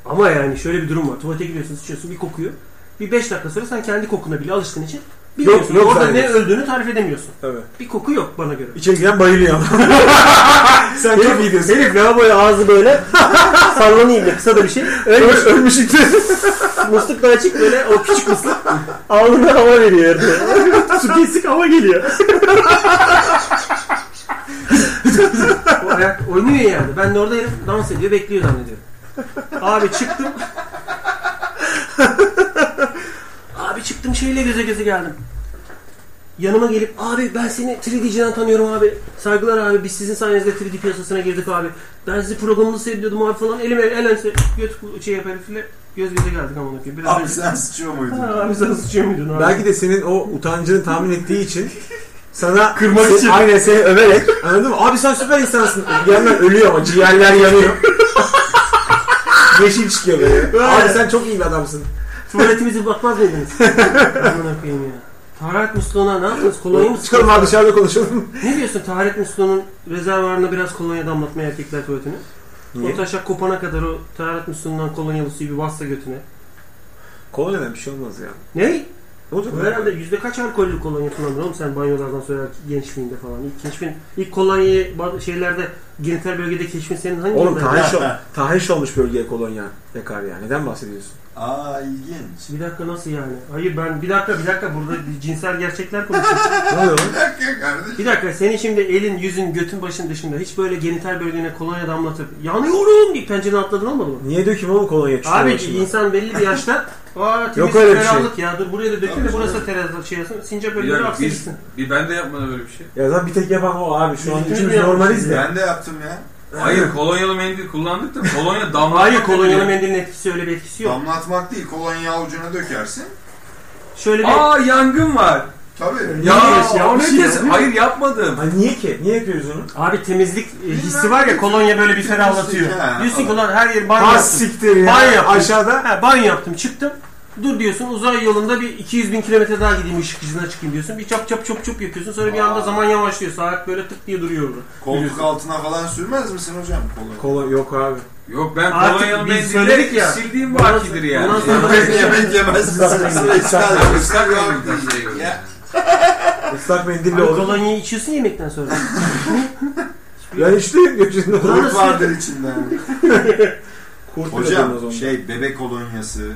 [SPEAKER 3] Ama yani şöyle bir durum var. Tuvalete giriyorsun, sıçıyorsun, bir kokuyor. Bir 5 dakika sonra sen kendi kokuna bile alıştığın için bilmiyorsun.
[SPEAKER 2] yok
[SPEAKER 3] Orada ne
[SPEAKER 2] zannediyorsun.
[SPEAKER 3] öldüğünü tarif edemiyorsun.
[SPEAKER 2] Tabii.
[SPEAKER 3] Bir koku yok bana göre.
[SPEAKER 2] İçeri
[SPEAKER 3] [laughs]
[SPEAKER 2] giren bayılıyor. Sen çok iyi diyorsun.
[SPEAKER 3] Herif lavaboya ağzı [laughs] böyle sallanayım da kısa da bir şey. Ölmüş, ölmüş
[SPEAKER 2] [laughs]
[SPEAKER 3] Musluktan açık böyle o [laughs] küçük musluk alnına hava veriyor. [laughs] Su kesik hava geliyor. o ayak oynuyor yani. Ben de orada herif dans ediyor bekliyor zannediyorum. Abi çıktım. Abi çıktım şeyle göze göze geldim. Yanıma gelip abi ben seni 3D'ciden tanıyorum abi. Saygılar abi biz sizin sayenizde 3D piyasasına girdik abi. Ben sizi programınızı seyrediyordum abi falan. Elime el ense göt şey yapar herifle göz göze geldik ama bakayım. Biraz
[SPEAKER 5] Abi
[SPEAKER 3] önce-
[SPEAKER 5] sen sıçıyor muydun?
[SPEAKER 3] Ha, abi sen sıçıyor muydun abi?
[SPEAKER 2] Belki de senin o utancını tahmin ettiği için sana
[SPEAKER 5] Kırmak
[SPEAKER 2] se-
[SPEAKER 5] için.
[SPEAKER 2] Aynen
[SPEAKER 3] [laughs]
[SPEAKER 2] seni överek. Anladın mı? Abi sen süper insansın. Yanlar ölüyor ama
[SPEAKER 3] [laughs]
[SPEAKER 2] ciğerler yanıyor. Yeşil çıkıyor böyle. Abi sen çok iyi bir adamsın.
[SPEAKER 3] Tuvaletimizi bakmaz mıydınız? Aman koyayım ya. Taharet musluğuna ne yaptınız? Kolonya mı
[SPEAKER 2] Çıkalım
[SPEAKER 3] sıkıyorsunuz?
[SPEAKER 2] abi dışarıda
[SPEAKER 3] [laughs]
[SPEAKER 2] konuşalım.
[SPEAKER 3] Ne diyorsun taharet musluğunun rezervuarına biraz kolonya damlatmaya erkekler tuvaletini?
[SPEAKER 2] Niye?
[SPEAKER 3] O taşak kopana kadar o taharet musluğundan kolonyalı suyu bir bassa götüne.
[SPEAKER 2] Kolonya'dan bir şey olmaz ya.
[SPEAKER 3] Ne?
[SPEAKER 2] Ne olacak?
[SPEAKER 3] Bu herhalde yüzde kaç alkollü kolonya kullandın oğlum sen banyolardan sonra gençliğinde falan. İlk keşfin, ilk kolonyayı ba- şeylerde genital bölgede keşfin senin hangi
[SPEAKER 2] Oğlum
[SPEAKER 3] yılda-
[SPEAKER 2] tahiş, ol- tahiş olmuş bölgeye kolonya yakar ya. Neden bahsediyorsun?
[SPEAKER 5] Aa ilginç.
[SPEAKER 3] Bir dakika nasıl yani? Hayır ben bir dakika bir dakika burada cinsel gerçekler konuşuyoruz.
[SPEAKER 2] Ne oluyor lan?
[SPEAKER 5] Dakika kardeşim.
[SPEAKER 3] Bir dakika senin şimdi elin, yüzün, götün, başın dışında hiç böyle genital bölgene kolonya damlatıp yanıyorum diye pencereden atladın olmadı mı?
[SPEAKER 2] Niye dökeyim oğlum kolonya çiçeği
[SPEAKER 3] Abi
[SPEAKER 2] başına?
[SPEAKER 3] insan belli bir yaşta Aa temiz
[SPEAKER 2] Yok öyle bir şey.
[SPEAKER 3] ferahlık ya dur buraya da dökün de
[SPEAKER 5] Tabii
[SPEAKER 3] burası
[SPEAKER 5] canım.
[SPEAKER 3] da terazda şey yazsın. Sincap
[SPEAKER 6] Bir,
[SPEAKER 3] ölüleri
[SPEAKER 6] dakika,
[SPEAKER 3] aksın
[SPEAKER 6] biz,
[SPEAKER 3] gitsin.
[SPEAKER 6] bir ben de yapmadım böyle bir şey.
[SPEAKER 2] Ya zaten bir tek yapan o abi. Şu an
[SPEAKER 3] Bizim
[SPEAKER 2] üçümüz
[SPEAKER 3] yapmış
[SPEAKER 2] normaliz de.
[SPEAKER 5] Ben de yaptım ya.
[SPEAKER 6] Hayır kolonyalı mendil kullandık da kolonya damla.
[SPEAKER 3] [laughs] Hayır kolonyalı mendilin etkisi öyle bir etkisi yok.
[SPEAKER 5] Damlatmak değil kolonya avucuna dökersin.
[SPEAKER 3] Şöyle bir
[SPEAKER 6] Aa yangın var.
[SPEAKER 5] Tabii.
[SPEAKER 6] Ya,
[SPEAKER 3] Yanlış,
[SPEAKER 6] o
[SPEAKER 3] yanlış
[SPEAKER 6] ne
[SPEAKER 3] ya.
[SPEAKER 6] desin? Hayır yapmadım.
[SPEAKER 2] Hani niye ki? Niye yapıyoruz onu?
[SPEAKER 3] Abi temizlik e, hissi var ya kolonya böyle bir ferahlatıyor.
[SPEAKER 5] Ha,
[SPEAKER 3] Diyorsun ki
[SPEAKER 5] tamam.
[SPEAKER 3] ulan her yer banyo
[SPEAKER 2] Ha
[SPEAKER 3] yaptım.
[SPEAKER 2] siktir ya.
[SPEAKER 3] Banyo yaptım.
[SPEAKER 2] Aşağıda.
[SPEAKER 3] Ha, banyo yaptım çıktım. Dur diyorsun uzay yolunda bir 200 bin kilometre daha gideyim ışık hızına çıkayım diyorsun. Bir çap çap çap çap yapıyorsun. Sonra bir anda zaman yavaşlıyor. Saat böyle tık diye duruyor orada.
[SPEAKER 5] Koltuk
[SPEAKER 3] Biliyorsun.
[SPEAKER 5] altına falan sürmez misin hocam kolonya?
[SPEAKER 2] Kolonya yok abi.
[SPEAKER 6] Yok ben
[SPEAKER 3] Artık
[SPEAKER 6] kolonyalı
[SPEAKER 3] biz söyledik
[SPEAKER 6] mendille
[SPEAKER 3] ya.
[SPEAKER 6] sildiğim
[SPEAKER 3] Bundan-
[SPEAKER 6] vakidir yani.
[SPEAKER 3] bundan
[SPEAKER 2] [laughs]
[SPEAKER 3] sonra-
[SPEAKER 6] Yani
[SPEAKER 2] şey
[SPEAKER 5] Yemek yemek yemezsin.
[SPEAKER 2] Zaten-
[SPEAKER 5] Sıra içeride.
[SPEAKER 6] ben ıslak mendil diye görüyorum.
[SPEAKER 5] Ya.
[SPEAKER 2] Islak mendille
[SPEAKER 3] Abi,
[SPEAKER 2] olur.
[SPEAKER 3] kolonyayı içiyorsun yemekten sonra.
[SPEAKER 2] Ya işte yapıyor şimdi.
[SPEAKER 5] Kurt vardır içinde.
[SPEAKER 2] Kurt bile
[SPEAKER 5] Hocam
[SPEAKER 2] dönmez
[SPEAKER 5] şey bebek kolonyası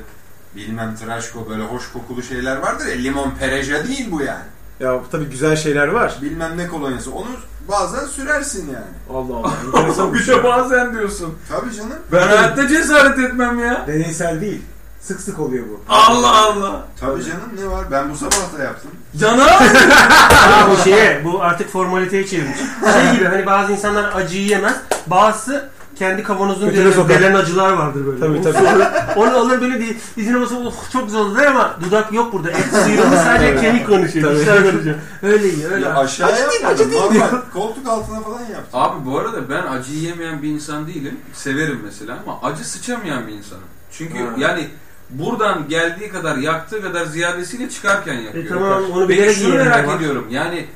[SPEAKER 5] bilmem tıraşko böyle hoş kokulu şeyler vardır ya limon pereja değil bu yani.
[SPEAKER 2] onda. Ya tabii güzel şeyler var.
[SPEAKER 5] Bilmem ne kolonyası onu bazen sürersin yani.
[SPEAKER 2] Allah Allah. Enteresan bir
[SPEAKER 6] Bir
[SPEAKER 2] şey.
[SPEAKER 6] de bazen diyorsun.
[SPEAKER 5] Tabii canım.
[SPEAKER 6] Ben hayatta cesaret etmem ya.
[SPEAKER 2] Deneysel değil. Sık sık oluyor bu.
[SPEAKER 6] Allah Allah.
[SPEAKER 5] Tabii canım ne var ben bu sabah da yaptım.
[SPEAKER 6] Cana.
[SPEAKER 3] Abi bu şeye bu artık formaliteye çevirmiş. Şey gibi hani bazı insanlar acıyı yemez. Bazısı kendi kavanozun
[SPEAKER 2] Götüne
[SPEAKER 3] delen,
[SPEAKER 2] sokar.
[SPEAKER 3] delen acılar vardır böyle.
[SPEAKER 2] Tabii
[SPEAKER 3] Onu
[SPEAKER 2] tabii.
[SPEAKER 3] Onu alır böyle di- dizine basıp oh çok güzel oldu der ama dudak yok burada. Et sıyrılmış sadece kemik konuşuyor.
[SPEAKER 2] Tabii.
[SPEAKER 3] Dişler konuşuyor. Öyle iyi öyle.
[SPEAKER 5] Ya aşağı yapmadım normal [laughs] koltuk altına falan yaptım.
[SPEAKER 6] Abi bu arada ben acı yemeyen bir insan değilim. Severim mesela ama acı sıçamayan bir insanım. Çünkü
[SPEAKER 2] Ha.
[SPEAKER 6] yani buradan geldiği kadar yaktığı kadar ziyadesiyle çıkarken yakıyor.
[SPEAKER 3] e tamam onu
[SPEAKER 6] Ben
[SPEAKER 3] bilerek
[SPEAKER 6] şunu
[SPEAKER 3] yiyelim.
[SPEAKER 6] merak
[SPEAKER 3] ya.
[SPEAKER 6] ediyorum. Yani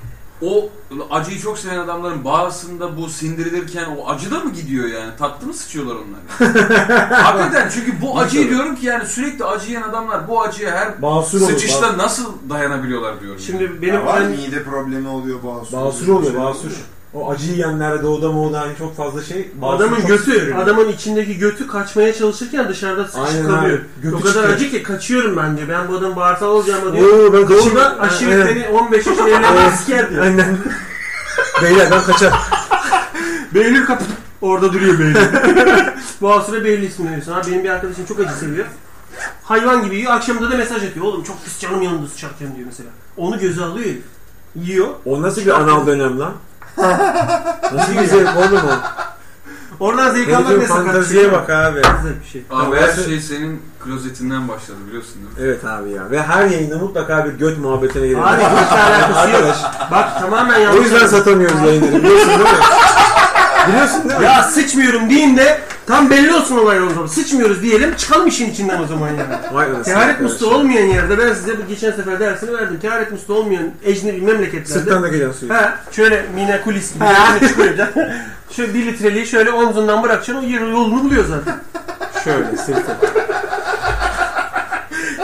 [SPEAKER 6] o acıyı çok seven adamların bazısında bu sindirilirken o acı da mı gidiyor yani? Tatlı mı sıçıyorlar onlar? Hakikaten çünkü bu acıyı diyorum ki yani sürekli acı yiyen adamlar bu acıya her
[SPEAKER 2] Basur olur.
[SPEAKER 6] sıçışta
[SPEAKER 2] ba-
[SPEAKER 6] nasıl dayanabiliyorlar diyorum. Şimdi
[SPEAKER 3] Şimdi
[SPEAKER 5] Ya
[SPEAKER 3] benim
[SPEAKER 5] var
[SPEAKER 3] ben,
[SPEAKER 5] mide problemi oluyor basur.
[SPEAKER 2] Basur oluyor. Basur. O acı yiyenler doğuda moğuda hani çok fazla şey. basur
[SPEAKER 3] adamın
[SPEAKER 2] çok
[SPEAKER 3] götü,
[SPEAKER 2] sıkıyor.
[SPEAKER 3] adamın içindeki götü kaçmaya çalışırken dışarıda
[SPEAKER 2] Aynen
[SPEAKER 3] sıkışıp kalıyor.
[SPEAKER 2] abi. Götü
[SPEAKER 3] O kadar
[SPEAKER 2] çıkıyor.
[SPEAKER 3] acı ki kaçıyorum ben diyor. Ben bu adamın bağırsağı olacağım diyor.
[SPEAKER 2] Oo ben kaçayım.
[SPEAKER 3] Orada aşiret
[SPEAKER 2] Evet.
[SPEAKER 3] beni 15
[SPEAKER 2] [laughs]
[SPEAKER 3] yaşında evlenme
[SPEAKER 2] Evet.
[SPEAKER 3] asker diyor.
[SPEAKER 2] Aynen. [laughs] Beyler ben kaçar.
[SPEAKER 3] Behlül kapı orada duruyor Behlül. [laughs] Bu asura Behlül ismini veriyorsun. Ha, benim bir arkadaşım çok acı seviyor. Hayvan gibi yiyor. Akşamında da mesaj atıyor. Oğlum çok pis canım yandı sıçarken diyor mesela. Onu göze alıyor. herif. Yiyor.
[SPEAKER 2] O nasıl bir anal dönem lan? nasıl bir zevk oğlum o?
[SPEAKER 3] Oradan zevk almak
[SPEAKER 2] Herifin
[SPEAKER 3] ne sakat.
[SPEAKER 2] fanteziye bak abi.
[SPEAKER 3] Zevk bir şey.
[SPEAKER 6] Abi her
[SPEAKER 2] Orası-
[SPEAKER 6] şey senin klozetinden başladı biliyorsun değil mi?
[SPEAKER 2] Evet abi ya. Ve her yayında mutlaka bir göt muhabbetine girelim.
[SPEAKER 3] Abi hiç alakası yok. Bak tamamen yanlış.
[SPEAKER 2] O yüzden
[SPEAKER 3] anladın.
[SPEAKER 2] satamıyoruz yayınları biliyorsun değil mi? biliyorsun değil mi?
[SPEAKER 3] Ya sıçmıyorum deyin de Tam belli olsun olay o zaman. Sıçmıyoruz diyelim. Çıkalım işin içinden o zaman yani.
[SPEAKER 2] Vay anasını
[SPEAKER 3] Kehanet
[SPEAKER 2] arkadaşlar.
[SPEAKER 3] musluğu olmayan yerde ben size bu geçen sefer dersini verdim. Kehanet musluğu olmayan ecnebi memleketlerde.
[SPEAKER 2] Sırttan da
[SPEAKER 3] [laughs]
[SPEAKER 2] gelen suyu.
[SPEAKER 3] Ha, şöyle mine kulis gibi yani çıkaracaksın. Şöyle bir litreliği şöyle omzundan bırakacaksın o yer- yolunu buluyor zaten.
[SPEAKER 2] Şöyle sırttan.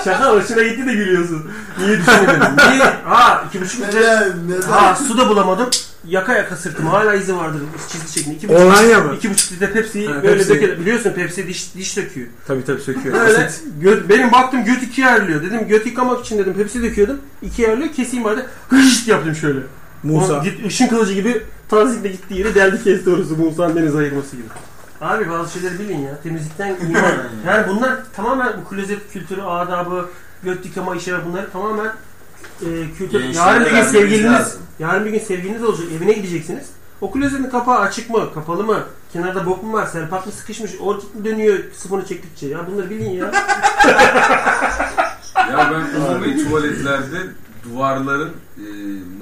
[SPEAKER 3] Şaka hoşuna gitti de gülüyorsun. Niye düşünmedin? Niye? Ha iki buçuk litre. Ha su da bulamadım. Yaka yaka sırtıma hala izi vardır çizgi şeklinde. İki buçuk,
[SPEAKER 2] Orlanya mı?
[SPEAKER 3] iki buçuk litre Pepsi'yi
[SPEAKER 2] Ha,
[SPEAKER 3] böyle
[SPEAKER 2] Pepsi.
[SPEAKER 3] döker. Biliyorsun Pepsi diş, diş döküyor.
[SPEAKER 2] Tabii tabii söküyor.
[SPEAKER 3] Böyle
[SPEAKER 2] Asit.
[SPEAKER 3] göt, benim baktım göt ikiye ayrılıyor. Dedim göt yıkamak için dedim Pepsi döküyordum. İkiye ayrılıyor keseyim bari. Hışt yaptım şöyle.
[SPEAKER 2] Musa.
[SPEAKER 3] Onun git, ışın kılıcı gibi tanzikle gittiği yeri deldi kesti orası Musa'nın deniz ayırması gibi. Abi bazı şeyleri bilin ya. [laughs] Temizlikten iman. yani bunlar tamamen bu klozet kültürü, adabı, göt yıkama işleri bunları tamamen e, kültür.
[SPEAKER 5] Gençlere
[SPEAKER 3] Yarın bir gün
[SPEAKER 5] vermemiz
[SPEAKER 3] sevgiliniz,
[SPEAKER 5] lazım.
[SPEAKER 3] yarın bir gün sevgiliniz olacak. Evine gideceksiniz. O klozetin kapağı açık mı, kapalı mı? Kenarda bok mu var, serpat mı sıkışmış, orkid mi dönüyor sıfırını çektikçe? Ya bunları bilin ya.
[SPEAKER 6] Ya ben umumi tuvaletlerde duvarların e,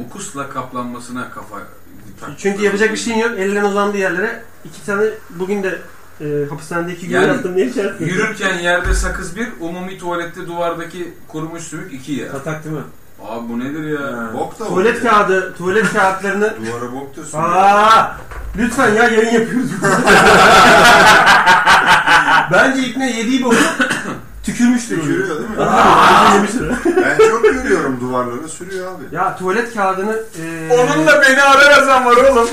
[SPEAKER 6] mukusla kaplanmasına kafa taktım.
[SPEAKER 3] Çünkü yapacak bir şey şeyin yok. Ellerin uzandığı yerlere iki tane bugün de e, hapishanede iki gün
[SPEAKER 6] Yani
[SPEAKER 3] yaptım diye şey yaptım.
[SPEAKER 6] Yürürken yerde sakız bir, umumi tuvalette duvardaki kurumuş sümük iki ya.
[SPEAKER 2] Tatak değil mi?
[SPEAKER 6] Abi bu nedir ya?
[SPEAKER 2] Ha.
[SPEAKER 1] Bok da
[SPEAKER 3] Tuvalet
[SPEAKER 1] oluyor.
[SPEAKER 3] kağıdı, tuvalet kağıtlarını
[SPEAKER 1] Duvara bok da sürüyor.
[SPEAKER 3] Aa, lütfen ya yayın yapıyoruz. [laughs] Bence ikne yediği boku tükürmüştür. onu.
[SPEAKER 1] Sürüyor
[SPEAKER 4] [laughs]
[SPEAKER 1] değil mi?
[SPEAKER 3] Aa, yemiştir.
[SPEAKER 1] ben çok görüyorum duvarlara sürüyor abi.
[SPEAKER 3] ya tuvalet kağıdını e,
[SPEAKER 4] Onunla beni ararazan var oğlum.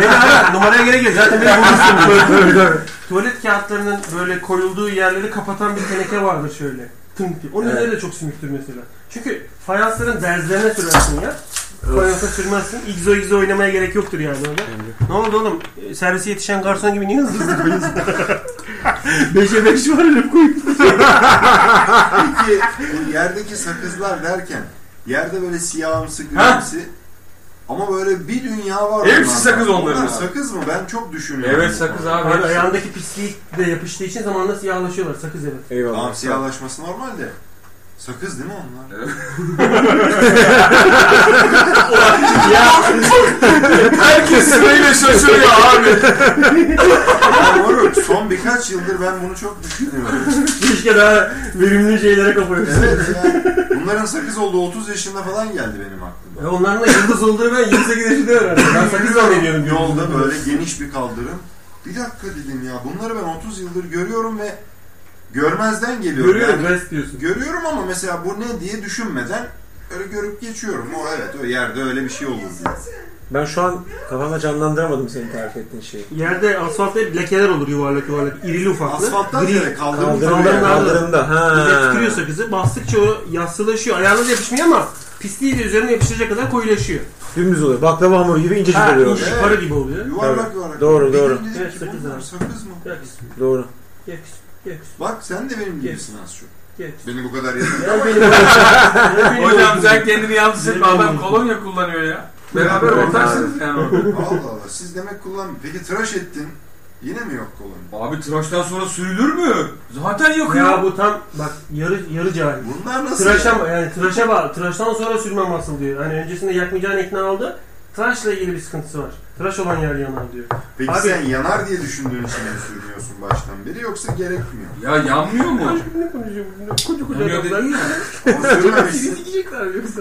[SPEAKER 3] beni ara, numaraya gerek yok. Zaten beni bulmuşsun.
[SPEAKER 2] Tabii tabii.
[SPEAKER 3] tuvalet kağıtlarının böyle koyulduğu yerleri kapatan bir teneke vardır şöyle. Tınk diye. Onun
[SPEAKER 4] Evet.
[SPEAKER 3] üzerine çok sümüktür mesela. Çünkü fayansların derzlerine sürersin ya. Fayansa sürmezsin. İgzo igzo oynamaya gerek yoktur yani orada. Ne oldu oğlum? E, Servise yetişen garson gibi niye hızlı hızlı koyuyorsun? [laughs] Beşe beş var öyle koy.
[SPEAKER 1] Peki bu yerdeki sakızlar derken yerde böyle siyahımsı
[SPEAKER 4] Ha?
[SPEAKER 1] grimsi ama böyle bir dünya var.
[SPEAKER 4] Hepsi
[SPEAKER 1] onlardan.
[SPEAKER 4] sakız onların
[SPEAKER 1] Onlar
[SPEAKER 4] abi.
[SPEAKER 1] sakız mı? Ben çok düşünüyorum.
[SPEAKER 4] Evet sakız abi.
[SPEAKER 3] Abi ayağındaki pisliği de yapıştığı için zamanla siyahlaşıyorlar. Sakız evet.
[SPEAKER 2] Eyvallah.
[SPEAKER 1] Tamam siyahlaşması normal de. Sakız değil mi onlar? [laughs]
[SPEAKER 4] Herkes sırayla şaşırıyor abi.
[SPEAKER 1] Ya moruk, son birkaç yıldır ben bunu çok düşünüyorum.
[SPEAKER 3] Keşke daha verimli şeylere kapıyoruz.
[SPEAKER 1] evet yani. Bunların sakız olduğu 30 yaşında falan geldi benim
[SPEAKER 3] Ya
[SPEAKER 1] aklıma.
[SPEAKER 3] E, onların da yıldız olduğunu ben 28 yaşında öğrendim. Ben sakız zannediyordum.
[SPEAKER 1] Yolda böyle geniş bir kaldırım. Bir dakika dedim ya bunları ben 30 yıldır görüyorum ve görmezden geliyorum.
[SPEAKER 3] Görüyorum
[SPEAKER 1] Yani
[SPEAKER 3] rest diyorsun.
[SPEAKER 1] görüyorum ama mesela bu ne diye düşünmeden öyle görüp geçiyorum. O evet o yerde öyle bir şey olur diye.
[SPEAKER 2] Ben şu an kafamda canlandıramadım senin tarif ettiğin şeyi.
[SPEAKER 3] Yerde asfaltta hep lekeler olur yuvarlak yuvarlak. irili ufaklı.
[SPEAKER 1] Asfalttan
[SPEAKER 3] Gri. Ee,
[SPEAKER 1] yere kaldırım
[SPEAKER 2] Kaldırımda,
[SPEAKER 3] Kaldırımda,
[SPEAKER 2] kaldırımda.
[SPEAKER 3] Bir de
[SPEAKER 2] Ha.
[SPEAKER 3] tükürüyor sakızı. Bastıkça o yassılaşıyor. Ayağınız yapışmıyor ama pisliği de üzerine yapışacak kadar koyulaşıyor.
[SPEAKER 2] Dümdüz oluyor. Baklava hamuru gibi incecik
[SPEAKER 3] Ha,
[SPEAKER 2] oluyor.
[SPEAKER 3] iş para gibi oluyor.
[SPEAKER 1] Yuvarlak yuvarlak.
[SPEAKER 2] Doğru,
[SPEAKER 1] Bir
[SPEAKER 2] doğru.
[SPEAKER 1] gün dedim
[SPEAKER 3] Evet,
[SPEAKER 1] ki,
[SPEAKER 3] sakız
[SPEAKER 1] bunlar
[SPEAKER 3] abi.
[SPEAKER 1] sakız mı?
[SPEAKER 3] Gel kızım,
[SPEAKER 2] Doğru.
[SPEAKER 3] gel kızım, gel kızım,
[SPEAKER 1] Bak sen de benim gibisin az çok.
[SPEAKER 3] gel kızım.
[SPEAKER 1] Beni bu kadar yakın.
[SPEAKER 3] [laughs] Ya benim- Ya benim-
[SPEAKER 6] Hocam sen kendini yalnız etme
[SPEAKER 3] Benim
[SPEAKER 6] adam
[SPEAKER 3] olmadı.
[SPEAKER 6] kolonya kullanıyor ya. Beraber
[SPEAKER 2] Evet,
[SPEAKER 6] ortaksınız yani orada.
[SPEAKER 1] Allah Allah siz demek kullan. Peki tıraş ettin. Yine mi yok kolun?
[SPEAKER 6] Abi tıraştan sonra sürülür mü? Zaten yakıyor.
[SPEAKER 3] Ya bu tam bak yarı yarı cahil.
[SPEAKER 1] Bunlar nasıl?
[SPEAKER 3] Tıraşa ba- yani tıraşa bağlı. Tıraştan sonra sürmem asıl diyor. Hani öncesinde yakmayacağını ikna aldı. Tıraşla ilgili bir sıkıntısı var. Tıraş olan yer yanar diyor.
[SPEAKER 1] Peki
[SPEAKER 3] Abi-
[SPEAKER 1] sen yanar diye düşündüğün için mi sürmüyorsun baştan beri yoksa gerekmiyor?
[SPEAKER 6] Ya yanmıyor mu?
[SPEAKER 3] Ne konuşuyor bu? Koca koca
[SPEAKER 6] Yanıyor
[SPEAKER 3] adamlar.
[SPEAKER 6] dedin ya.
[SPEAKER 1] O sürmemişsin.
[SPEAKER 3] Sikecekler yoksa.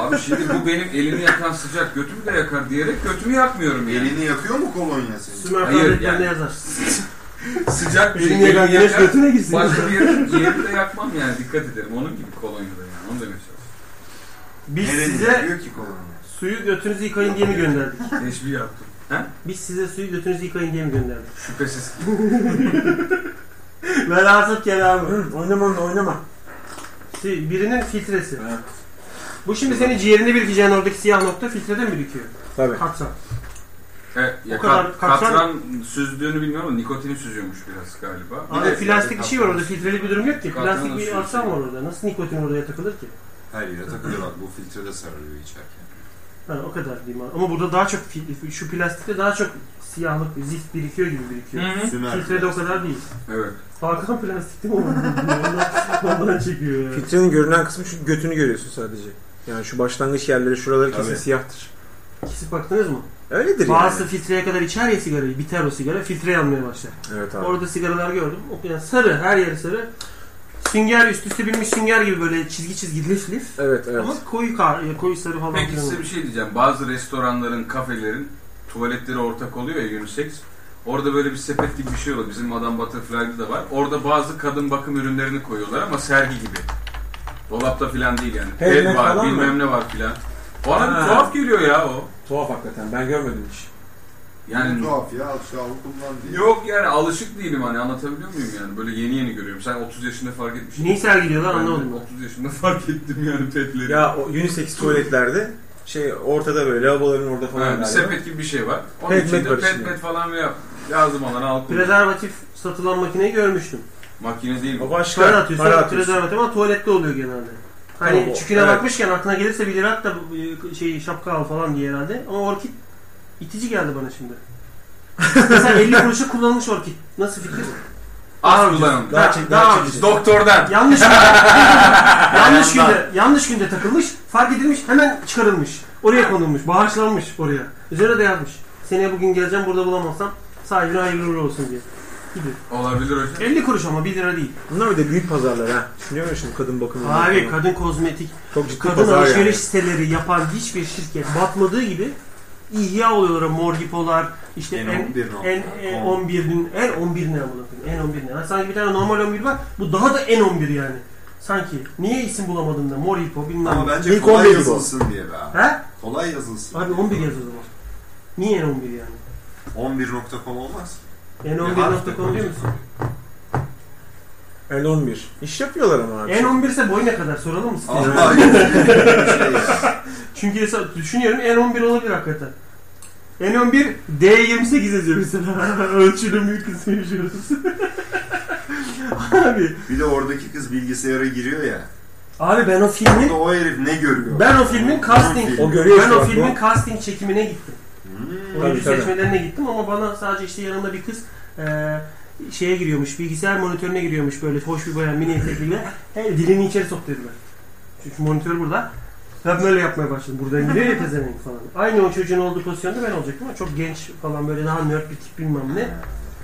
[SPEAKER 6] Abi şimdi bu benim elimi yakan sıcak götümü de yakar diyerek götümü yakmıyorum yani.
[SPEAKER 1] Elini yakıyor mu kolonya senin?
[SPEAKER 3] Sümer
[SPEAKER 6] Hayır,
[SPEAKER 3] Hayır,
[SPEAKER 6] yani.
[SPEAKER 3] ne yazar?
[SPEAKER 6] Sıcak bir şey.
[SPEAKER 3] Elini yakan
[SPEAKER 6] Elimi
[SPEAKER 3] güneş
[SPEAKER 6] yakar.
[SPEAKER 3] götüne girsin.
[SPEAKER 6] Başka bir yerim- yerimde yakmam yani dikkat ederim. Onun gibi kolonyada yani. Onu demek istiyorum.
[SPEAKER 3] Biz
[SPEAKER 1] Elini
[SPEAKER 3] size
[SPEAKER 1] yakıyor ki kolonya.
[SPEAKER 3] suyu götünüzü yıkayın diye mi gönderdik?
[SPEAKER 6] Teşbih yaptım.
[SPEAKER 3] Biz size suyu götünüzü yıkayın diye mi gönderdik? [laughs]
[SPEAKER 6] Şüphesiz.
[SPEAKER 3] Velhasıl kelamı.
[SPEAKER 2] Hı, [clears throat] oynama onu, oynama.
[SPEAKER 3] Si- Birinin filtresi. Bu şimdi senin ciğerinde birikeceğin oradaki siyah nokta filtreden birikiyor.
[SPEAKER 2] Tabii.
[SPEAKER 3] Kapsam.
[SPEAKER 6] Evet, E, ya
[SPEAKER 3] O kadar
[SPEAKER 6] kat-
[SPEAKER 3] katran-
[SPEAKER 6] katran süzdüğünü bilmiyorum ama nikotini süzüyormuş biraz galiba.
[SPEAKER 3] Abi plastik bir şey var orada filtreli bir durum yok ki.
[SPEAKER 6] Katran
[SPEAKER 3] Plastik bir
[SPEAKER 6] ısıyor.
[SPEAKER 3] atsam var orada. Nasıl nikotin oraya takılır ki?
[SPEAKER 1] Her yere takılıyor bak bu filtre de sarılıyor içerken.
[SPEAKER 3] Ha, o kadar diyeyim abi. Ama burada daha çok fil- şu plastikte daha çok siyahlık, zift birikiyor gibi
[SPEAKER 6] Hı
[SPEAKER 3] birikiyor.
[SPEAKER 6] hı.
[SPEAKER 1] Sümer.
[SPEAKER 3] Filtrede o kadar değil.
[SPEAKER 6] Evet.
[SPEAKER 3] Hakan plastikte mi [laughs] var? Ondan, ondan çekiyor ya.
[SPEAKER 2] Filtrenin görünen kısmı şu götünü görüyorsun sadece. Yani şu başlangıç yerleri şuraları kesin
[SPEAKER 1] Tabii.
[SPEAKER 2] siyahtır.
[SPEAKER 3] İkisi baktınız mı?
[SPEAKER 2] Öyledir
[SPEAKER 3] Bazısı
[SPEAKER 2] yani.
[SPEAKER 3] filtreye kadar içer ya sigarayı. Biter o sigara. Filtre yanmaya başlar.
[SPEAKER 2] Evet abi.
[SPEAKER 3] Orada sigaralar gördüm. O yani sarı. Her yeri sarı. Sünger üst üste binmiş sünger gibi böyle çizgi çizgi lif lif.
[SPEAKER 2] Evet evet.
[SPEAKER 3] Ama koyu kar, ya koyu sarı falan.
[SPEAKER 6] Peki
[SPEAKER 3] filan.
[SPEAKER 6] size bir şey diyeceğim. Bazı restoranların, kafelerin tuvaletleri ortak oluyor ya unisex. Orada böyle bir sepet gibi bir şey oluyor. Bizim Madame Butterfly'de de var. Orada bazı kadın bakım ürünlerini koyuyorlar ama sergi gibi. Dolapta filan değil yani.
[SPEAKER 2] Perde
[SPEAKER 6] Ped var,
[SPEAKER 2] falan mı?
[SPEAKER 6] bilmem ne var filan. Bana
[SPEAKER 2] Ha.
[SPEAKER 6] bir tuhaf geliyor ya o.
[SPEAKER 2] Tuhaf hakikaten. Ben görmedim hiç.
[SPEAKER 1] Yani
[SPEAKER 6] Yani
[SPEAKER 1] tuhaf ya aşağı kullan diye.
[SPEAKER 6] yok yani alışık değilim hani anlatabiliyor muyum yani? Böyle yeni yeni görüyorum. Sen 30 yaşında fark etmişsin.
[SPEAKER 3] Neyi sergiliyorlar
[SPEAKER 6] Ben de
[SPEAKER 3] anlamadım ben.
[SPEAKER 6] 30 yaşında fark ettim yani petleri.
[SPEAKER 2] Ya o unisex tuvaletlerde şey ortada böyle lavaboların orada falan.
[SPEAKER 6] Ha, bir
[SPEAKER 2] galiba.
[SPEAKER 6] sepet gibi bir şey var. Onun
[SPEAKER 2] Pet, pet
[SPEAKER 6] içinde
[SPEAKER 2] var
[SPEAKER 6] pet
[SPEAKER 2] içinde.
[SPEAKER 6] pet falan veya yazmaları al kullan.
[SPEAKER 3] Prezervatif satılan makineyi görmüştüm.
[SPEAKER 6] Makine değil bu.
[SPEAKER 2] O başka.
[SPEAKER 3] Para atıyorsun,
[SPEAKER 2] Para atıyorsun.
[SPEAKER 3] prezervatif ama tuvalette oluyor genelde. Hani
[SPEAKER 2] Tamam, o-
[SPEAKER 3] çüküne
[SPEAKER 2] evet.
[SPEAKER 3] bakmışken aklına gelirse bir lira at da bu- bu- şey, şapka al falan diye herhalde. Ama orkid itici geldi bana şimdi.
[SPEAKER 2] [laughs]
[SPEAKER 3] Mesela 50 kuruşa kullanılmış orkid. Nasıl fikir?
[SPEAKER 6] Az kullanın.
[SPEAKER 2] Daha
[SPEAKER 3] Ha,
[SPEAKER 2] çekici.
[SPEAKER 3] daha
[SPEAKER 2] Daha çekici.
[SPEAKER 6] Doktordan.
[SPEAKER 3] Yanlış günde, yanlış günde, yanlış günde takılmış, fark edilmiş, hemen çıkarılmış. Oraya konulmuş, bağışlanmış oraya. Üzerine de yazmış. Seneye bugün geleceğim burada bulamazsam sahibine hayırlı uğurlu olsun diye. Gibi.
[SPEAKER 6] Olabilir hocam.
[SPEAKER 3] 50 kuruş ama 1 lira değil.
[SPEAKER 2] Bunlar bir de büyük pazarlar ha. Düşünüyor musun şimdi kadın bakımı?
[SPEAKER 3] Abi
[SPEAKER 2] falan.
[SPEAKER 3] kadın kozmetik,
[SPEAKER 2] Çok ciddi
[SPEAKER 3] kadın
[SPEAKER 2] pazar
[SPEAKER 3] alışveriş
[SPEAKER 2] yani.
[SPEAKER 3] siteleri yapan hiçbir şirket batmadığı gibi ihya oluyorlar morgipolar, işte
[SPEAKER 1] En
[SPEAKER 3] en
[SPEAKER 1] 11 nokta.
[SPEAKER 3] en, en 11'in en 11 ne amına koyayım? En 11 ne? Ha, sanki bir tane normal 11 var. Bu daha da en 11 yani. Sanki. Niye isim bulamadım da? Mor Hipo bilmem
[SPEAKER 1] Ama
[SPEAKER 3] ne.
[SPEAKER 1] bence
[SPEAKER 2] İlk
[SPEAKER 1] kolay
[SPEAKER 2] 11 bu.
[SPEAKER 1] yazılsın diye be abi.
[SPEAKER 3] He?
[SPEAKER 1] Kolay yazılsın.
[SPEAKER 3] Abi 11 yaz o zaman. Niye en 11 yani?
[SPEAKER 1] 11.com olmaz.
[SPEAKER 3] En
[SPEAKER 1] Ya,
[SPEAKER 3] 11.com diyor musun?
[SPEAKER 2] En 11. İş yapıyorlar ama abi.
[SPEAKER 3] En 11 ise boy ne kadar soralım mı? size? [laughs]
[SPEAKER 1] Allah şey ya.
[SPEAKER 3] Çünkü hesa- düşünüyorum en 11 olabilir hakikaten. En 11 D28 yazıyor mesela. [laughs] Ölçülü büyük kısmı yaşıyoruz. [laughs] abi,
[SPEAKER 1] Bir de oradaki kız bilgisayara giriyor ya.
[SPEAKER 3] abi ben o
[SPEAKER 1] Bir
[SPEAKER 3] filmin
[SPEAKER 1] de o herif ne görüyor?
[SPEAKER 3] ben o filmin casting
[SPEAKER 2] O görüyor
[SPEAKER 3] ben
[SPEAKER 2] şu
[SPEAKER 3] o
[SPEAKER 2] an
[SPEAKER 3] filmin
[SPEAKER 2] bu.
[SPEAKER 3] casting çekimine gittim.
[SPEAKER 1] Hmm.
[SPEAKER 3] Oyuncu
[SPEAKER 2] tabii.
[SPEAKER 3] seçmelerine gittim ama bana sadece işte yanımda bir kız eee şeye giriyormuş, bilgisayar monitörüne giriyormuş böyle hoş bir bayan mini etekliyle. He, dilini içeri sok dediler. Çünkü monitör burada. Ben böyle yapmaya başladım. Buradan giriyor
[SPEAKER 2] [laughs]
[SPEAKER 3] ya pezevenk falan. Aynı o çocuğun olduğu pozisyonda ben olacaktım ama çok genç falan böyle daha nerd bir tip bilmem ne.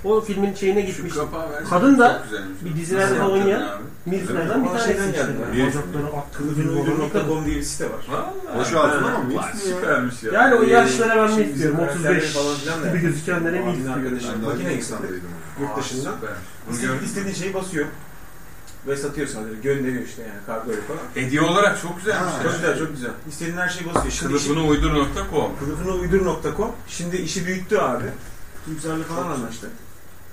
[SPEAKER 3] O filmin şeyine
[SPEAKER 6] Şu
[SPEAKER 3] gitmiştim.
[SPEAKER 6] kapağı versene.
[SPEAKER 3] Kadın da
[SPEAKER 6] Çok güzelmiş.
[SPEAKER 3] bir dizilerde
[SPEAKER 6] Nasıl
[SPEAKER 3] falan
[SPEAKER 6] yaptın
[SPEAKER 3] ya.
[SPEAKER 6] abi?
[SPEAKER 3] Milflerden bir
[SPEAKER 2] Ama
[SPEAKER 3] tanesi
[SPEAKER 2] şeyden
[SPEAKER 3] işte.
[SPEAKER 2] geldi.
[SPEAKER 1] Milf mi?
[SPEAKER 3] Ocakları akıllı bir uydurmakla
[SPEAKER 2] Kılıcınuydu.com diye bir site var.
[SPEAKER 6] Vallahi.
[SPEAKER 1] Boşu altına mı?
[SPEAKER 6] Vay,
[SPEAKER 1] Hiç mi ya?
[SPEAKER 6] Süpermiş ya.
[SPEAKER 3] Yani o
[SPEAKER 2] Ee,
[SPEAKER 3] yaşlara ben
[SPEAKER 2] şimdi
[SPEAKER 3] mi istiyorum?
[SPEAKER 2] bizim
[SPEAKER 3] 35
[SPEAKER 2] karakterleri falan filan da
[SPEAKER 3] gibi
[SPEAKER 2] yani.
[SPEAKER 3] gözükenlere mi
[SPEAKER 2] Abinin
[SPEAKER 3] istiyorum?
[SPEAKER 2] arkadaşım
[SPEAKER 1] Ben daha
[SPEAKER 2] makine
[SPEAKER 1] yeni
[SPEAKER 2] eksikti.
[SPEAKER 1] İstanbul'daydım.
[SPEAKER 2] Yurt
[SPEAKER 6] Aa,
[SPEAKER 2] dışından.
[SPEAKER 6] süper. Bunu
[SPEAKER 2] İstediğin,
[SPEAKER 6] gördüm.
[SPEAKER 2] istediğin şeyi basıyor. Ve satıyor sana. direkt. Gönderiyor işte yani kargo ile falan.
[SPEAKER 6] Hediye olarak çok güzelmiş.
[SPEAKER 1] Ha,
[SPEAKER 6] ya.
[SPEAKER 2] Çok güzel çok güzel. İstediğin her şeyi basıyor. Şimdi işi,
[SPEAKER 3] Şey-
[SPEAKER 6] Kılıfını uydur.com
[SPEAKER 2] kılıfınauudur.com Şimdi işi büyüttü abi. Yükselde falan anlaştı.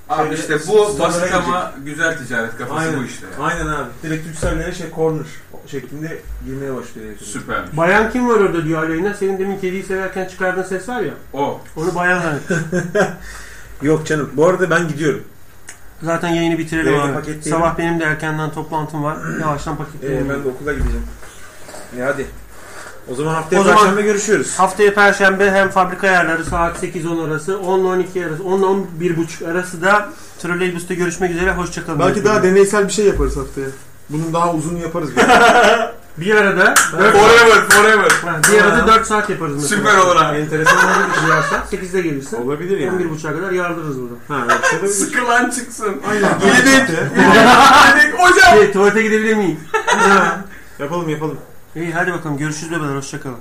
[SPEAKER 6] Abi
[SPEAKER 3] Şey,
[SPEAKER 2] Şöyle
[SPEAKER 6] işte bu
[SPEAKER 2] sınırlara
[SPEAKER 6] basit
[SPEAKER 2] gidecek.
[SPEAKER 6] ama güzel ticaret kafası
[SPEAKER 2] Aynen.
[SPEAKER 6] bu işte.
[SPEAKER 2] Aynen abi. Direkt Türkcell'lere şey corner şeklinde girmeye başlıyor. herif.
[SPEAKER 6] Süpermiş.
[SPEAKER 3] Bayan kim var orada diyor aleyhine. Senin demin kediyi severken çıkardığın ses var ya.
[SPEAKER 6] O.
[SPEAKER 3] Onu bayan hani.
[SPEAKER 2] Yok canım. Bu arada ben gidiyorum.
[SPEAKER 3] Zaten yayını bitirelim
[SPEAKER 2] Yayını
[SPEAKER 3] abi.
[SPEAKER 2] paketleyelim.
[SPEAKER 3] Sabah benim de erkenden toplantım var. Yavaştan
[SPEAKER 2] Ee,
[SPEAKER 3] paketleyelim.
[SPEAKER 2] ben de okula gideceğim. E hadi. O zaman haftaya
[SPEAKER 3] O zaman-
[SPEAKER 2] perşembe görüşüyoruz.
[SPEAKER 3] Haftaya perşembe hem fabrika ayarları saat 8-10 arası, 10-12 arası, 10-11.30 arası da Trolleybus'ta görüşmek üzere. Hoşçakalın.
[SPEAKER 2] deneysel bir şey yaparız haftaya. Bunun daha uzun yaparız.
[SPEAKER 3] bir arada
[SPEAKER 6] Forever, forever.
[SPEAKER 3] Ha, bir arada 4 saat yaparız mesela.
[SPEAKER 6] Süper olur abi.
[SPEAKER 2] Enteresan olabilir.
[SPEAKER 3] Duyarsan 8'de gelirsin.
[SPEAKER 2] Olabilir yani.
[SPEAKER 3] 11.30'a kadar yardırırız burada.
[SPEAKER 2] Ha, evet, olabilir.
[SPEAKER 6] Sıkılan çıksın.
[SPEAKER 2] Aynen.
[SPEAKER 6] Yedik. Yedik. Hocam.
[SPEAKER 3] Şey, tuvalete gidebilir miyim?
[SPEAKER 2] Ha, yapalım yapalım.
[SPEAKER 3] İyi hadi bakalım görüşürüz bebeler hoşçakalın.